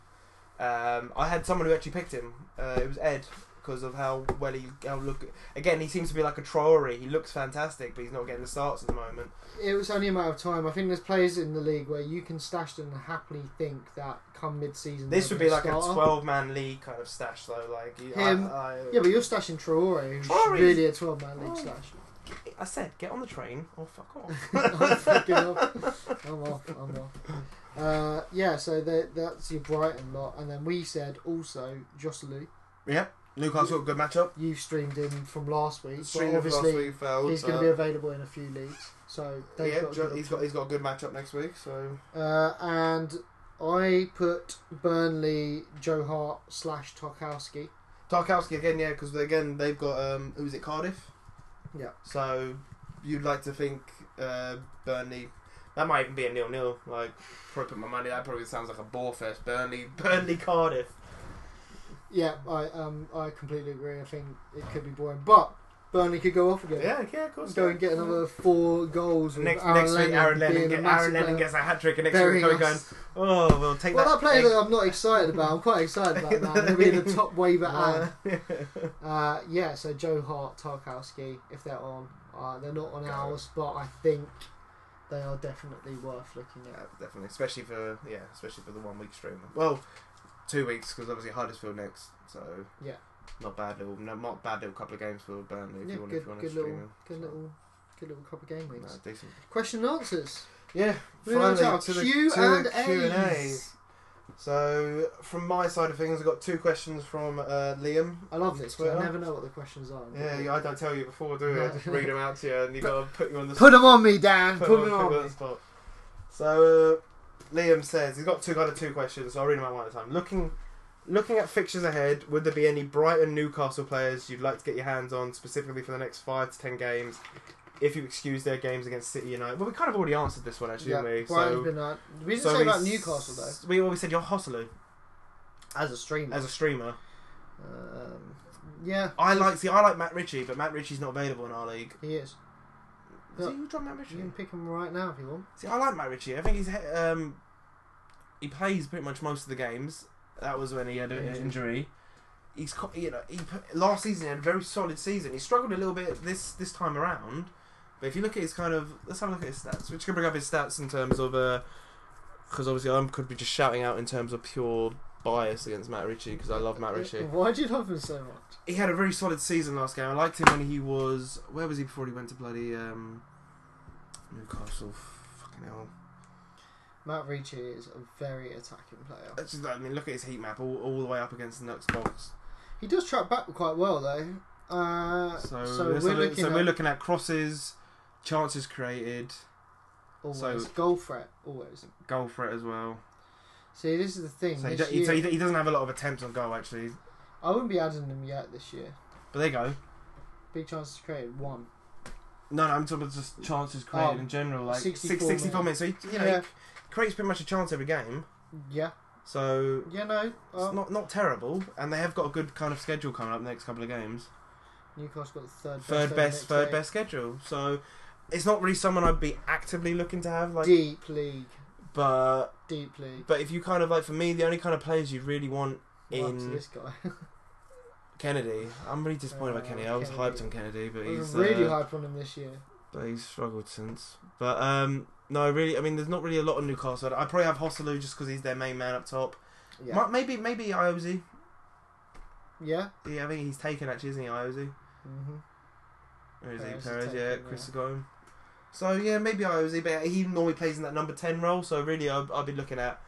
[SPEAKER 2] Um, I had someone who actually picked him. Uh, it was Ed because of how well he how look again. He seems to be like a Traore. He looks fantastic, but he's not getting the starts at the moment.
[SPEAKER 1] it was only a matter of time. I think there's players in the league where you can stash them and happily think that come mid-season
[SPEAKER 2] This
[SPEAKER 1] they'll
[SPEAKER 2] would be like
[SPEAKER 1] starter.
[SPEAKER 2] a twelve-man league kind of stash, though. Like you- I-
[SPEAKER 1] Him.
[SPEAKER 2] I,
[SPEAKER 1] Yeah, but you're stashing Traore, who's
[SPEAKER 2] Traore's-
[SPEAKER 1] really a 12 man league
[SPEAKER 2] Oh.
[SPEAKER 1] stash.
[SPEAKER 2] I said, get on the train or fuck off.
[SPEAKER 1] I'm fucking off. I'm off. I'm off. Uh, yeah, so that that's your Brighton lot, and then we said also Joselu.
[SPEAKER 2] yep, Newcastle good matchup.
[SPEAKER 1] You streamed him from last week,
[SPEAKER 2] Streamed
[SPEAKER 1] but
[SPEAKER 2] him last
[SPEAKER 1] obviously
[SPEAKER 2] week, failed,
[SPEAKER 1] he's going
[SPEAKER 2] uh,
[SPEAKER 1] to be available in a few leagues. So they've
[SPEAKER 2] yeah,
[SPEAKER 1] got, a
[SPEAKER 2] Jo-
[SPEAKER 1] good
[SPEAKER 2] he's got he's got a good matchup next week. So
[SPEAKER 1] Uh, and I put Burnley, Joe Hart slash Tarkowski.
[SPEAKER 2] Tarkowski again, yeah, because again they've got um, who's it Cardiff?
[SPEAKER 1] Yeah.
[SPEAKER 2] So you'd like to think uh, Burnley. That might even be a nil-nil. Like,
[SPEAKER 3] Probably put my money. That probably sounds like a bore fest. Burnley, Burnley.
[SPEAKER 2] Burnley Cardiff.
[SPEAKER 1] Yeah, I um I completely agree. I think it could be boring, but Burnley could go off again.
[SPEAKER 2] Yeah, yeah, of course.
[SPEAKER 1] Let's go and get another four goals. with
[SPEAKER 2] Next,
[SPEAKER 1] Aaron
[SPEAKER 2] next week, Aaron Lennon,
[SPEAKER 1] being a
[SPEAKER 2] get,
[SPEAKER 1] massive
[SPEAKER 2] Aaron Lennon
[SPEAKER 1] player.
[SPEAKER 2] gets a hat trick, and next
[SPEAKER 1] Burying
[SPEAKER 2] week we're going,
[SPEAKER 1] us.
[SPEAKER 2] oh, we'll take
[SPEAKER 1] Well, that
[SPEAKER 2] that.
[SPEAKER 1] player that I'm not excited about, I'm quite excited about that. It'll be in the top waiver ad.
[SPEAKER 2] that.
[SPEAKER 1] Uh, yeah, so Joe Hart, Tarkowski, if they're on, uh, they're not on
[SPEAKER 2] Go.
[SPEAKER 1] ours, but I think they are definitely worth looking
[SPEAKER 2] Yeah,
[SPEAKER 1] at.
[SPEAKER 2] definitely, especially for yeah, especially for the one week stream. Well, two weeks because obviously Huddersfield next, so
[SPEAKER 1] Yeah.
[SPEAKER 2] not bad little, no, not bad little couple of games for Burnley if
[SPEAKER 1] Yeah,
[SPEAKER 2] you want
[SPEAKER 1] good,
[SPEAKER 2] if you want
[SPEAKER 1] good
[SPEAKER 2] to stream
[SPEAKER 1] little,
[SPEAKER 2] them.
[SPEAKER 1] good little, good little couple of game
[SPEAKER 2] No,
[SPEAKER 1] weeks.
[SPEAKER 2] decent.
[SPEAKER 1] Question and answers.
[SPEAKER 2] Yeah,
[SPEAKER 1] Moving on
[SPEAKER 2] finally
[SPEAKER 1] to our
[SPEAKER 2] to the
[SPEAKER 1] Q
[SPEAKER 2] to
[SPEAKER 1] and
[SPEAKER 2] the Q and
[SPEAKER 1] A's.
[SPEAKER 2] A's. So from my side of things, I got two questions from uh, Liam.
[SPEAKER 1] I love
[SPEAKER 2] on
[SPEAKER 1] this. 'cause
[SPEAKER 2] Twitter.
[SPEAKER 1] I never know what the questions are.
[SPEAKER 2] Yeah, yeah, I don't tell you before, do I? I just read them out to you, and you got to put you on the
[SPEAKER 1] Put them on me, Dan. Put,
[SPEAKER 2] Put
[SPEAKER 1] them
[SPEAKER 2] him on
[SPEAKER 1] on.
[SPEAKER 2] the
[SPEAKER 1] me.
[SPEAKER 2] spot. So uh, Liam says he's got two kind of two questions. So I'll read them out one at a time. Looking, looking at fixtures ahead, would there be any Brighton Newcastle players you'd like to get your hands on specifically for the next five to ten games? If you excuse their games against City United, well, we kind of already answered this one actually,
[SPEAKER 1] Yeah,
[SPEAKER 2] didn't we?
[SPEAKER 1] Brighton's
[SPEAKER 2] so,
[SPEAKER 1] been out. We didn't
[SPEAKER 2] so
[SPEAKER 1] say about
[SPEAKER 2] s-
[SPEAKER 1] Newcastle though.
[SPEAKER 2] We always said you're Hosselu
[SPEAKER 1] As a streamer.
[SPEAKER 2] as a streamer.
[SPEAKER 1] um, yeah,
[SPEAKER 2] I like see I like Matt Ritchie, but Matt Ritchie's not available in our league.
[SPEAKER 1] he is.
[SPEAKER 2] So
[SPEAKER 1] Yeah. Mm.
[SPEAKER 2] you drop Matt
[SPEAKER 1] You
[SPEAKER 2] Ritchie.
[SPEAKER 1] can pick him right now if you want.
[SPEAKER 2] See, I like Matt Ritchie. I think he's he- um, he plays pretty much most of the games. That was when he had an injury. He's co- you know he put, last season he had a very solid season. He struggled a little bit this this time around, but if you look at his kind of let's have a look at his stats. We're just gonna bring up his stats in terms of because obviously I could be just shouting out in terms of pure bias against Matt Ritchie because I love Matt Ritchie
[SPEAKER 1] Why do you love him so much?
[SPEAKER 2] he had a very solid season last game. I liked him when he was. Where was he before he went to bloody um, Newcastle? Fucking hell!
[SPEAKER 1] Matt Ricci is a very attacking player.
[SPEAKER 2] That's just- I mean, look at his heat map all, all the way up against the next box.
[SPEAKER 1] He does track back quite well though. Uh,
[SPEAKER 2] So,
[SPEAKER 1] so,
[SPEAKER 2] so,
[SPEAKER 1] we're looking
[SPEAKER 2] so
[SPEAKER 1] at
[SPEAKER 2] we're looking at crosses, chances created,
[SPEAKER 1] always
[SPEAKER 2] so-
[SPEAKER 1] goal threat always.
[SPEAKER 2] goal threat as well.
[SPEAKER 1] See, this is the thing.
[SPEAKER 2] So he, do,
[SPEAKER 1] this
[SPEAKER 2] he,
[SPEAKER 1] year,
[SPEAKER 2] so he, he doesn't have a lot of attempts on goal actually.
[SPEAKER 1] I wouldn't be adding him yet this year.
[SPEAKER 2] But there you go.
[SPEAKER 1] Big chances created one.
[SPEAKER 2] No, no, I'm talking about just chances created
[SPEAKER 1] Oh,
[SPEAKER 2] in general, like
[SPEAKER 1] 64
[SPEAKER 2] six, 64 minutes. So he, you know,
[SPEAKER 1] Yeah.
[SPEAKER 2] he creates pretty much a chance every game.
[SPEAKER 1] Yeah,
[SPEAKER 2] So
[SPEAKER 1] yeah, no.
[SPEAKER 2] It's
[SPEAKER 1] Um,
[SPEAKER 2] not not terrible, and they have got a good kind of schedule coming up the next couple of games.
[SPEAKER 1] Newcastle got the third best. over
[SPEAKER 2] Third
[SPEAKER 1] the
[SPEAKER 2] best,
[SPEAKER 1] next
[SPEAKER 2] third
[SPEAKER 1] eight.
[SPEAKER 2] best schedule. So it's not really someone I'd be actively looking to have, like.
[SPEAKER 1] deep league,
[SPEAKER 2] But
[SPEAKER 1] deep league.
[SPEAKER 2] but if you kind of like for me, the only kind of players you really want
[SPEAKER 1] Well, up to
[SPEAKER 2] in-
[SPEAKER 1] this guy.
[SPEAKER 2] Kennedy. I'm really disappointed about
[SPEAKER 1] Uh,
[SPEAKER 2] Kennedy. I was
[SPEAKER 1] Kennedy.
[SPEAKER 2] hyped on Kennedy, but
[SPEAKER 1] I was
[SPEAKER 2] he's
[SPEAKER 1] really
[SPEAKER 2] uh,
[SPEAKER 1] hyped on him this year.
[SPEAKER 2] but he's struggled since. But um. No, really. I mean, there's not really a lot on Newcastle. I probably have Hosselu just because he's their main man up top.
[SPEAKER 1] Yeah,
[SPEAKER 2] Might- Maybe, maybe Iose.
[SPEAKER 1] yeah.
[SPEAKER 2] Yeah, I think he's taken actually, isn't he, Iose?
[SPEAKER 1] Mm-hmm.
[SPEAKER 2] Or
[SPEAKER 1] Perez
[SPEAKER 2] is he
[SPEAKER 1] to
[SPEAKER 2] Perez?
[SPEAKER 1] take
[SPEAKER 2] Yeah,
[SPEAKER 1] him,
[SPEAKER 2] Chris
[SPEAKER 1] yeah.
[SPEAKER 2] has got him. So yeah, maybe I was. But he normally plays in that number ten role. So really, I'd, I'd be looking at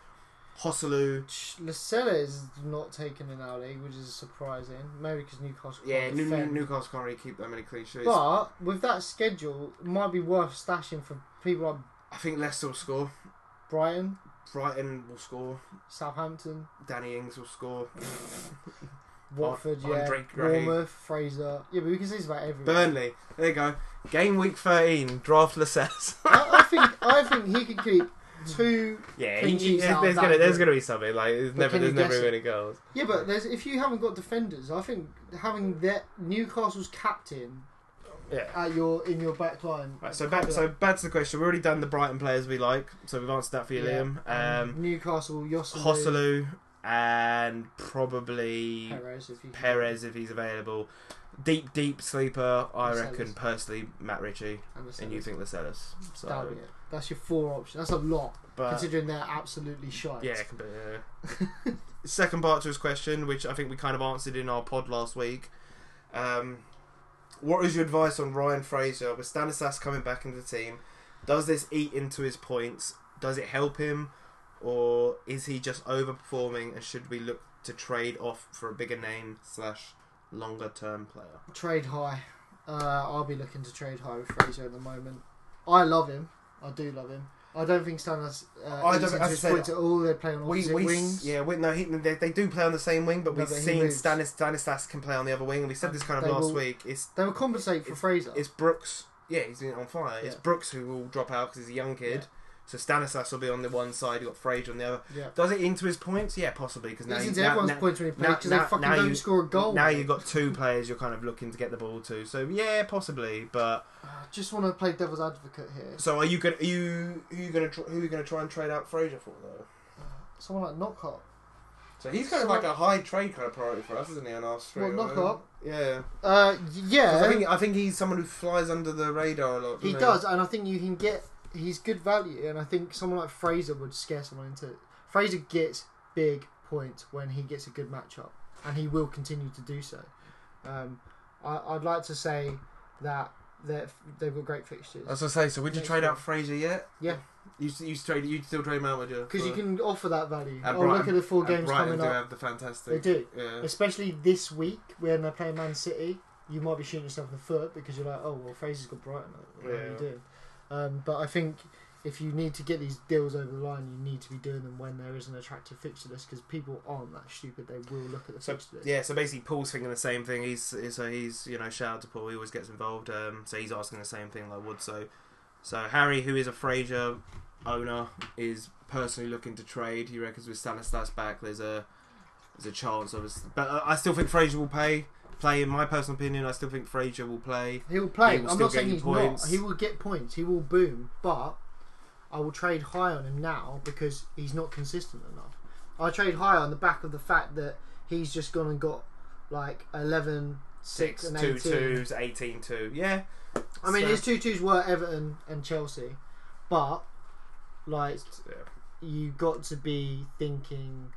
[SPEAKER 2] Hosselu.
[SPEAKER 1] Lascelles is not taken in our league, which is surprising. Maybe because Newcastle.
[SPEAKER 2] Yeah,
[SPEAKER 1] can't
[SPEAKER 2] New, New,
[SPEAKER 1] defend.
[SPEAKER 2] Newcastle can't really keep that many clean sheets.
[SPEAKER 1] But with that schedule, it might be worth stashing for people like
[SPEAKER 2] I think Leicester will score.
[SPEAKER 1] Brighton,
[SPEAKER 2] Brighton will score.
[SPEAKER 1] Southampton,
[SPEAKER 2] Danny Ings will score.
[SPEAKER 1] Watford,
[SPEAKER 2] Andre
[SPEAKER 1] yeah,
[SPEAKER 2] Gray.
[SPEAKER 1] Bournemouth, Fraser. Yeah, but we can say this about everyone.
[SPEAKER 2] Burnley. There you go. Game week thirteen. Draft Lascelles.
[SPEAKER 1] I, I think I think he could keep two.
[SPEAKER 2] yeah,
[SPEAKER 1] Clean
[SPEAKER 2] he- he-
[SPEAKER 1] sheets
[SPEAKER 2] there's,
[SPEAKER 1] out,
[SPEAKER 2] there's
[SPEAKER 1] that
[SPEAKER 2] gonna there's
[SPEAKER 1] good.
[SPEAKER 2] gonna be something like there's
[SPEAKER 1] But
[SPEAKER 2] never
[SPEAKER 1] can you
[SPEAKER 2] there's never
[SPEAKER 1] guess it?
[SPEAKER 2] many goals.
[SPEAKER 1] Yeah, but there's if you haven't got defenders, I think having that Newcastle's captain
[SPEAKER 2] Yeah.
[SPEAKER 1] at your in your back line.
[SPEAKER 2] Right, so back so back to the question. We've already done the Brighton players we like, so we've answered that for you,
[SPEAKER 1] Yeah,
[SPEAKER 2] Liam. Um,
[SPEAKER 1] Newcastle, Yosselu,
[SPEAKER 2] Hosselu and probably
[SPEAKER 1] Perez, if you can-
[SPEAKER 2] Perez if he's available. Deep, deep sleeper, I
[SPEAKER 1] Lascelles.
[SPEAKER 2] reckon personally Matt Ritchie,
[SPEAKER 1] and, Lascelles.
[SPEAKER 2] and you think Lascelles.
[SPEAKER 1] That'll
[SPEAKER 2] So,
[SPEAKER 1] be it. That's your four options. That's a lot
[SPEAKER 2] but
[SPEAKER 1] considering they're absolutely shite.
[SPEAKER 2] yeah, it can be, yeah. second part to his question, which I think we kind of answered in our pod last week. Um, what is your advice on Ryan Fraser with Stanislas coming back into the team? Does this eat into his points? Does it help him, or is he just overperforming? And should we look to trade off for a bigger name slash longer term player?
[SPEAKER 1] Trade high. Uh, I'll be looking to trade high with Fraser at the moment. I love him. I do love him. I don't think Stanis. Uh,
[SPEAKER 2] I don't-
[SPEAKER 1] eats into
[SPEAKER 2] as I
[SPEAKER 1] his
[SPEAKER 2] said,
[SPEAKER 1] points at all. They're playing on
[SPEAKER 2] We,
[SPEAKER 1] opposite
[SPEAKER 2] we
[SPEAKER 1] wings.
[SPEAKER 2] yeah we, no he, they, they do play on the same wing, but
[SPEAKER 1] No,
[SPEAKER 2] we've
[SPEAKER 1] but he
[SPEAKER 2] seen
[SPEAKER 1] moves.
[SPEAKER 2] Stanis, Stanislas can play on the other wing, and we said this kind of
[SPEAKER 1] They
[SPEAKER 2] last
[SPEAKER 1] will-
[SPEAKER 2] week. It's
[SPEAKER 1] They will compensate for Fraser.
[SPEAKER 2] it's Brooks Yeah, he's been on fire. It's
[SPEAKER 1] Yeah.
[SPEAKER 2] Brooks who will drop out because he's a young kid.
[SPEAKER 1] Yeah.
[SPEAKER 2] So Stanislas will be on the one side. You've got Frazier on the other.
[SPEAKER 1] Yeah.
[SPEAKER 2] Does it into his points? Yeah, possibly because now
[SPEAKER 1] It's
[SPEAKER 2] you-
[SPEAKER 1] into
[SPEAKER 2] now-
[SPEAKER 1] everyone's
[SPEAKER 2] now-
[SPEAKER 1] points when he plays
[SPEAKER 2] now-
[SPEAKER 1] because they
[SPEAKER 2] now-
[SPEAKER 1] fucking
[SPEAKER 2] now
[SPEAKER 1] don't
[SPEAKER 2] you-
[SPEAKER 1] score a goal.
[SPEAKER 2] Now you've got two players you're kind of looking to get the ball to. So yeah, possibly. But
[SPEAKER 1] I just want to play devil's advocate here.
[SPEAKER 2] so are you going? to you who you going to who are you going to try and trade out Frazier for though?
[SPEAKER 1] Uh, Someone like Knockhart.
[SPEAKER 2] So
[SPEAKER 3] He's kind of like a high trade kind of priority for us, isn't he? On our street.
[SPEAKER 1] Well, knock up.
[SPEAKER 2] yeah.
[SPEAKER 1] Uh, y-
[SPEAKER 2] 'Cause
[SPEAKER 1] yeah,
[SPEAKER 2] I think I think he's someone who flies under the radar a lot.
[SPEAKER 1] he
[SPEAKER 2] doesn't
[SPEAKER 1] does, and I think you can get. He's good value, and I think someone like Fraser would scare someone into. Fraser gets big points when he gets a good matchup, and he will continue to do so. Um, I, I'd like to say that they're- they've got great fixtures
[SPEAKER 2] As I say, so would you
[SPEAKER 1] Next
[SPEAKER 2] trade
[SPEAKER 1] one.
[SPEAKER 2] out Fraser yet?
[SPEAKER 1] Yeah.
[SPEAKER 2] You s- you s- trade you still trade him out, would you?
[SPEAKER 1] because you
[SPEAKER 2] For-
[SPEAKER 1] can offer that value.
[SPEAKER 2] And
[SPEAKER 1] Oh,
[SPEAKER 2] Brighton-
[SPEAKER 1] look at the four
[SPEAKER 2] and
[SPEAKER 1] games
[SPEAKER 2] Brighton
[SPEAKER 1] coming
[SPEAKER 2] do
[SPEAKER 1] up.
[SPEAKER 2] have the
[SPEAKER 1] They
[SPEAKER 2] fantastic.
[SPEAKER 1] do,
[SPEAKER 2] Yeah.
[SPEAKER 1] especially this week when they're playing Man City. You might be shooting yourself in the foot because you're like, oh well, Fraser's got Brighton. What are
[SPEAKER 2] Yeah.
[SPEAKER 1] you doing? Um, but I think if you need to get these deals over the line, you need to be doing them when there is an attractive fixture list because people aren't that stupid. They will look at the
[SPEAKER 2] So,
[SPEAKER 1] fixture list.
[SPEAKER 2] Yeah, so basically Paul's thinking the same thing. He's so he's you know shout out to Paul. He always gets involved. Um, so he's asking the same thing like Wood. So so Harry, who is a Fraser owner, is personally looking to trade. He reckons with Stanislas back, there's a there's a chance of us. But uh, I still think Fraser will pay. Play in my personal opinion, I still think Fraser will play.
[SPEAKER 1] He will play.
[SPEAKER 2] He will
[SPEAKER 1] I'm
[SPEAKER 2] still
[SPEAKER 1] not saying
[SPEAKER 2] get you
[SPEAKER 1] he's
[SPEAKER 2] points.
[SPEAKER 1] not. He will get points. He will boom. But I will trade high on him now because he's not consistent enough. I trade high on the back of the fact that he's just gone and got like 11, 6,
[SPEAKER 2] Six
[SPEAKER 1] and
[SPEAKER 2] two
[SPEAKER 1] 18.
[SPEAKER 2] twos, eighteen two. Yeah,
[SPEAKER 1] I mean,
[SPEAKER 2] So-
[SPEAKER 1] his two twos were Everton and Chelsea, but like
[SPEAKER 2] yeah.
[SPEAKER 1] you got to be thinking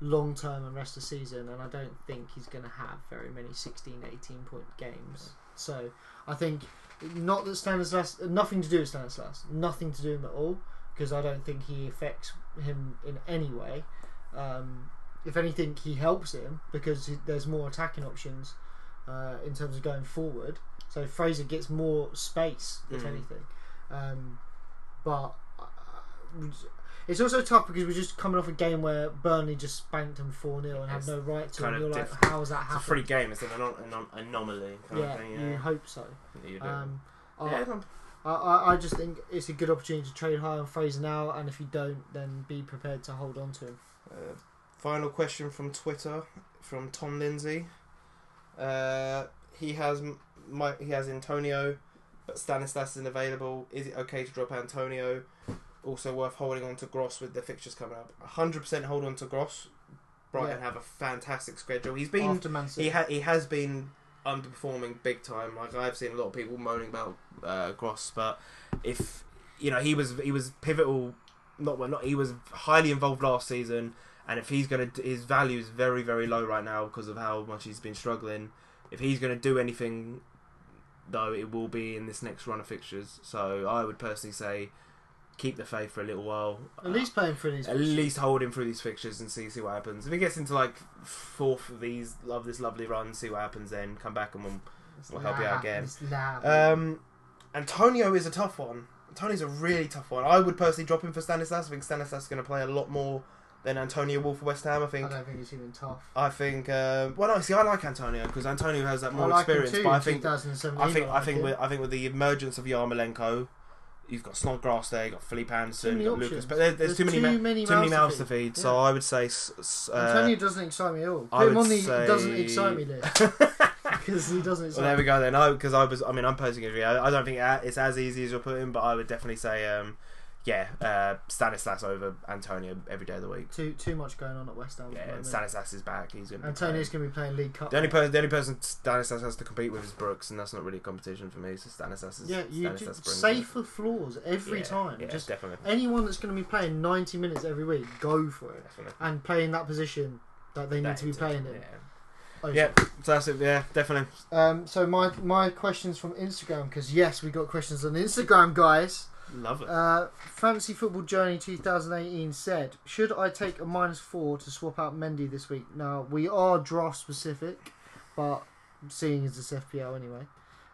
[SPEAKER 1] long term and rest of season, and I don't think he's going to have very many 16, 18 point games. So I think not that Stanislas, nothing to do with Stanislas, nothing to do with him at all, because I don't think he affects him in any way. Um, if anything, he helps him because he- there's more attacking options uh, in terms of going forward. So Fraser gets more space, if
[SPEAKER 2] Mm.
[SPEAKER 1] anything. Um, but uh, it's also tough because we're just coming off a game where Burnley just spanked them 4 0 and
[SPEAKER 2] It's
[SPEAKER 1] had no right to.
[SPEAKER 2] kind
[SPEAKER 1] And
[SPEAKER 2] of
[SPEAKER 1] you're like,
[SPEAKER 2] difficult.
[SPEAKER 1] how has that
[SPEAKER 2] It's a free
[SPEAKER 1] happened?
[SPEAKER 2] game. It's an anom- anom- anomaly kind
[SPEAKER 1] yeah,
[SPEAKER 2] of thing.
[SPEAKER 1] you
[SPEAKER 2] Yeah,
[SPEAKER 1] hope so.
[SPEAKER 2] You do.
[SPEAKER 1] Um, I-
[SPEAKER 2] yeah.
[SPEAKER 1] I, I, I just think it's a good opportunity to trade high on Fraser now, and if you don't, then be prepared to hold on to him.
[SPEAKER 2] Uh, final question from Twitter from Tom Lindsay. Uh, he has M- Mike, he has Antonio, but Stanislas isn't available. Is it okay to drop Antonio? Also worth holding on to Gross with the fixtures coming up. Hundred percent hold on to Gross. Brighton
[SPEAKER 1] Yeah.
[SPEAKER 2] have a fantastic schedule. He's been
[SPEAKER 1] after Man City.
[SPEAKER 2] he ha- he has been underperforming big time. Like I've seen a lot of people moaning about uh, Gross, but if you know he was he was pivotal. Not well, not he was highly involved last season, and if he's gonna his value is very very low right now because of how much he's been struggling. If he's gonna do anything, though, it will be in this next run of fixtures. So I would personally say keep the faith for a little while.
[SPEAKER 1] at least playing for these.
[SPEAKER 2] At least hold him through these fixtures and see see what happens. If he gets into like fourth of these, love this lovely run, see what happens. Then come back and we'll. we'll help you out again. Um, Antonio is a tough one. Antonio's a really tough one. I would personally drop him for Stanislas. I think Stanislas is going to play a lot more than Antonio will for West Ham. I
[SPEAKER 1] I
[SPEAKER 2] think.
[SPEAKER 1] don't think it's even tough.
[SPEAKER 2] I think. Uh, well, no, see, I like Antonio because Antonio has that
[SPEAKER 1] I
[SPEAKER 2] more
[SPEAKER 1] like him
[SPEAKER 2] experience.
[SPEAKER 1] too
[SPEAKER 2] But I
[SPEAKER 1] in
[SPEAKER 2] think
[SPEAKER 1] 2017,
[SPEAKER 2] I think I
[SPEAKER 1] like
[SPEAKER 2] think
[SPEAKER 1] him.
[SPEAKER 2] with I think with the emergence of Yarmolenko, you've got Snodgrass there, you've got Philippe
[SPEAKER 1] Too
[SPEAKER 2] Anderson,
[SPEAKER 1] many
[SPEAKER 2] you've got Lucas.
[SPEAKER 1] options.
[SPEAKER 2] But there, there's, too many, ma- too many mouths to feed. So
[SPEAKER 1] Yeah.
[SPEAKER 2] I would say. s- s- Uh,
[SPEAKER 1] Antonio doesn't excite me at all. Put
[SPEAKER 2] I
[SPEAKER 1] him
[SPEAKER 2] would
[SPEAKER 1] on the
[SPEAKER 2] say-
[SPEAKER 1] doesn't excite me list because he doesn't
[SPEAKER 2] well, there
[SPEAKER 1] excite.
[SPEAKER 2] we go then. I because I was. I mean, I'm posing it. I I don't think a- it's as easy as you're putting, but I would definitely say, um, yeah, uh, Stanislas over Antonio every day of the week.
[SPEAKER 1] me. Too too much going on at West Ham. at the
[SPEAKER 2] Yeah,
[SPEAKER 1] moment.
[SPEAKER 2] and Stanislas is back. He's going.
[SPEAKER 1] Antonio's going to be playing League Cup.
[SPEAKER 2] The only person, the only person Stanislas has to compete with is Brooks, and that's not really a competition for me. So Stanislas is
[SPEAKER 1] yeah, you
[SPEAKER 2] Stanislas
[SPEAKER 1] just
[SPEAKER 2] brings
[SPEAKER 1] safer flaws every
[SPEAKER 2] Yeah,
[SPEAKER 1] time.
[SPEAKER 2] Yeah,
[SPEAKER 1] just
[SPEAKER 2] definitely.
[SPEAKER 1] anyone that's going to be playing 90 minutes every week, go for it
[SPEAKER 2] definitely.
[SPEAKER 1] and play in that position that they need
[SPEAKER 2] That
[SPEAKER 1] to be
[SPEAKER 2] is-
[SPEAKER 1] playing in.
[SPEAKER 2] yeah.
[SPEAKER 1] Oh,
[SPEAKER 2] Yeah, so that's it. Yeah, definitely.
[SPEAKER 1] Um, so my my questions from Instagram because yes, we got questions on Instagram, guys.
[SPEAKER 2] Love it.
[SPEAKER 1] Uh, Fancy Football Journey 2018 said, should I take a minus four to swap out Mendy this week? Now we are draft specific, but seeing as it's FPL anyway.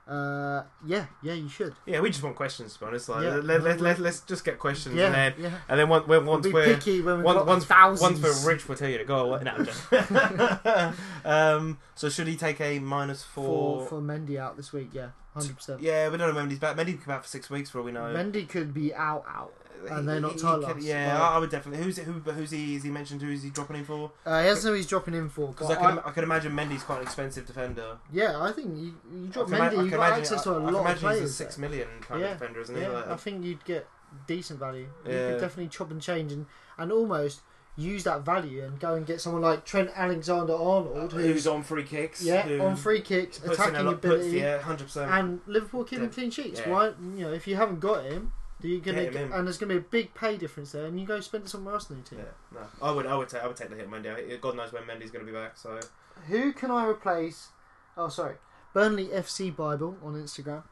[SPEAKER 1] Uh, yeah, yeah, you should.
[SPEAKER 2] Yeah, we just want questions, to be honest. Like,
[SPEAKER 1] Yeah.
[SPEAKER 2] let, let, let, us just get questions,
[SPEAKER 1] Yeah,
[SPEAKER 2] and then
[SPEAKER 1] yeah.
[SPEAKER 2] and then once we're,
[SPEAKER 1] We'll
[SPEAKER 2] once
[SPEAKER 1] be
[SPEAKER 2] we're
[SPEAKER 1] picky when we've
[SPEAKER 2] once,
[SPEAKER 1] got
[SPEAKER 2] once,
[SPEAKER 1] thousands.
[SPEAKER 2] once we're rich, we'll tell you to go away. No, I'm joking. um, so should he take a minus
[SPEAKER 1] for
[SPEAKER 2] four?
[SPEAKER 1] for Mendy out this week. Yeah, hundred percent.
[SPEAKER 2] Yeah, we don't know Mendy's back. Mendy could be out for six weeks for all we know.
[SPEAKER 1] Mendy could be out out.
[SPEAKER 2] Uh,
[SPEAKER 1] and they're
[SPEAKER 2] he-
[SPEAKER 1] not
[SPEAKER 2] he
[SPEAKER 1] title
[SPEAKER 2] could-
[SPEAKER 1] loss.
[SPEAKER 2] Yeah,
[SPEAKER 1] Like-
[SPEAKER 2] I would definitely. Who's who? But who's he? Is he mentioned? Who is he dropping in for?
[SPEAKER 1] Uh, he doesn't know who he's dropping in for.
[SPEAKER 2] Because
[SPEAKER 1] But
[SPEAKER 2] I, can,
[SPEAKER 1] I'm-
[SPEAKER 2] I can imagine Mendy's quite an expensive defender.
[SPEAKER 1] yeah, I think you, you drop
[SPEAKER 2] I can, ima-
[SPEAKER 1] Mendy,
[SPEAKER 2] I
[SPEAKER 1] you've
[SPEAKER 2] can
[SPEAKER 1] got
[SPEAKER 2] imagine,
[SPEAKER 1] access to a
[SPEAKER 2] I, I can
[SPEAKER 1] lot of
[SPEAKER 2] imagine
[SPEAKER 1] players.
[SPEAKER 2] He's a six million kind
[SPEAKER 1] Yeah,
[SPEAKER 2] of defender, isn't
[SPEAKER 1] there.
[SPEAKER 2] he?
[SPEAKER 1] yeah,
[SPEAKER 2] Like,
[SPEAKER 1] I think you'd get decent value. You
[SPEAKER 2] Yeah.
[SPEAKER 1] could definitely chop and change and, and almost use that value and go and get someone like Trent Alexander Arnold, who's
[SPEAKER 2] Uh, who's on free kicks?
[SPEAKER 1] yeah
[SPEAKER 2] who
[SPEAKER 1] on free kicks,
[SPEAKER 2] puts in a
[SPEAKER 1] attacking
[SPEAKER 2] lot- puts-
[SPEAKER 1] ability,
[SPEAKER 2] Yeah, hundred percent.
[SPEAKER 1] and Liverpool keeping
[SPEAKER 2] Then-
[SPEAKER 1] clean sheets.
[SPEAKER 2] yeah.
[SPEAKER 1] Why? You know, if you haven't got him, then you're gonna
[SPEAKER 2] Get him in.
[SPEAKER 1] and there's gonna be a big pay difference there, and you go spend it somewhere else in your team.
[SPEAKER 2] Yeah, no. I would, I would take, I would take the hit on Mendy. I- God knows when Mendy's going to be back. So
[SPEAKER 1] Who can I replace? Oh, sorry. Burnley FC Bible on Instagram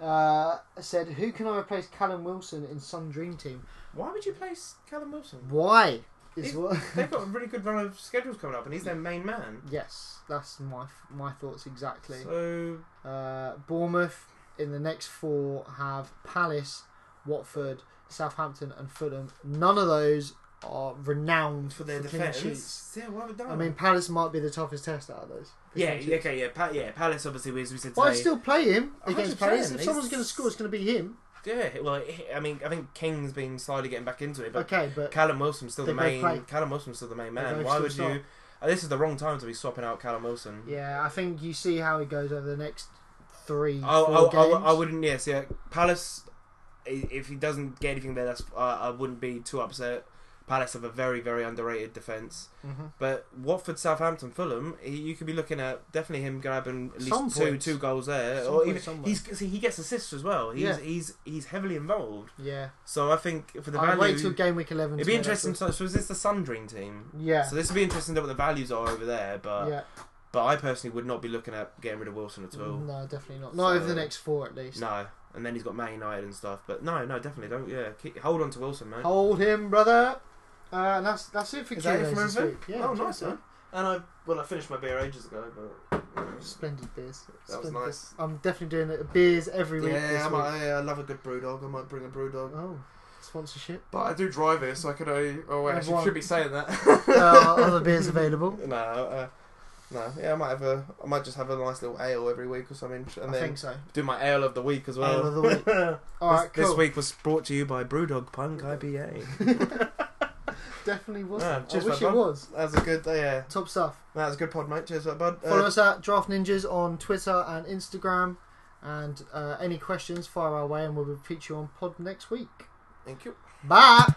[SPEAKER 1] uh, said, "Who can I replace Callum Wilson in some dream team?
[SPEAKER 2] why would you place Callum Wilson?
[SPEAKER 1] Why?" Is
[SPEAKER 2] He's-
[SPEAKER 1] what.
[SPEAKER 2] They've got a really good run of schedules coming up, and he's their main man.
[SPEAKER 1] yes, that's my my thoughts exactly.
[SPEAKER 2] So
[SPEAKER 1] Uh, Bournemouth in the next four have Palace, Watford, Southampton, and Fulham. None of those are renowned
[SPEAKER 2] for their
[SPEAKER 1] clean sheets.
[SPEAKER 2] defence, yeah, why would
[SPEAKER 1] I mean, Palace might be the toughest test out of those.
[SPEAKER 2] yeah,
[SPEAKER 1] potentially.
[SPEAKER 2] yeah, okay, yeah, pa- yeah. Palace obviously, as we said
[SPEAKER 1] But
[SPEAKER 2] today,
[SPEAKER 1] I'd still play him against
[SPEAKER 2] 100%,
[SPEAKER 1] Palace. If
[SPEAKER 2] he's-
[SPEAKER 1] someone's going to score, it's going to be him.
[SPEAKER 2] yeah. Well, he- I mean, I think King's been slowly getting back into it, but
[SPEAKER 1] Okay, but
[SPEAKER 2] Callum Wilson's still the
[SPEAKER 1] They both
[SPEAKER 2] main.
[SPEAKER 1] play.
[SPEAKER 2] Callum Wilson's still the main
[SPEAKER 1] They
[SPEAKER 2] man.
[SPEAKER 1] both
[SPEAKER 2] Why
[SPEAKER 1] still
[SPEAKER 2] would
[SPEAKER 1] start.
[SPEAKER 2] you? uh, This is the wrong time to be swapping out Callum Wilson.
[SPEAKER 1] yeah, I think you see how it goes over the next three,
[SPEAKER 2] I,
[SPEAKER 1] four
[SPEAKER 2] I, I,
[SPEAKER 1] games.
[SPEAKER 2] I wouldn't. Yes, yeah. Palace. i- If he doesn't get anything there, that's I I wouldn't be too upset. Palace have a very very underrated defense,
[SPEAKER 1] Mhm.
[SPEAKER 2] but Watford, Southampton, Fulham, he, you could be looking at definitely him grabbing at least
[SPEAKER 1] Some
[SPEAKER 2] two
[SPEAKER 1] points.
[SPEAKER 2] two goals there,
[SPEAKER 1] Some
[SPEAKER 2] or
[SPEAKER 1] points
[SPEAKER 2] even
[SPEAKER 1] somewhere.
[SPEAKER 2] he's see, he gets assists as well. He's
[SPEAKER 1] Yeah.
[SPEAKER 2] he's he's heavily involved.
[SPEAKER 1] Yeah,
[SPEAKER 2] So I think for the
[SPEAKER 1] I'd wait till
[SPEAKER 2] value,
[SPEAKER 1] game week eleven.
[SPEAKER 2] it'd
[SPEAKER 1] to
[SPEAKER 2] be
[SPEAKER 1] make that
[SPEAKER 2] interesting.
[SPEAKER 1] choice.
[SPEAKER 2] So, so is this the Sundream team?
[SPEAKER 1] Yeah,
[SPEAKER 2] So this would be interesting to know what the values are over there, but
[SPEAKER 1] yeah,
[SPEAKER 2] but I personally would not be looking at getting rid of Wilson at all.
[SPEAKER 1] no, definitely not. Not
[SPEAKER 2] So-
[SPEAKER 1] over the next four, at least.
[SPEAKER 2] No, and then he's got Man United and stuff. But no, no, definitely don't. Yeah, keep, hold on to Wilson, man.
[SPEAKER 1] Hold him, brother. Uh, and that's that's it for
[SPEAKER 2] Is that it
[SPEAKER 1] Q&As
[SPEAKER 2] from
[SPEAKER 1] this
[SPEAKER 2] everything?
[SPEAKER 1] week. Yeah,
[SPEAKER 2] oh, nice
[SPEAKER 1] so.
[SPEAKER 2] man. And I well, I finished my beer ages ago, but
[SPEAKER 1] Splendid beers.
[SPEAKER 2] That was
[SPEAKER 1] Splendid
[SPEAKER 2] nice.
[SPEAKER 1] beers. I'm definitely doing it. beers every week.
[SPEAKER 2] yeah,
[SPEAKER 1] this
[SPEAKER 2] I,
[SPEAKER 1] week.
[SPEAKER 2] might, yeah, I love a good brew dog. I might bring a brew dog.
[SPEAKER 1] Oh, sponsorship.
[SPEAKER 3] But I do drive here, so I could
[SPEAKER 2] uh,
[SPEAKER 3] only. Oh, wait, I should,
[SPEAKER 1] Everyone-
[SPEAKER 3] should be saying that.
[SPEAKER 1] uh, are other beers available.
[SPEAKER 2] No, uh, no, yeah, I might have a, I might just have a nice little ale every week or something, and
[SPEAKER 1] I
[SPEAKER 2] then
[SPEAKER 1] think so.
[SPEAKER 2] do my ale of the week as well.
[SPEAKER 1] Ale of the week. All right,
[SPEAKER 2] this,
[SPEAKER 1] cool.
[SPEAKER 2] this week was brought to you by Brewdog Punk IPA.
[SPEAKER 1] definitely
[SPEAKER 2] Ah,
[SPEAKER 1] wasn't. I
[SPEAKER 2] cheers,
[SPEAKER 1] wish
[SPEAKER 2] my
[SPEAKER 1] it
[SPEAKER 2] bud.
[SPEAKER 1] was.
[SPEAKER 2] That was a good, yeah,
[SPEAKER 1] Top stuff.
[SPEAKER 2] that was a good pod, mate. Cheers, bud. Uh,
[SPEAKER 1] Follow us at Draft Ninjas on Twitter and Instagram. And uh, any questions, fire our way, and we'll feature you on pod next week.
[SPEAKER 2] Thank you.
[SPEAKER 1] Bye.